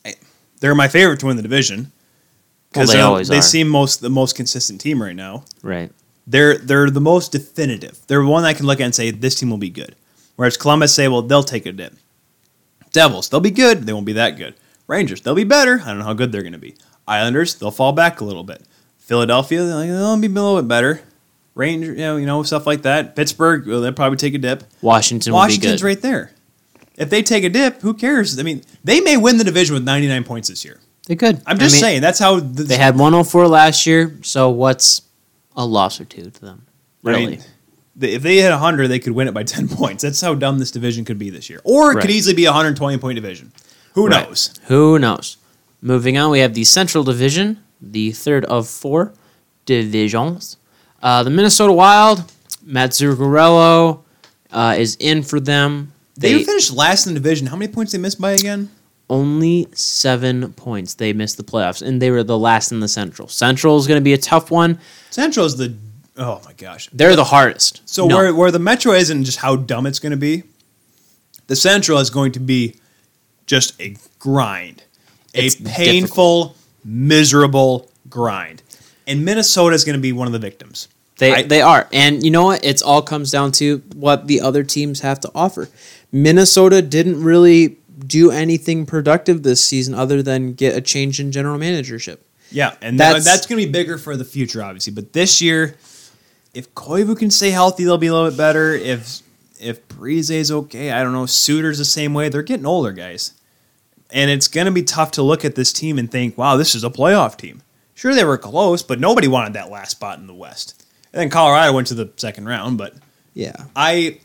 Speaker 2: I, they're my favorite to win the division
Speaker 4: Well,
Speaker 2: because
Speaker 4: they always
Speaker 2: they,
Speaker 4: are.
Speaker 2: seem most the most consistent team right now.
Speaker 4: Right.
Speaker 2: They're they're the most definitive. They're one I can look at and say this team will be good. Whereas Columbus say, well, they'll take a dip. Devils, they'll be good. They won't be that good. Rangers, they'll be better. I don't know how good they're going to be. Islanders, they'll fall back a little bit. Philadelphia, they're like, they'll be a little bit better. Ranger, you know, you know, stuff like that. Pittsburgh, well, they'll probably take a dip.
Speaker 4: Washington will be
Speaker 2: Washington's
Speaker 4: good.
Speaker 2: right there. If they take a dip, who cares? I mean, they may win the division with 99 points this year.
Speaker 4: They're good.
Speaker 2: I'm just
Speaker 4: I mean,
Speaker 2: saying that's how the,
Speaker 4: They had 104 last year, so what's a loss or two to them?
Speaker 2: I
Speaker 4: Really?
Speaker 2: mean, th- if they hit 100, they could win it by 10 points. That's how dumb this division could be this year. Or it
Speaker 4: Right.
Speaker 2: could easily be a 120 point division. Who
Speaker 4: Right.
Speaker 2: knows?
Speaker 4: Who knows? Moving on, we have the Central Division, the third of four divisions. Uh, the Minnesota Wild, Matsuru Gurello uh, is in for them.
Speaker 2: They,
Speaker 4: They
Speaker 2: finished last in the division. How many points they missed by again?
Speaker 4: only seven points. They missed the playoffs, and they were the last in the Central. Central is going to be a tough one.
Speaker 2: Central is the. Oh my gosh.
Speaker 4: They're the hardest.
Speaker 2: So
Speaker 4: No.
Speaker 2: where, where the Metro isn't just how dumb it's going to be, the Central is going to be just a grind, a
Speaker 4: It's
Speaker 2: painful, miserable grind. And Minnesota is going to be one of the victims.
Speaker 4: They
Speaker 2: I-
Speaker 4: they are, and you know what? It's all comes down to what the other teams have to offer. Minnesota didn't really do anything productive this season, other than get a change in general managership.
Speaker 2: Yeah, and that's,
Speaker 4: That's-
Speaker 2: that's going to be bigger for the future, obviously. But this year, if Koivu can stay healthy, they'll be a little bit better. If if Prise's okay, I don't know. Suter's the same way. They're getting older, guys, and it's going to be tough to look at this team and think, "Wow, this is a playoff team." Sure, they were close, but nobody wanted that last spot in the West. And then Colorado went to the second round, but
Speaker 1: Yeah.
Speaker 2: I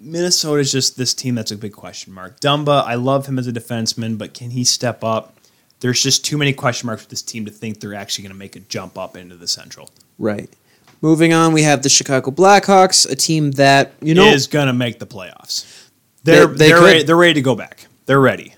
Speaker 2: Minnesota's just this team that's a big question mark. Dumba, I love him as a defenseman, but can he step up? There's just too many question marks with this team to think they're actually going to make a jump up into the Central.
Speaker 1: Right. Moving on, we have the Chicago Blackhawks, a team that you know
Speaker 2: is going to make the playoffs. They're
Speaker 1: They- they
Speaker 2: they, are
Speaker 1: could.
Speaker 2: ready, they're ready to go back. They're ready.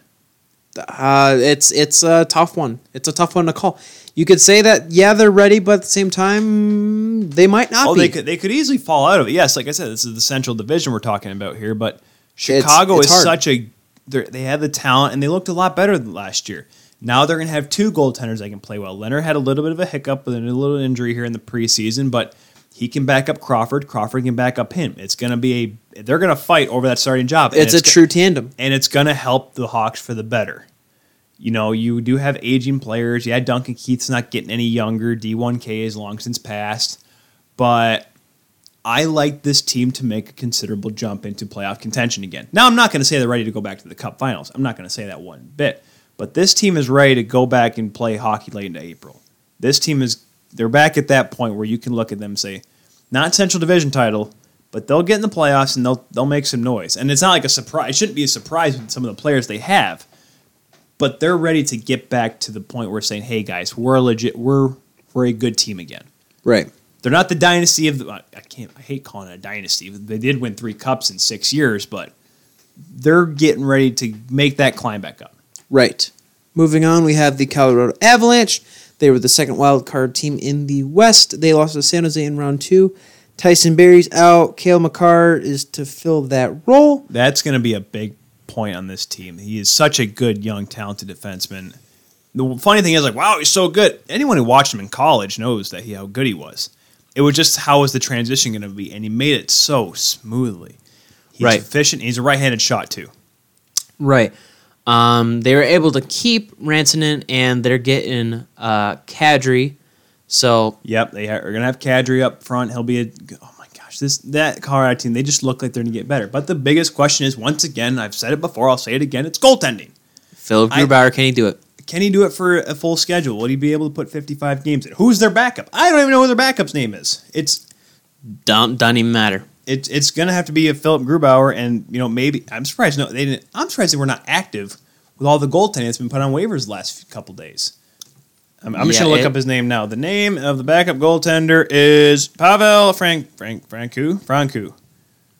Speaker 1: uh, it's it's a tough one. It's a tough one to call. You could say that yeah they're ready, but at the same time they might not
Speaker 2: Oh,
Speaker 1: be.
Speaker 2: they could they could easily fall out of it. Yes, like I said, this is the Central Division we're talking about here, but Chicago
Speaker 1: it's
Speaker 2: is
Speaker 1: hard.
Speaker 2: such a they're- they had the talent and they looked a lot better than last year. Now they're going to have two goaltenders that can play well. Leonard had a little bit of a hiccup with a little injury here in the preseason, but he can back up Crawford. Crawford can back up him. It's going to be a they're going to fight over that starting job. and
Speaker 1: it's a
Speaker 2: go-
Speaker 1: true tandem.
Speaker 2: and it's going to help the Hawks for the better. You know, you do have aging players. Yeah, Duncan Keith's not getting any younger. D1K is long since passed. But I like this team to make a considerable jump into playoff contention again. Now, I'm not going to say they're ready to go back to the Cup Finals. I'm not going to say that one bit. But this team is ready to go back and play hockey late into April. This team is, they're back at that point where you can look at them and say, not Central Division title, but they'll get in the playoffs and they'll they'll make some noise. And it's not like a surprise. It shouldn't be a surprise with some of the players they have, but they're ready to get back to the point where saying, "Hey guys, we're a legit. We're we're a good team again."
Speaker 1: Right.
Speaker 2: They're not the dynasty of the. I can't. I hate calling it a dynasty. They did win three cups in six years, but they're getting ready to make that climb back up.
Speaker 1: Right. Moving on, we have the Colorado Avalanche. They were the second wild card team in the West. They lost to San Jose in round two. Tyson Berry's out. Kale McCarr is to fill that role.
Speaker 2: That's going to be a big point on this team. He is such a good, young, talented defenseman. The funny thing is, like, wow, he's so good. Anyone who watched him in college knows that he how good he was. It was just how was the transition going to be, and he made it so smoothly. He's
Speaker 4: Right.
Speaker 2: efficient. He's a right-handed shot too.
Speaker 4: Right. Um, they were able to keep Rantanen, and they're getting uh, Kadri. So
Speaker 2: Yep, they are going to have Kadri up front. He'll be a oh my gosh, this that Colorado team. They just look like they're going to get better. But the biggest question is, once again, I've said it before. I'll say it again. It's goaltending.
Speaker 4: Philip
Speaker 2: I-
Speaker 4: Grubauer, can he do it?
Speaker 2: Can he do it for a full schedule? Will he be able to put 55 games in? Who's their backup? I don't even know who their backup's name is. It's
Speaker 4: Don't, doesn't even matter.
Speaker 2: it's it's going to have to be a Philip Grubauer, and you know maybe I'm surprised. No, they didn't. I'm surprised they were not active with all the goaltending that's been put on waivers the last few- couple days. I'm, I'm just
Speaker 4: Yeah,
Speaker 2: going to look
Speaker 4: it-
Speaker 2: up his name now. The name of the backup goaltender is Pavel Frank Frank Franku Franku.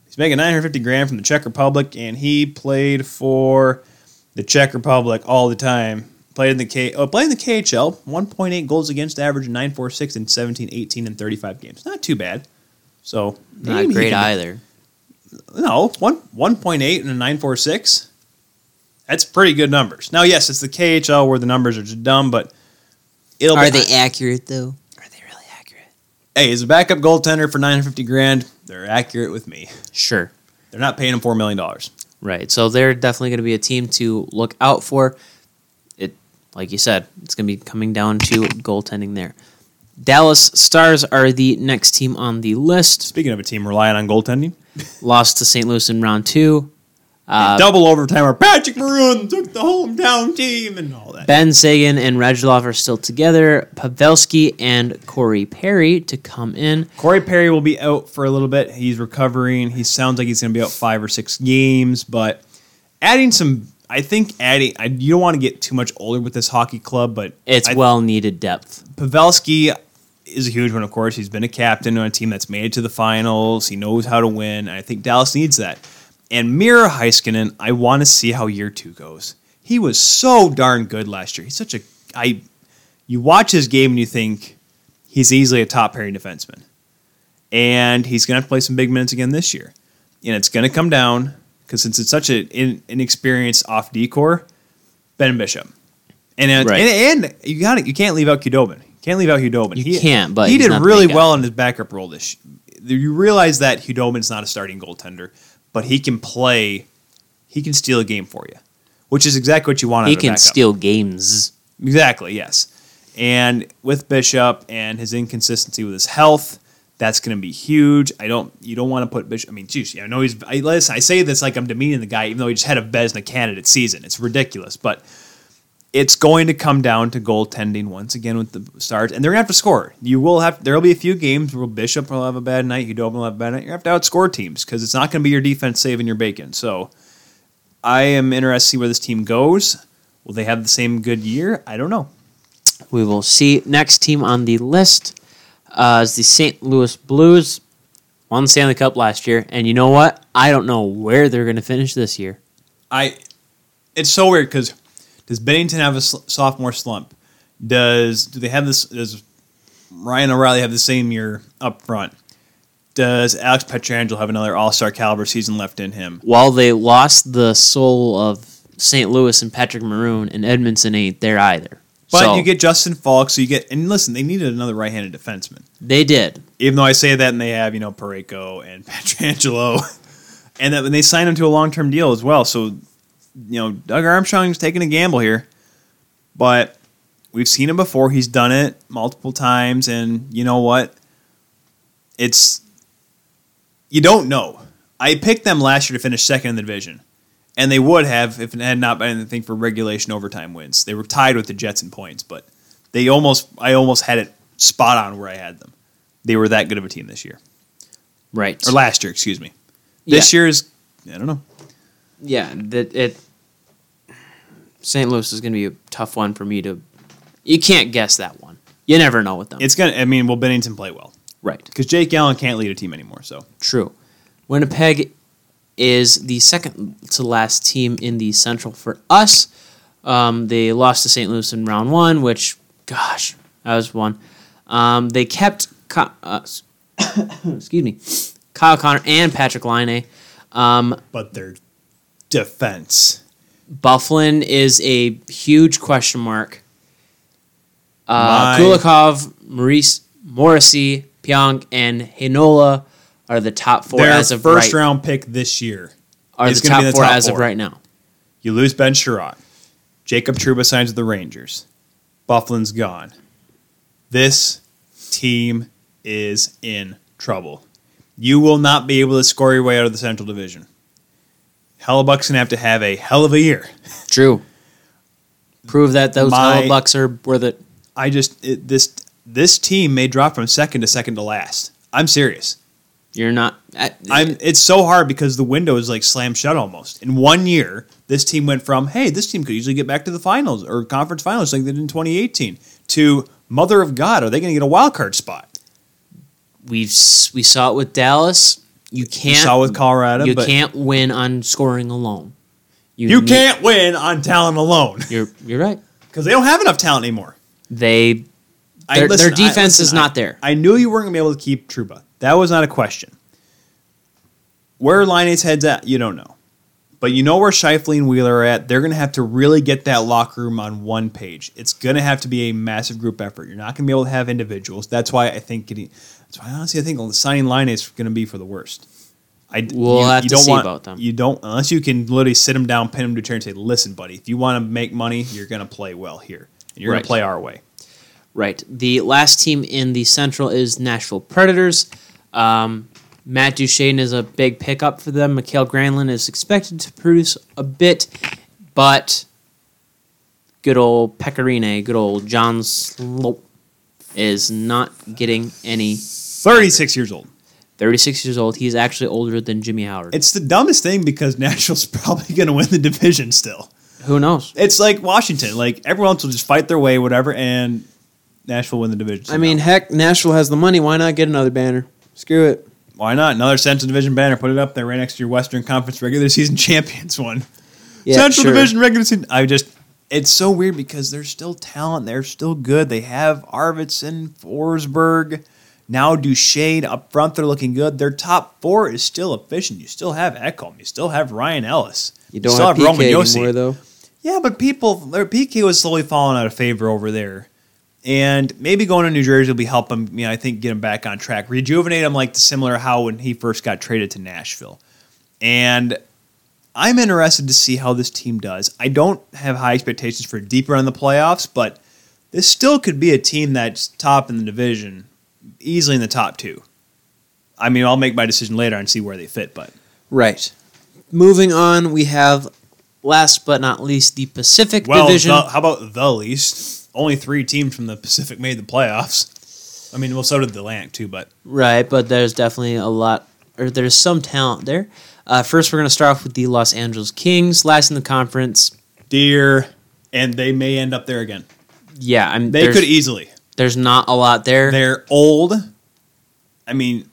Speaker 2: He's making 950 grand from the Czech Republic, and he played for the Czech Republic all the time. Played in the K, oh, played in the KHL, 1.8 goals against average, 946 in 17, 18, and 35 games. Not too bad. So
Speaker 4: Not
Speaker 2: maybe he
Speaker 4: great
Speaker 2: can-
Speaker 4: either.
Speaker 2: No, one one point eight and a nine four six. That's pretty good numbers. Now, yes, it's the KHL where the numbers are just dumb, but it'll
Speaker 4: Are
Speaker 2: be,
Speaker 4: they accurate though? Are they really accurate?
Speaker 2: Hey, as a backup goaltender for nine hundred fifty grand, they're accurate with me.
Speaker 4: Sure.
Speaker 2: They're not paying him four million dollars.
Speaker 4: Right. So they're definitely going to be a team to look out for. It, like you said, it's going to be coming down to goaltending there. Dallas Stars are the next team on the list.
Speaker 2: Speaking of a team relying on goaltending,
Speaker 4: Lost to St. Louis in round two. Uh,
Speaker 2: double overtime where Patrick Maroon took the hometown team and all that.
Speaker 4: Ben Sagan and Radulov are still together. Pavelski and Corey Perry to come in.
Speaker 2: Corey Perry will be out for a little bit. He's recovering. He sounds like he's going to be out five or six games, but adding some. I think adding. I, you don't want to get too much older with this hockey club, but
Speaker 4: It's
Speaker 2: I-
Speaker 4: well needed depth.
Speaker 2: Pavelski is a huge one, of course. He's been a captain on a team that's made it to the finals. He knows how to win. And I think Dallas needs that. And Mira Heiskanen, I want to see how year two goes. He was so darn good last year. He's such a I you watch his game and you think he's easily a top pairing defenseman. And he's gonna have to play some big minutes again this year. And it's gonna come down because since it's such an in, inexperienced off decor, Ben Bishop. And, it-
Speaker 4: Right.
Speaker 2: and and you got it. You can't leave out Qdoban. You can't leave out Qdoban.
Speaker 4: You can't, but
Speaker 2: he
Speaker 4: he's
Speaker 2: did
Speaker 4: not the
Speaker 2: really
Speaker 4: big guy.
Speaker 2: well in his backup role. This you realize that Qdoban's not a starting goaltender, but he can play. He can steal a game for you, which is exactly what you want.
Speaker 4: He
Speaker 2: out of a
Speaker 4: can
Speaker 2: backup.
Speaker 4: steal games.
Speaker 2: Exactly. Yes. And with Bishop and his inconsistency with his health, that's going to be huge. I don't. You don't want to put Bishop. I mean, geez, I know he's. I, listen, I say this like I'm demeaning the guy, even though he just had a Vesna candidate season. It's ridiculous, but it's going to come down to goaltending once again with the Stars, and they're going to have to score. You will have. There will be a few games where Bishop will have a bad night. Hudobin will have a bad night. You have to outscore teams because it's not going to be your defense saving your bacon. So. I am interested to see where this team goes. Will they have the same good year? I don't know.
Speaker 4: We will see. Next team on the list uh, is the St. Louis Blues. Won the Stanley Cup last year, and you know what? I don't know where they're going to finish this year.
Speaker 2: I it's so weird because Does Bennington have a sl- sophomore slump? Does do they have this? Does Ryan O'Reilly have the same year up front? Does Alex Petrangelo have another All Star caliber season left in him?
Speaker 4: While they lost the soul of St. Louis and Patrick Maroon, and Edmondson ain't there either.
Speaker 2: But
Speaker 4: so
Speaker 2: you get Justin Falk, so you get and listen, they needed another right handed defenseman.
Speaker 4: they did.
Speaker 2: Even though I say that, and they have you know Pareko and Petrangelo, and that when they signed him to a long term deal as well. So you know Doug Armstrong's taking a gamble here, but we've seen him before. He's done it multiple times, and you know what? It's you don't know. I picked them last year to finish second in the division, and they would have if it had not been anything for regulation overtime wins. They were tied with the Jets in points, but they almost I almost had it spot on where I had them. They were that good of a team this year
Speaker 4: Right.
Speaker 2: or last year, excuse me. This
Speaker 4: Yeah.
Speaker 2: year is I don't know.
Speaker 4: yeah, that it. St. Louis is going to be a tough one for me to. You can't guess that one. You never know with them.
Speaker 2: It's gonna. I mean, will Bennington play well?
Speaker 4: right.
Speaker 2: Because Jake Allen can't lead a team anymore. So
Speaker 4: True. Winnipeg is the second to last team in the Central for us. Um, they lost to St. Louis in round one, which, gosh, that was one. Um, they kept, Ka- uh, s- excuse me, Kyle Connor and Patrick Line. Um,
Speaker 2: but their defense.
Speaker 4: Bufflin is a huge question mark. Uh,
Speaker 2: My-
Speaker 4: Kulikov, Maurice, Morrissey, Pionk, and Hinola are the top four
Speaker 2: Their
Speaker 4: as of
Speaker 2: first
Speaker 4: right.
Speaker 2: round pick this year.
Speaker 4: are the
Speaker 2: It's gonna
Speaker 4: top
Speaker 2: be the
Speaker 4: four
Speaker 2: top
Speaker 4: as of
Speaker 2: four.
Speaker 4: right now.
Speaker 2: You lose Ben Sherrod. Jacob Truba signs with the Rangers. Bufflin's gone. This team is in trouble. You will not be able to score your way out of the Central Division. Hellebuck's gonna have to have a hell of a year.
Speaker 4: True. Prove that those
Speaker 2: My-
Speaker 4: Bucks are worth it.
Speaker 2: I just it, this this team may drop from second to second to last. I'm serious.
Speaker 4: You're not. I,
Speaker 2: I'm. It's so hard because the window is like slammed shut almost. In one year, this team went from hey, this team could usually get back to the finals or conference finals like they did in 2018 to mother of God, are they going to get a wild card spot?
Speaker 4: we've s- we saw it with Dallas. You
Speaker 2: You
Speaker 4: can't.
Speaker 2: saw with Colorado,
Speaker 4: you
Speaker 2: but
Speaker 4: can't win on scoring alone.
Speaker 2: you
Speaker 4: need-
Speaker 2: can't win on talent alone
Speaker 4: You're you're right.
Speaker 2: because they don't have enough talent anymore.
Speaker 4: They
Speaker 2: I-
Speaker 4: their,
Speaker 2: listen,
Speaker 4: their defense
Speaker 2: I-
Speaker 4: is
Speaker 2: listen,
Speaker 4: not there.
Speaker 2: I knew you weren't going to be able to keep Truba. That was not a question. Where Line's head's at, you don't know. But you know where Shifley and Wheeler are at. They're going to have to really get that locker room on one page. It's going to have to be a massive group effort. You're not going to be able to have individuals. That's why I think getting. That's why honestly I think signing Line is going to be for the worst. I,
Speaker 4: We'll have to see
Speaker 2: want,
Speaker 4: about them.
Speaker 2: You don't unless you can literally sit them down, pin them to a chair, and say, "Listen, buddy, if you want to make money, you're going to play well here, and you're
Speaker 4: Right.
Speaker 2: going to play our way."
Speaker 4: Right. The last team in the Central is Nashville Predators. Um, Matt Duchene is a big pickup for them. Mikhail Granlund is expected to produce a bit, but good old Pecorine, good old John Slope, is not getting any.
Speaker 2: Thirty-six years old.
Speaker 4: 36 years old. He's actually older than Jimmy Howard.
Speaker 2: It's the dumbest thing because Nashville's probably going to win the division still.
Speaker 4: Who knows?
Speaker 2: It's like Washington. Like everyone else will just fight their way, whatever, and Nashville win the division.
Speaker 1: I mean, heck, Nashville has the money. Why not get another banner? Screw it.
Speaker 2: why not? Another Central Division banner. Put it up there right next to your Western Conference regular season champions one.
Speaker 1: Yeah,
Speaker 2: Central
Speaker 1: sure.
Speaker 2: Division regular season. I just, it's so weird because there's still talent. They're still good. They have Arvidsson, Forsberg, now Duchesne up front. They're looking good. Their top four is still efficient. You still have Ekholm. You still have Ryan Ellis.
Speaker 1: You don't
Speaker 2: still
Speaker 1: have PK
Speaker 2: Yossi.
Speaker 1: anymore, though.
Speaker 2: Yeah, but people, their PK was slowly falling out of favor over there. And maybe going to New Jersey will be help him, you know, I think, get him back on track. Rejuvenate him like the similar how when he first got traded to Nashville. And I'm interested to see how this team does. I don't have high expectations for deeper in the playoffs, but this still could be a team that's top in the division, easily in the top two. I mean, I'll make my decision later and see where they fit, but
Speaker 1: Right. Moving on, we have last but not least the Pacific
Speaker 2: Well,
Speaker 1: Division.
Speaker 2: the- how about the least? Only three teams from the Pacific made the playoffs. I mean, well, so did the Atlantic too, but
Speaker 4: Right, but there's definitely a lot, or there's some talent there. Uh, first, we're going to start off with the Los Angeles Kings, last in the conference.
Speaker 2: dear, and they may end up there again.
Speaker 4: Yeah, I'm.
Speaker 2: They
Speaker 4: there's,
Speaker 2: could e-, easily.
Speaker 4: There's not a lot there.
Speaker 2: They're old. I mean,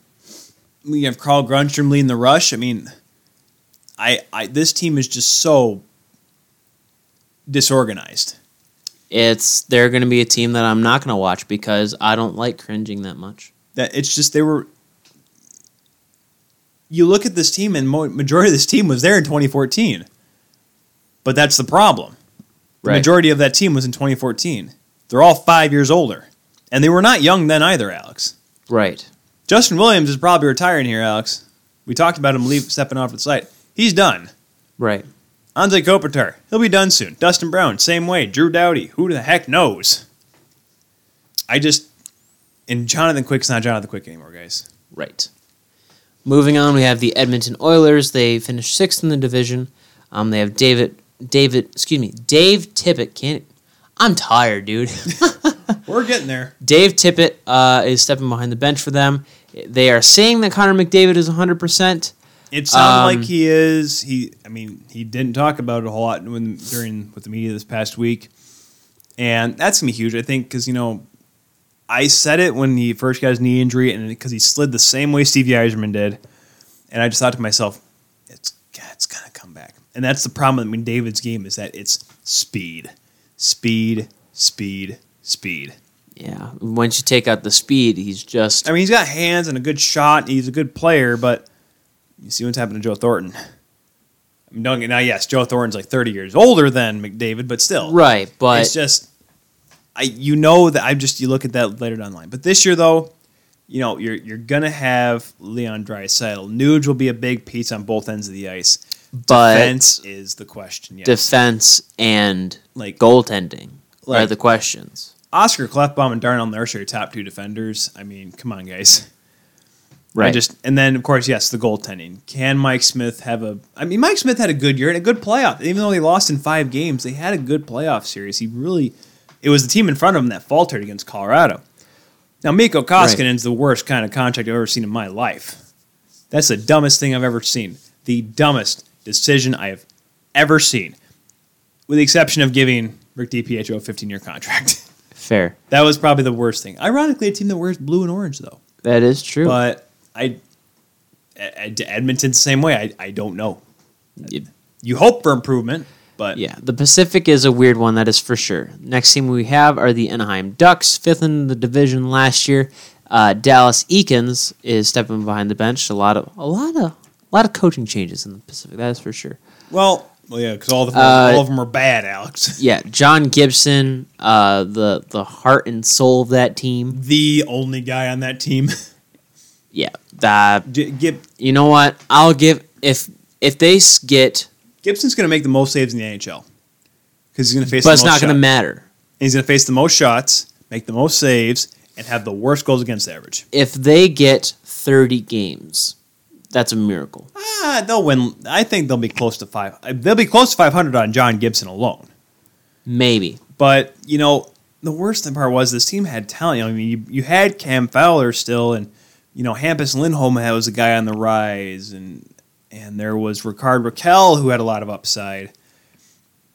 Speaker 2: we have Carl Grunstrom leading the rush. I mean, I, I this team is just so disorganized.
Speaker 4: It's they're going to be a team that I'm not going to watch because I don't like cringing that much.
Speaker 2: That it's just they were. You look at this team, and mo- majority of this team was there in 2014. But that's the problem. The majority of that team was in 2014. They're all five years older, and they were not young then either. Alex
Speaker 4: Right.
Speaker 2: Justin Williams is probably retiring here. Alex, we talked about him leave stepping off the site. He's done.
Speaker 4: Right.
Speaker 2: Anze Kopitar, he'll be done soon. Dustin Brown, same way. Drew Dowdy, who the heck knows? I just and Jonathan Quick's not Jonathan Quick anymore, guys.
Speaker 4: Right. Moving on, we have the Edmonton Oilers. They finished sixth in the division. Um, they have David, David, excuse me, Dave Tippett. Can't, I'm tired, dude.
Speaker 2: We're getting there.
Speaker 4: Dave Tippett uh, is stepping behind the bench for them. They are saying that Connor McDavid is 100%.
Speaker 2: It sounds
Speaker 4: Um,
Speaker 2: like he is. He, I mean, he didn't talk about it a whole lot when during with the media this past week, and that's gonna be huge. I think because you know, I said it when he first got his knee injury, and because he slid the same way Stevie Eiserman did, and I just thought to myself, it's God, it's gonna come back, and that's the problem with David's game is that it's speed, speed, speed, speed.
Speaker 4: Yeah. Once you take out the speed, he's just.
Speaker 2: I mean, he's got hands and a good shot. And he's a good player, but you see what's happened to Joe Thornton. I mean, don't get, now, yes, Joe Thornton's like 30 years older than McDavid, but still.
Speaker 4: right. But
Speaker 2: It's just, I you know that I'm just, you look at that later down the line. But this year, though, you know, you're you're going to have Leon Dreisaitl. Nuge will be a big piece on both ends of the ice.
Speaker 4: But-
Speaker 2: Defense is the question, yes.
Speaker 4: defense and
Speaker 2: Like-
Speaker 4: goaltending are
Speaker 2: Like-
Speaker 4: the questions.
Speaker 2: Oscar Clefbaum and Darnell Nurse are your top two defenders. I mean, come on, guys. I
Speaker 4: Right.
Speaker 2: just and then of course yes, the goaltending. Can Mike Smith have a? I mean, Mike Smith had a good year and a good playoff. Even though they lost in five games, they had a good playoff series. He really, it was the team in front of him that faltered against Colorado. Now Miko Koskinen's the worst kind of contract I've ever seen in my life. That's the dumbest thing I've ever seen. The dumbest decision I have ever seen, with the exception of giving Rick DiPietro a 15-year contract.
Speaker 4: Fair.
Speaker 2: that was probably the worst thing. Ironically, a team that wears blue and orange though.
Speaker 4: That is true.
Speaker 2: But I, Ed- Edmonton's the same way. I, I don't know.
Speaker 4: It-
Speaker 2: You hope for improvement, but
Speaker 4: Yeah, the Pacific is a weird one, that is for sure. Next team we have are the Anaheim Ducks, fifth in the division last year. Uh, Dallas Eakins is stepping behind the bench. A lot of a lot of a lot of coaching changes in the Pacific, that is for sure.
Speaker 2: well, well yeah, because all, the
Speaker 4: Uh,
Speaker 2: all of them are bad, Alex.
Speaker 4: Yeah, John Gibson, uh, the the heart and soul of that team.
Speaker 2: The only guy on that team.
Speaker 4: Yeah, that
Speaker 2: G- Gib-
Speaker 4: Uh, you know what? I'll give if if they s- get,
Speaker 2: Gibson's going to make the most saves in the NHL because he's going to face.
Speaker 4: but
Speaker 2: the
Speaker 4: it's
Speaker 2: most
Speaker 4: not going to
Speaker 2: shots.
Speaker 4: matter.
Speaker 2: And he's going to face the most shots, make the most saves, and have the worst goals against average.
Speaker 4: If they get thirty games, that's a miracle.
Speaker 2: Ah, they'll win. I think they'll be close to five. They'll be close to five hundred on John Gibson alone.
Speaker 4: Maybe
Speaker 2: But you know, the worst part was this team had talent. You know, I mean, you, you had Cam Fowler still, and you know Hampus Lindholm had- was a guy on the rise, and and there was Ricard Raquel who had a lot of upside.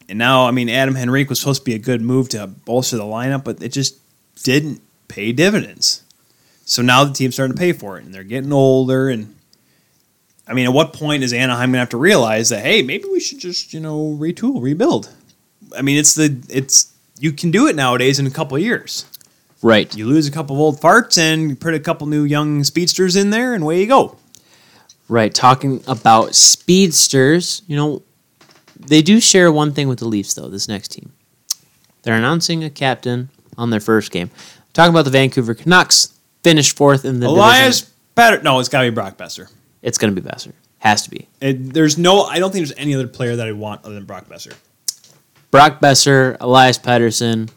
Speaker 2: And now, I mean, Adam Henrique was supposed to be a good move to bolster the lineup, but it just didn't pay dividends. So now the team's starting to pay for it, and they're getting older. And I mean, at what point is Anaheim going to have to realize that hey, maybe we should just you know retool, rebuild? I mean, it's the it's you can do it nowadays in a couple of years.
Speaker 4: right.
Speaker 2: You lose a couple of old farts and you put a couple new young speedsters in there, and away you go.
Speaker 4: Right, talking about speedsters, you know, they do share one thing with the Leafs though, this next team. They're announcing a captain on their first game. Talking about the Vancouver Canucks, finished fourth in the
Speaker 2: Elias
Speaker 4: division.
Speaker 2: Patter. No, it's got to be Brock Besser.
Speaker 4: It's going to be Besser. Has to be.
Speaker 2: It, there's no. I don't think there's any other player that I want other than Brock Besser.
Speaker 4: Brock Besser, Elias Patterson,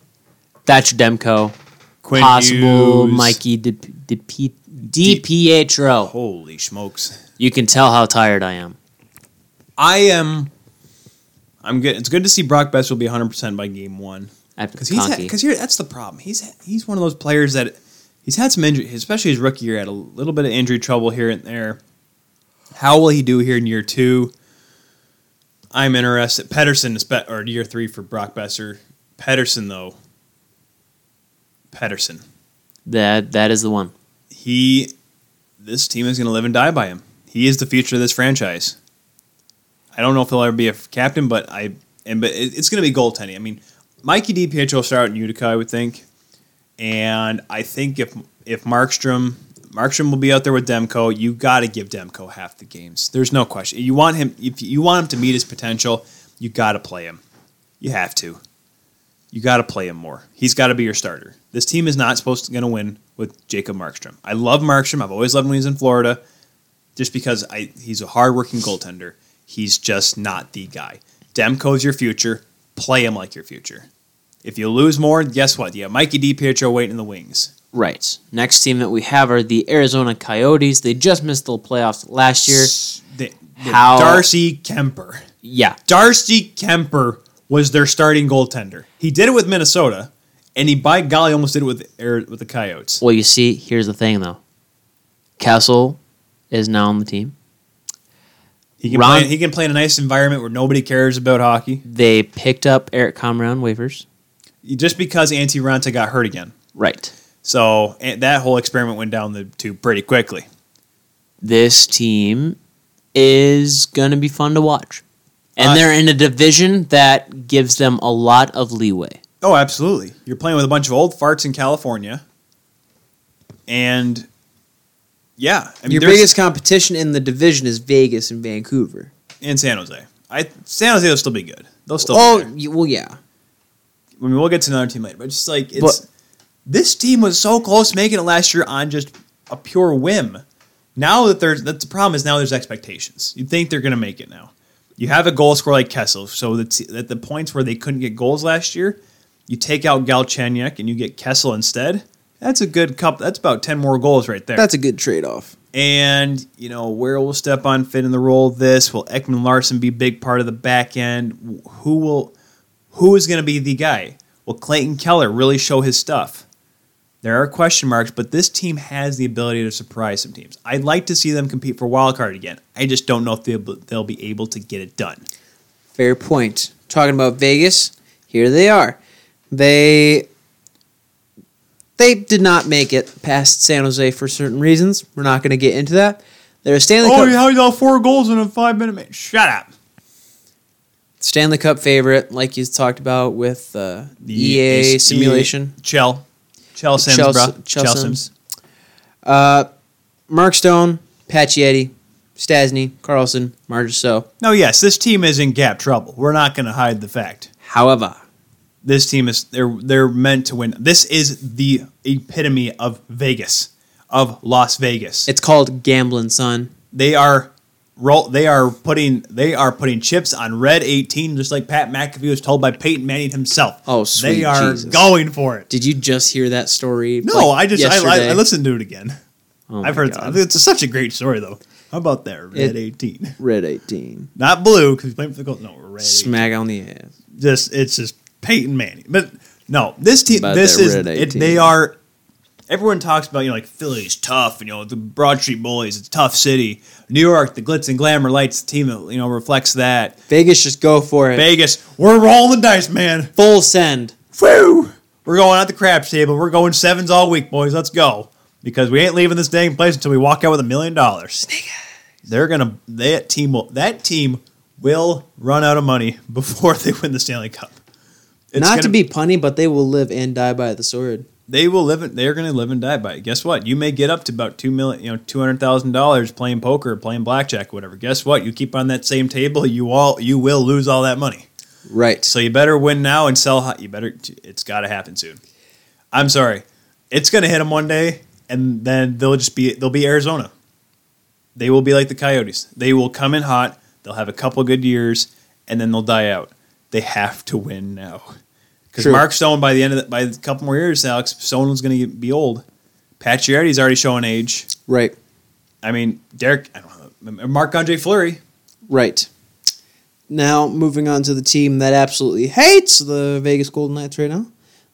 Speaker 4: Thatcher Demko,
Speaker 2: Quinn
Speaker 4: possible
Speaker 2: Hughes.
Speaker 4: Mikey Di, Di, Di, Pietro.
Speaker 2: Holy smokes!
Speaker 4: You can tell how tired I am.
Speaker 2: I am. I'm good. It's good to see Brock Besser will be 100 percent by game one
Speaker 4: After
Speaker 2: because he's
Speaker 4: Conkey.
Speaker 2: because here that's the problem. He's he's one of those players that he's had some injury, especially his rookie year, had a little bit of injury trouble here and there. How will he do here in year two? I'm interested. Pedersen is bet or year three for Brock Besser. Pedersen though, Pedersen,
Speaker 4: that that is the one.
Speaker 2: he this team is going to live and die by him. He is the future of this franchise. I don't know if he'll ever be a captain, but I and but it, it's going to be goaltending. I mean, Mikey DiPietro will start out in Utica, I would think, and I think if if Markstrom Markstrom will be out there with Demko, you got to give Demko half the games. There's no question. You want him if you want him to meet his potential, you got to play him. You have to. You got to play him more. He's got to be your starter. This team is not supposed to going to win with Jacob Markstrom. I love Markstrom. I've always loved when he's in Florida, just because I he's a hardworking goaltender. He's just not the guy. Demko's your future. Play him like your future. If you lose more, guess what? You have Mikey DiPietro waiting in the wings.
Speaker 4: Right. Next team that we have are the Arizona Coyotes. They just missed the playoffs last year.
Speaker 2: The- the
Speaker 4: How-
Speaker 2: Darcy Kemper.
Speaker 4: Yeah.
Speaker 2: Darcy Kemper was their starting goaltender. He did it with Minnesota, and he by golly almost did it with Ari- with the Coyotes.
Speaker 4: Well, you see, here's the thing though. Castle is now on the team.
Speaker 2: He can
Speaker 4: Ron-
Speaker 2: play, he can play in a nice environment where nobody cares about hockey.
Speaker 4: They picked up Eric Comrie on waivers.
Speaker 2: Just because Antti Ranta got hurt again,
Speaker 4: Right.
Speaker 2: so and that whole experiment went down the tube pretty quickly.
Speaker 4: This team is going to be fun to watch. And
Speaker 2: Uh,
Speaker 4: they're in a division that gives them a lot of leeway.
Speaker 2: Oh, absolutely. You're playing with a bunch of old farts in California, and yeah, I mean,
Speaker 1: Your
Speaker 2: there's-
Speaker 1: biggest competition in the division is Vegas and Vancouver.
Speaker 2: in San Jose. I San Jose will still be good. They'll still. be
Speaker 1: oh,
Speaker 2: there.
Speaker 1: y- well, yeah.
Speaker 2: I mean, we'll get to another team later, but just like it's
Speaker 4: But-
Speaker 2: this team was so close to making it last year on just a pure whim. Now that there's that's the problem is now there's expectations. You think they're going to make it now. You have a goal scorer like Kessel, so that's at the points where they couldn't get goals last year, you take out Galchenyuk and you get Kessel instead. That's a good cup. That's about ten more goals right there.
Speaker 1: That's a good trade off.
Speaker 2: And, you know, where will Stepan fit in the role of this? Will Ekman Larson be a big part of the back end? Who will who is going to be the guy? Will Clayton Keller really show his stuff? There are question marks, but this team has the ability to surprise some teams. I'd like to see them compete for wild card again. I just don't know if they'll, they'll be able to get it done.
Speaker 1: Fair point. Talking about Vegas, here they are. They they did not make it past San Jose for certain reasons. We're not going to get into that. They're a
Speaker 2: Oh,
Speaker 1: Stanley Cup
Speaker 2: y'all four goals in a five minute match. Shut up.
Speaker 1: Stanley Cup favorite, like you talked about with uh, the EA
Speaker 2: It's-
Speaker 1: simulation.
Speaker 2: E Chell. Chell Sims,
Speaker 1: Chell-
Speaker 2: bruh.
Speaker 1: Chell
Speaker 2: Chell
Speaker 1: Sims.
Speaker 2: Sims.
Speaker 1: Mark Stone, Pacioretty, Stasny, Carlson, Margeau.
Speaker 2: No, yes, this team is in gap trouble. We're not going to hide the fact.
Speaker 1: However,
Speaker 2: this team is they're they're meant to win. This is the epitome of Vegas, of Las Vegas.
Speaker 1: it's called gambling, son.
Speaker 2: they are roll they are putting they are putting chips on red 18 just like Pat McAfee was told by Peyton Manning himself.
Speaker 1: Oh, sweet
Speaker 2: They are
Speaker 1: Jesus.
Speaker 2: going for it.
Speaker 1: Did you just hear that story?
Speaker 2: No,
Speaker 1: like,
Speaker 2: I just I, I,
Speaker 1: yesterday?
Speaker 2: I listened to it again.
Speaker 1: Oh
Speaker 2: I've
Speaker 1: my
Speaker 2: heard
Speaker 1: God.
Speaker 2: it's such a great story though. How about that
Speaker 1: It-
Speaker 2: red 18?
Speaker 1: Red 18.
Speaker 2: Not blue cuz playing for the Colts. No, red. 18.
Speaker 1: Smack on the ass.
Speaker 2: just it's just Peyton Manning. But no, this team,
Speaker 1: But
Speaker 2: this
Speaker 1: they're
Speaker 2: is
Speaker 1: red
Speaker 2: it,
Speaker 1: 18.
Speaker 2: they are. Everyone talks about you know like Philly's tough, and, you know the Broad Street Bullies, it's a tough city. New York, the glitz and glamour lights, the team that you know reflects that.
Speaker 1: Vegas, just go for it.
Speaker 2: Vegas, we're rolling the dice, man.
Speaker 1: Full send.
Speaker 2: Woo! We're going out the craps table. We're going sevens all week, boys. Let's go because we ain't leaving this dang place until we walk out with a million dollars. They're gonna that team will that team will run out of money before they win the Stanley Cup. It's
Speaker 1: Not
Speaker 2: gonna
Speaker 1: to be punny, but they will live and die by the sword.
Speaker 2: they will live and they're going to live and die by it. Guess what? You may get up to about two million, you know, two hundred thousand dollars playing poker, playing blackjack, whatever. Guess what? You keep on that same table, you all you will lose all that money.
Speaker 1: Right.
Speaker 2: So you better win now and sell. hot. You better. It's got to happen soon. I'm sorry, it's going to hit them one day, and then they'll just be they'll be Arizona. They will be like the Coyotes. They will come in hot. They'll have a couple good years, and then they'll die out. They have to win now, because
Speaker 1: True.
Speaker 2: Mark Stone by the end of the, by a couple more years, Alex Stone's going to be old. Pacioretty's already showing age.
Speaker 1: Right.
Speaker 2: I mean, Derek, I don't know, Mark Andre Fleury.
Speaker 1: Right. Now, moving on to the team that absolutely hates the Vegas Golden Knights right now.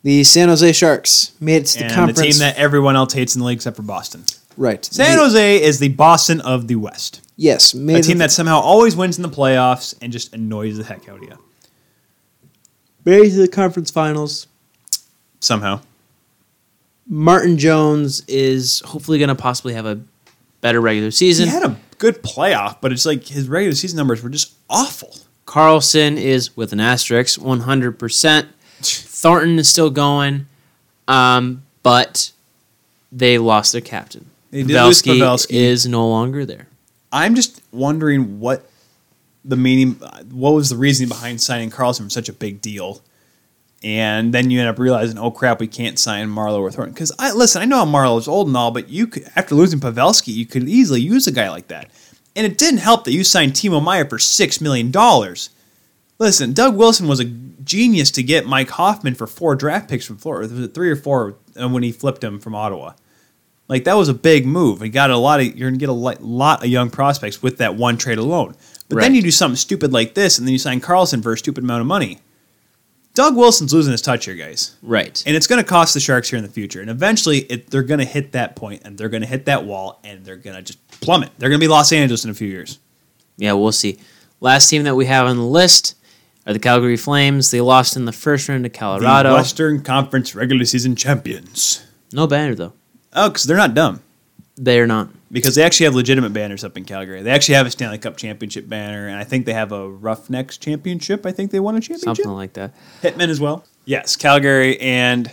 Speaker 1: The San Jose Sharks made it to the
Speaker 2: And the
Speaker 1: conference.
Speaker 2: team that everyone else hates in the league except for Boston.
Speaker 1: right.
Speaker 2: San
Speaker 1: The-
Speaker 2: Jose is the Boston of the West.
Speaker 1: Yes. Made
Speaker 2: A
Speaker 1: it
Speaker 2: team
Speaker 1: to-
Speaker 2: that somehow always wins in the playoffs and just annoys the heck out of you.
Speaker 1: made it to the conference finals.
Speaker 2: Somehow.
Speaker 1: Martin Jones
Speaker 4: Is hopefully going to possibly have a better regular season.
Speaker 2: He had a good playoff, but it's like his regular season numbers were just awful.
Speaker 4: Carlson is with an asterisk, 100%. Thornton is still going, um, but they lost their captain.
Speaker 2: They did lose Pavelski.
Speaker 4: is no longer there.
Speaker 2: I'm just wondering what the meaning, what was the reasoning behind signing Carlson for such a big deal, and then you end up realizing, oh crap, we can't sign Marlowe or Thornton. Because I listen, I know how Marlowe's old and all, but you could, after losing Pavelski, you could easily use a guy like that, and it didn't help that you signed Timo Meyer for six million dollars. Listen, Doug Wilson was a genius to get Mike Hoffman for four draft picks from Florida. Was it three or four uh, when he flipped him from Ottawa? Like that was a big move. You got a lot of you're gonna get a li- lot of young prospects with that one trade alone. But then
Speaker 4: Right.
Speaker 2: you do something stupid like this, and then you sign Carlson for a stupid amount of money. Doug Wilson's losing his touch here, guys,
Speaker 4: Right.
Speaker 2: and it's gonna cost the Sharks here in the future. And eventually, it, they're gonna hit that point, and they're gonna hit that wall, and they're gonna just plummet. They're gonna be Los Angeles in a few years.
Speaker 4: Yeah, we'll see. Last team that we have on the list are the Calgary Flames. They lost in the first round to
Speaker 2: The
Speaker 4: Colorado.
Speaker 2: Western Conference regular season champions.
Speaker 4: No banner though.
Speaker 2: Oh, because they're not dumb.
Speaker 4: They're not.
Speaker 2: because they actually have legitimate banners up in Calgary. They actually have a Stanley Cup championship banner, and I think they have a Roughnecks championship. I think they won a championship.
Speaker 4: Something like that.
Speaker 2: Hitman as well. Yes, Calgary. And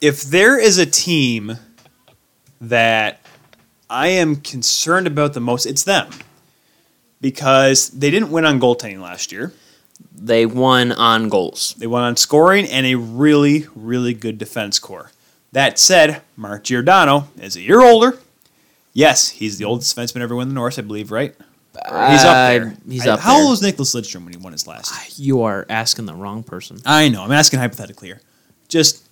Speaker 2: if there is a team that I am concerned about the most, it's them because they didn't win on goaltending last year.
Speaker 4: They won on goals.
Speaker 2: They won on scoring and a really, really good defense core. That said, Mark Giordano is a year older. Yes, he's the oldest defenseman ever win the North, I believe, right? Or he's up
Speaker 4: Uh,
Speaker 2: there.
Speaker 4: he's
Speaker 2: I-
Speaker 4: up
Speaker 2: How
Speaker 4: there.
Speaker 2: old was Nicholas Lidstrom when he won his last?
Speaker 4: You are asking the wrong person.
Speaker 2: I know. I'm asking hypothetically here. Just,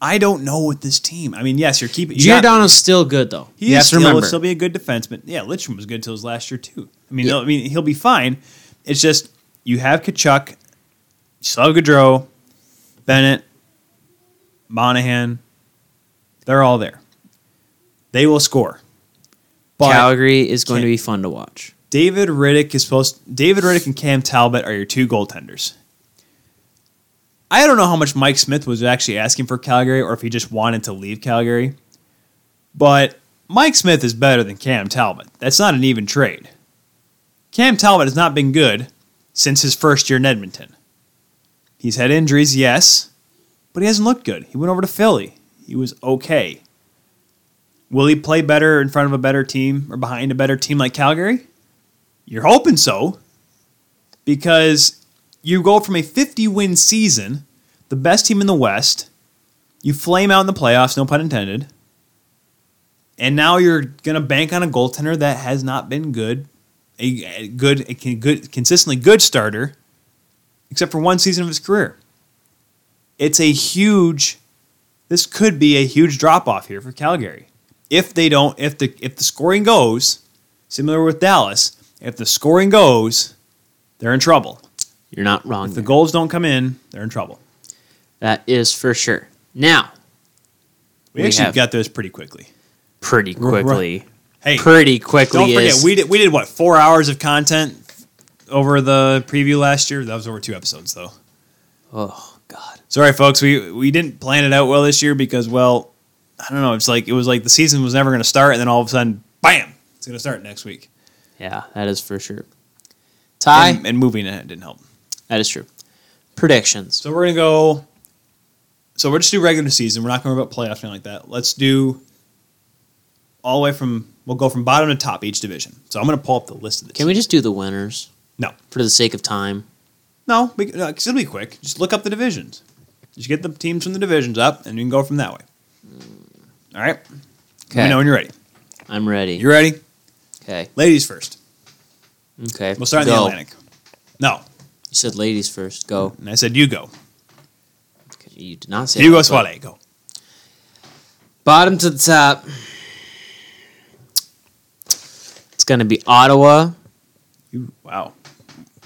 Speaker 2: I don't know with this team. I mean, yes, you're keeping. you got-
Speaker 4: Giordano's still good though.
Speaker 2: he
Speaker 4: you have
Speaker 2: is
Speaker 4: to
Speaker 2: still,
Speaker 4: remember.
Speaker 2: still be a good defenseman. Yeah, Lidstrom was good till his last year too. I mean, he'll- I mean, he'll be fine. It's just you have Kachuk, you still have Gaudreau, Bennett, Monahan. They're all there. They will score. But
Speaker 4: Calgary is going to
Speaker 2: Can't-
Speaker 4: be fun to watch.
Speaker 2: David Riddick is supposed. David Riddick and Cam Talbot are your two goaltenders. I don't know how much Mike Smith was actually asking for Calgary, or if he just wanted to leave Calgary. But Mike Smith is better than Cam Talbot. That's not an even trade. Cam Talbot has not been good since his first year in Edmonton. He's had injuries, yes, but he hasn't looked good. He went over to Philly. He was okay. Will he play better in front of a better team or behind a better team like Calgary? You're hoping so because you go from a 50 win season, the best team in the West, you flame out in the playoffs, no pun intended, and now you're going to bank on a goaltender that has not been good, a, a good, a con- good, consistently good starter, except for one season of his career. It's a huge, this could be a huge drop off here for Calgary. If they don't, if the if the scoring goes, similar with Dallas, if the scoring goes, they're in trouble.
Speaker 4: You're not wrong.
Speaker 2: If the
Speaker 4: there.
Speaker 2: goals don't come in, they're in trouble.
Speaker 4: that is for sure. Now,
Speaker 2: We,
Speaker 4: We
Speaker 2: actually
Speaker 4: have-
Speaker 2: got those pretty quickly.
Speaker 4: pretty
Speaker 2: right.
Speaker 4: quickly,
Speaker 2: Hey,
Speaker 4: pretty quickly
Speaker 2: don't forget
Speaker 4: is
Speaker 2: we did we did what four hours of content over the preview last year. That was over two episodes though.
Speaker 4: oh god,
Speaker 2: Sorry, folks. We we didn't plan it out well this year because well, I don't know. It's like it was like the season was never going to start, and then all of a sudden, bam, it's going to start next week.
Speaker 4: yeah, that is for sure. Ty,
Speaker 2: and, and moving ahead didn't help.
Speaker 4: that is true. Predictions.
Speaker 2: So we're gonna go. So we're just do regular season. We're not going to about playoffs or anything like that. Let's do all the way from. We'll go from bottom to top each division. So I'm going to pull up the list of the
Speaker 4: Can we just do the winners
Speaker 2: No,
Speaker 4: for the sake of time?
Speaker 2: no, we, no, 'cause it'll be quick. Just look up the divisions. Just get the teams from the divisions up, and you can go from that way. All right. Let me know when you're ready.
Speaker 4: I'm ready.
Speaker 2: You ready?
Speaker 4: okay.
Speaker 2: Ladies first.
Speaker 4: Okay.
Speaker 2: We'll start in
Speaker 4: go.
Speaker 2: the Atlantic. No,
Speaker 4: You said ladies first. Go.
Speaker 2: and I said you go.
Speaker 4: You did not say
Speaker 2: You go,
Speaker 4: that, but-
Speaker 2: Swale. Go.
Speaker 4: Bottom to the top. It's gonna be Ottawa.
Speaker 2: You, wow.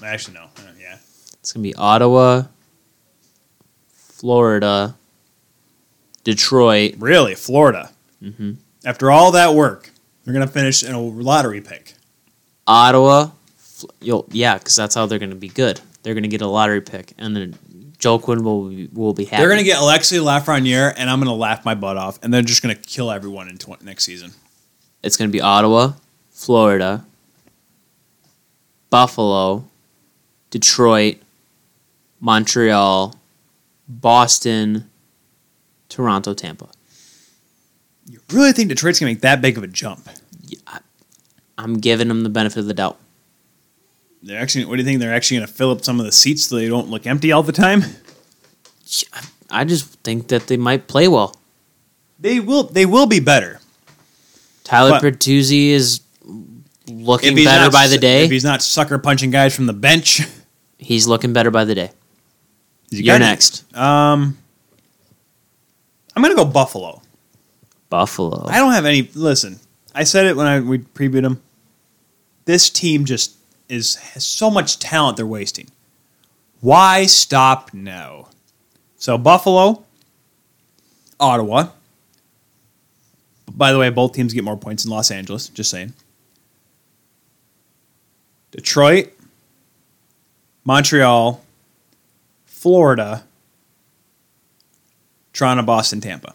Speaker 2: Actually, no. Uh, yeah.
Speaker 4: It's gonna be Ottawa, Florida, Detroit.
Speaker 2: Really, Florida. Mm-hmm.
Speaker 4: hmm
Speaker 2: After all that work, they're going to finish in a lottery pick.
Speaker 4: Ottawa. Fl- Yo, yeah, because that's how they're gonna be good. They're gonna get a lottery pick, and then Joel Quinn will be, will be happy.
Speaker 2: They're going to get Alexi Lafreniere, and I'm going to laugh my butt off, and they're just going to kill everyone in tw- next season.
Speaker 4: It's gonna be Ottawa, Florida, Buffalo, Detroit, Montreal, Boston, Toronto, Tampa.
Speaker 2: You really think Detroit's gonna make that big of a jump?
Speaker 4: Yeah, I- I'm giving them the benefit of the doubt.
Speaker 2: They're actually. What do you think? They're actually gonna fill up some of the seats so they don't look empty all the time.
Speaker 4: I just think that they might play well.
Speaker 2: They will. They will be better.
Speaker 4: Tyler
Speaker 2: But-
Speaker 4: Bertuzzi is looking
Speaker 2: If he's
Speaker 4: better
Speaker 2: not
Speaker 4: by
Speaker 2: su-
Speaker 4: the day.
Speaker 2: If
Speaker 4: He's,
Speaker 2: he's not sucker punching guys from the bench.
Speaker 4: looking better by the day.
Speaker 2: He's
Speaker 4: You're
Speaker 2: got-
Speaker 4: next.
Speaker 2: Um, I'm gonna go Buffalo.
Speaker 4: Buffalo.
Speaker 2: I don't have any. Listen, I said it when I we previewed them. This team just is has so much talent they're wasting. Why stop now? So Buffalo, Ottawa. By the way, both teams get more points in Los Angeles. Just saying. Detroit, Montreal, Florida, Toronto, Boston, Tampa.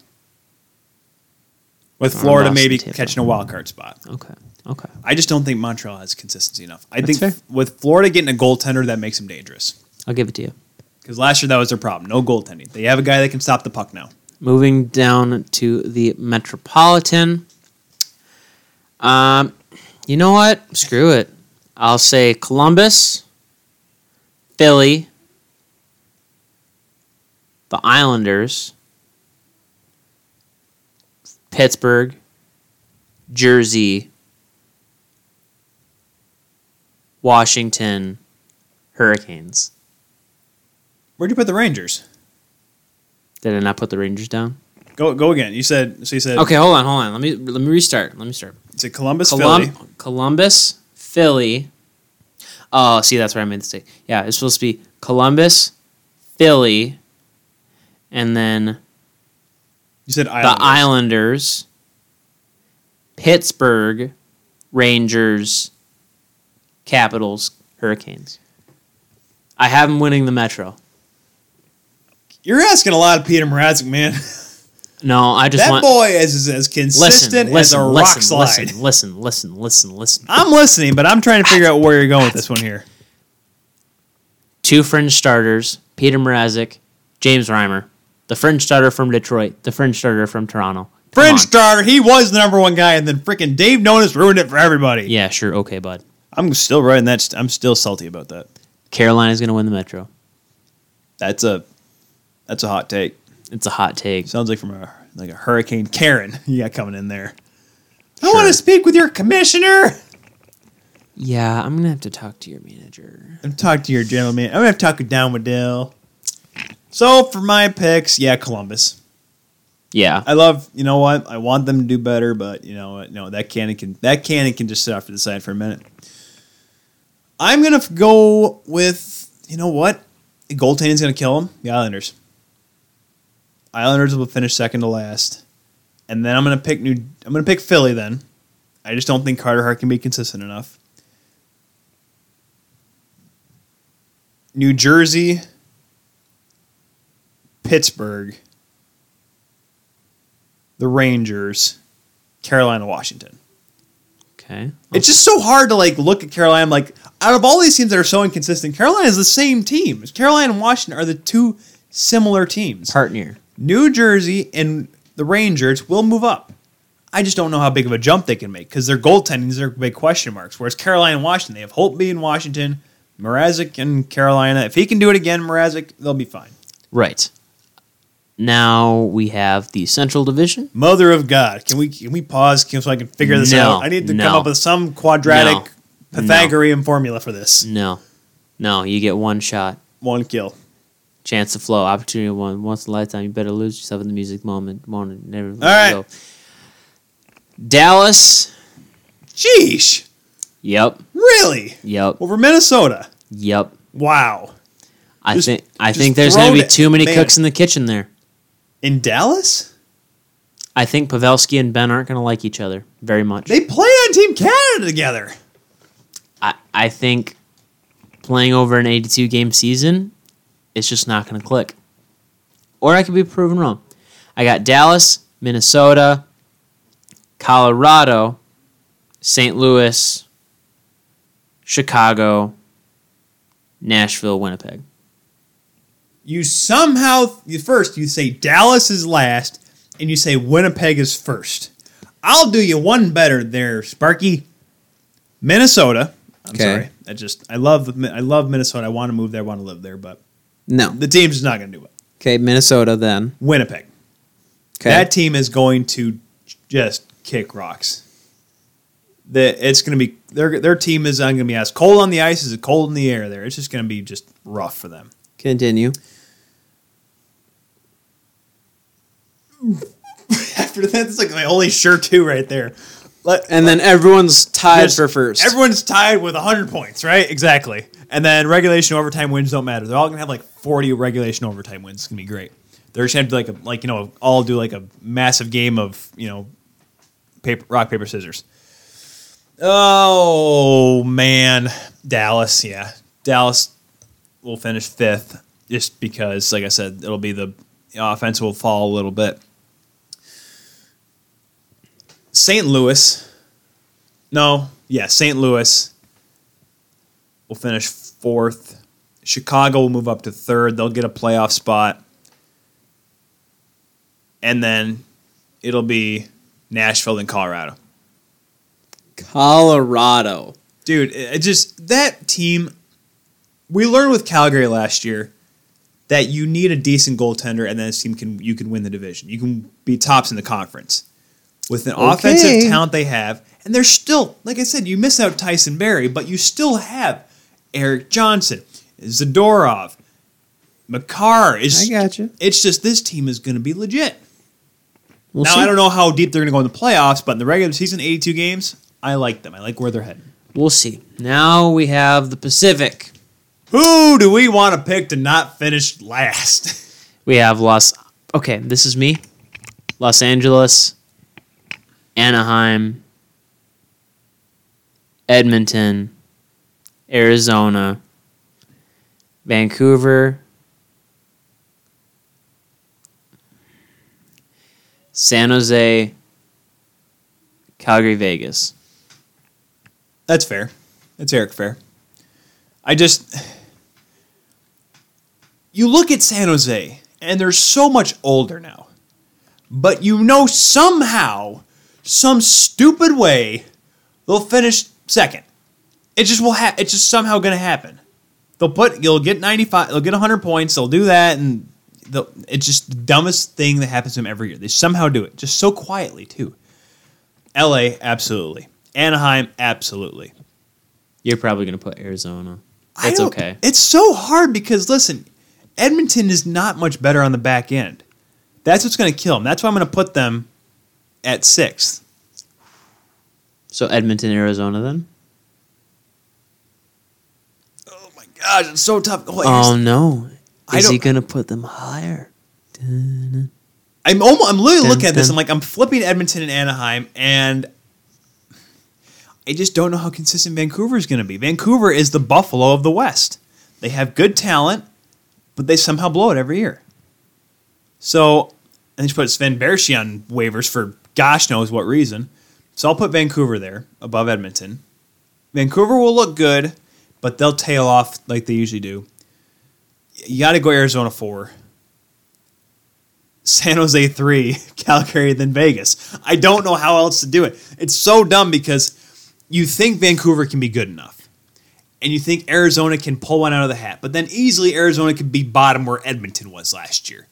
Speaker 2: With
Speaker 4: Toronto,
Speaker 2: Florida
Speaker 4: Boston,
Speaker 2: maybe
Speaker 4: Tampa.
Speaker 2: catching a wild card spot.
Speaker 4: Okay. Okay.
Speaker 2: I just don't think Montreal has consistency enough. I
Speaker 1: That's
Speaker 2: think
Speaker 1: fair.
Speaker 2: with Florida getting a goaltender, that makes them dangerous.
Speaker 4: I'll give it to you.
Speaker 2: Because last year that was their problem. No goaltending. They have a guy that can stop the puck now.
Speaker 4: Moving down to the Metropolitan. Um, you know what? Screw it. I'll say Columbus, Philly, the Islanders, Pittsburgh, Jersey, Washington, Hurricanes.
Speaker 2: Where'd you put the Rangers?
Speaker 4: Did I not put the Rangers down?
Speaker 2: Go go again. You said so you said
Speaker 4: Okay, hold on, hold on. Let me let me restart. Let me start.
Speaker 2: you said Columbus, Philly.
Speaker 4: Colum- Columbus, Philly. Oh, see, that's where I made the mistake. Yeah, it's supposed to be Columbus, Philly, and then
Speaker 2: You said
Speaker 4: the
Speaker 2: Islanders.
Speaker 4: Islanders, Pittsburgh, Rangers, Capitals, Hurricanes. I have them winning the Metro.
Speaker 2: You're asking a lot of Peter Mrazek, man.
Speaker 4: No, I just
Speaker 2: that
Speaker 4: want
Speaker 2: boy is, is as consistent
Speaker 4: listen,
Speaker 2: as a
Speaker 4: listen,
Speaker 2: rock
Speaker 4: listen,
Speaker 2: slide.
Speaker 4: listen, listen, listen, listen, listen.
Speaker 2: I'm listening, but I'm trying to figure out where you're going with this one here.
Speaker 4: two fringe starters, Peter Mrazek, James Reimer, the fringe starter from Detroit, the fringe starter from Toronto. Come
Speaker 2: Fringe
Speaker 4: on.
Speaker 2: starter, he was the number one guy, and then freaking Dave Nonis ruined it for everybody.
Speaker 4: Yeah, sure. Okay, bud.
Speaker 2: I'm still writing that. st- I'm still salty about that.
Speaker 4: Carolina's going to win the Metro.
Speaker 2: That's a that's a hot take.
Speaker 4: It's a hot take.
Speaker 2: Sounds like from a like a Hurricane Karen you got coming in there. I
Speaker 4: Sure.
Speaker 2: want to speak with your commissioner.
Speaker 4: Yeah, I'm going to have to talk to your manager.
Speaker 2: I'm talking to your gentleman. I'm gonna have to talk it down with Dale. So for my picks, yeah, Columbus.
Speaker 4: Yeah.
Speaker 2: I love. You know what? I want them to do better, but you know what? No, that cannon can that cannon can just sit off to the side for a minute. I'm gonna f- go with you know what? The Goaltending's gonna kill him. The Islanders. Islanders will finish second to last, and then I'm gonna pick new. I'm gonna pick Philly. Then I just don't think Carter Hart can be consistent enough. New Jersey, Pittsburgh, the Rangers, Carolina, Washington.
Speaker 4: Okay.
Speaker 2: It's just so hard to like look at Carolina. I'm like, out of all these teams that are so inconsistent, Carolina is the same team. Carolina and Washington are the two similar teams.
Speaker 4: Partner.
Speaker 2: New Jersey and the Rangers will move up. I just don't know how big of a jump they can make because their goaltending are big question marks. Whereas Carolina and Washington, they have Holtby in Washington, Mrazek in Carolina. If he can do it again, Mrazek, they'll be fine.
Speaker 4: Right. Now we have the Central Division.
Speaker 2: Mother of God, can we can we pause so I can figure this
Speaker 4: No,
Speaker 2: out? I need to
Speaker 4: no.
Speaker 2: come up with some quadratic
Speaker 4: No,
Speaker 2: Pythagorean formula for this.
Speaker 4: No. No, you get one shot.
Speaker 2: One kill.
Speaker 4: Chance to flow, opportunity to one once in a lifetime. You better lose yourself in the music moment. Moment, never let
Speaker 2: All
Speaker 4: it
Speaker 2: right.
Speaker 4: go. Dallas.
Speaker 2: Sheesh.
Speaker 4: Yep.
Speaker 2: Really?
Speaker 4: Yep.
Speaker 2: Over Minnesota.
Speaker 4: Yep.
Speaker 2: Wow.
Speaker 4: I
Speaker 2: Just-
Speaker 4: think I
Speaker 2: just
Speaker 4: think there's
Speaker 2: throw
Speaker 4: going to be
Speaker 2: it-
Speaker 4: too many
Speaker 2: man.
Speaker 4: cooks in the kitchen there.
Speaker 2: In Dallas?
Speaker 4: I think Pavelski and Ben aren't going to like each other very much.
Speaker 2: They play on Team Canada together.
Speaker 4: I, I think playing over an 82 game season it's just not going to click. Or I could be proven wrong. I got Dallas, Minnesota, Colorado, St. Louis, Chicago, Nashville, Winnipeg.
Speaker 2: You somehow you first you say Dallas is last, and you say Winnipeg is first. I'll do you one better there, Sparky. Minnesota. I'm
Speaker 1: Okay.
Speaker 2: sorry. I just I love Mi- I love Minnesota. I want to move there. I want to live there, but
Speaker 1: No.
Speaker 2: the team's just not going to do it.
Speaker 1: Okay, Minnesota then.
Speaker 2: Winnipeg.
Speaker 1: Okay.
Speaker 2: That team is going to just kick rocks. The, it's going to be their their team is going to be as cold on the ice as it cold in the air. There, it's just going to be just rough for them.
Speaker 1: Continue.
Speaker 2: After that, it's like my only sure two right there. Let,
Speaker 1: And then everyone's tied
Speaker 2: Just-
Speaker 1: for first.
Speaker 2: Everyone's tied with 100 points, right? Exactly. And then regulation overtime wins don't matter. They're all going to have like 40 regulation overtime wins. It's going to be great. They're just going to have to like, a, like, you know, all do like a massive game of, you know, paper, rock, paper, scissors. Oh, man. Dallas, yeah. Dallas will finish fifth just because, like I said, it'll be the offense will fall a little bit. St. Louis. No, yeah, St. Louis will finish fourth. Chicago will move up to third. They'll get a playoff spot. And then it'll be Nashville and Colorado.
Speaker 1: Colorado.
Speaker 2: Dude, it it just that team we learned with Calgary last year that you need a decent goaltender and then this team can you can win the division. You can be tops in the conference. With an
Speaker 1: Okay.
Speaker 2: offensive talent they have, and they're still, like I said, you miss out Tyson Berry, but you still have Eric Johnson, Zadorov, McCarr. It's,
Speaker 1: I gotcha.
Speaker 2: it's just this team is going to be legit.
Speaker 1: We'll
Speaker 2: now,
Speaker 1: see.
Speaker 2: I don't know how deep they're going to go in the playoffs, but in the regular season, 82 games, I like them. I like where they're headed.
Speaker 4: We'll see. Now we have the Pacific.
Speaker 2: Who do we want to pick to not finish last?
Speaker 4: We have Los. Okay, this is me. Los Angeles, Anaheim, Edmonton, Arizona, Vancouver, San Jose, Calgary, Vegas.
Speaker 2: That's fair. That's Eric fair. I just you look at San Jose and they're so much older now. But you know somehow some stupid way they'll finish second. It just will ha- it's just somehow going to happen. They'll put you'll get 95 they'll get 100 points, they'll do that and they'll, it's just the dumbest thing that happens to them every year. They somehow do it just so quietly too. LA absolutely. Anaheim absolutely.
Speaker 4: You're probably going to put Arizona.
Speaker 2: I
Speaker 4: That's
Speaker 2: don't-
Speaker 4: okay.
Speaker 2: It's so hard because listen, Edmonton is not much better on the back end. That's what's going to kill them. That's why I'm going to put them at sixth.
Speaker 4: So Edmonton, Arizona, then.
Speaker 2: Oh my gosh, it's so tough. Oh,
Speaker 4: Oh
Speaker 2: here's-
Speaker 4: no!
Speaker 2: I
Speaker 4: Is he
Speaker 2: don't-
Speaker 4: gonna put them higher?
Speaker 2: I'm almost, I'm literally
Speaker 4: Dun,
Speaker 2: looking at this.
Speaker 4: dun.
Speaker 2: I'm like, I'm flipping Edmonton and Anaheim, and I just don't know how consistent Vancouver is going to be. Vancouver is the Buffalo of the West. They have good talent, but they somehow blow it every year. So, I just put Sven Bershi on waivers for gosh knows what reason. So I'll put Vancouver there above Edmonton. Vancouver will look good, but they'll tail off like they usually do. You got to go Arizona four. San Jose 3, Calgary, then Vegas. I don't know how else to do it. It's so dumb because you think Vancouver can be good enough and you think Arizona can pull one out of the hat, but then easily Arizona could be bottom where Edmonton was last year.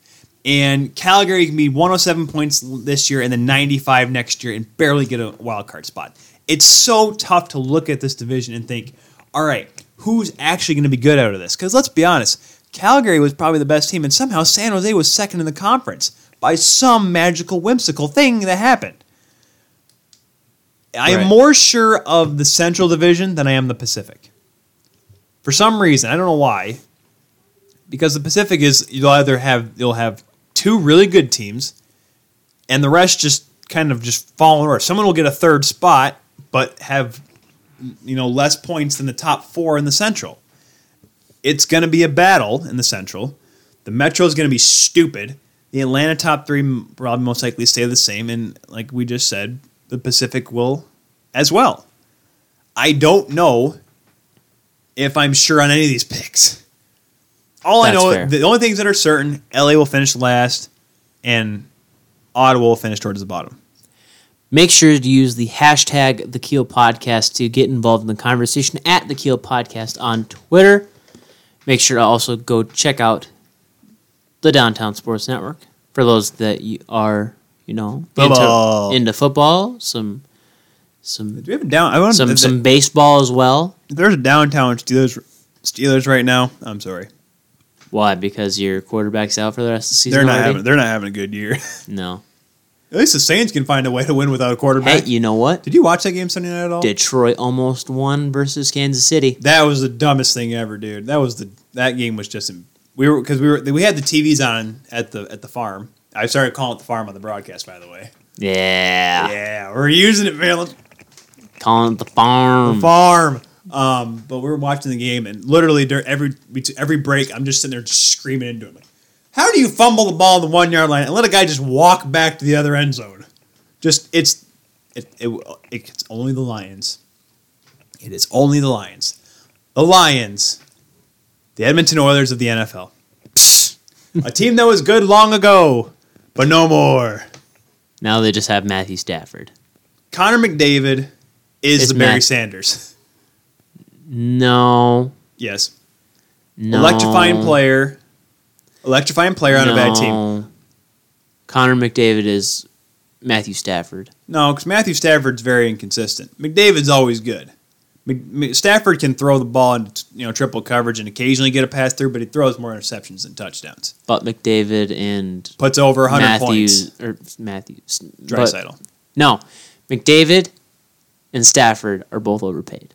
Speaker 2: And Calgary can be 107 points l- this year and then 95 next year and barely get a wild card spot. It's so tough to look at this division and think, all right, who's actually going to be good out of this? Because let's be honest, Calgary was probably the best team, and somehow San Jose was second in the conference by some magical, whimsical thing that happened. I am
Speaker 1: Right.
Speaker 2: more sure of the Central Division than I am the Pacific for some reason i don't know why because the pacific is you'll either have you'll have two really good teams and the rest just kind of just fall in order someone will get a third spot but have you know less points than the top four in the central it's going to be a battle in the central the metro is going to be stupid the atlanta top three m- probably most likely stay the same and like we just said the pacific will as well i don't know if I'm sure on any of these picks. All I
Speaker 4: That's
Speaker 2: know,
Speaker 4: fair.
Speaker 2: the only things that are certain, LA will finish last, and Ottawa will finish towards the bottom.
Speaker 4: Make sure to use the hashtag the Keel Podcast to get involved in the conversation at the Keel Podcast on Twitter. Make sure to also go check out the Downtown Sports Network for those that you are, you know,
Speaker 2: Football.
Speaker 4: into, into football, some some
Speaker 2: Do we have a down? I want
Speaker 4: some
Speaker 2: th-
Speaker 4: some baseball as well.
Speaker 2: th- There's a downtown Steelers Steelers right now. I'm sorry,
Speaker 4: Why? Because your quarterback's out for the rest of the season.
Speaker 2: they're not
Speaker 4: already?
Speaker 2: having they're not having a good year. at
Speaker 4: No.
Speaker 2: least the Saints can find a way to win without a
Speaker 4: Hey,
Speaker 2: quarterback.
Speaker 4: you know what?
Speaker 2: Did you watch that game Sunday night at all?
Speaker 4: Detroit almost won versus Kansas City.
Speaker 2: That was the dumbest thing ever, dude. That was the that game was just we were because we were we had the TVs on at the at the farm. I started calling it the farm on the broadcast, by the way.
Speaker 4: Yeah.
Speaker 2: Yeah, we're using it, man. Let's-
Speaker 4: Calling it the farm.
Speaker 2: Farm. Um, but we were watching the game, and literally during every bet- every break, I'm just sitting there just screaming into him. Like, How do you fumble the ball in the one yard line and let a guy just walk back to the other end zone? Just it's it, it it's only the Lions. It is only the Lions. The Lions, the Edmonton Oilers of the NFL, a team that was good long ago, but no more.
Speaker 4: Now they just have Matthew Stafford.
Speaker 2: Connor McDavid is
Speaker 4: It's
Speaker 2: the Barry
Speaker 4: Matt.
Speaker 2: Sanders.
Speaker 4: No.
Speaker 2: Yes.
Speaker 4: No.
Speaker 2: Electrifying player. Electrifying player on a bad team.
Speaker 4: No. Connor McDavid is Matthew Stafford.
Speaker 2: No, because Matthew Stafford's very inconsistent. McDavid's always good. Mc- Mc- Stafford can throw the ball in you know triple coverage and occasionally get a pass through, but he throws more interceptions than touchdowns.
Speaker 4: But McDavid and
Speaker 2: Puts over 100 points.
Speaker 4: Matthews or Matthews. but-
Speaker 2: Dreisaitl.
Speaker 4: No. McDavid and Stafford are both overpaid.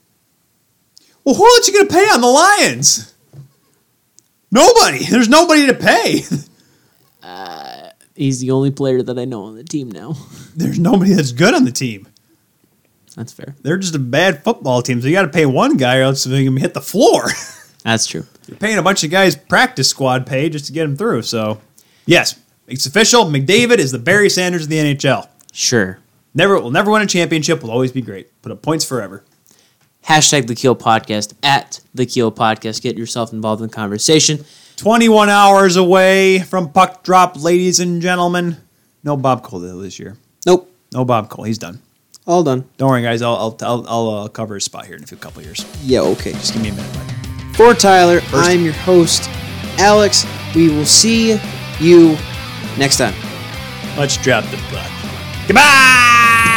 Speaker 2: Well, who else you going to pay on the Lions? Nobody. There's nobody to pay.
Speaker 4: He's the only player that I know on the team now.
Speaker 2: There's nobody that's good on the team.
Speaker 4: That's fair.
Speaker 2: They're just a bad football team, so you got to pay one guy or else they can hit the floor.
Speaker 4: That's true.
Speaker 2: You're paying a bunch of guys practice squad pay just to get them through. So, yes, it's official. McDavid is the Barry Sanders of the NHL.
Speaker 4: Sure.
Speaker 2: Never will never win a championship. Will always be great. Put up points forever.
Speaker 4: Hashtag the Keel Podcast at the Keel Podcast. Get yourself involved in the conversation.
Speaker 2: 21 hours away from puck drop, ladies and gentlemen. No Bob Cole though this year.
Speaker 1: Nope.
Speaker 2: No Bob Cole. He's done.
Speaker 1: All done.
Speaker 2: Don't worry, guys. I'll I'll, I'll, I'll uh, cover his spot here in a few couple years.
Speaker 1: Yeah, okay.
Speaker 2: Just give me a minute. Mike.
Speaker 1: For Tyler, i I'm your host, Alex. We will see you next time.
Speaker 2: Let's drop the puck. Goodbye.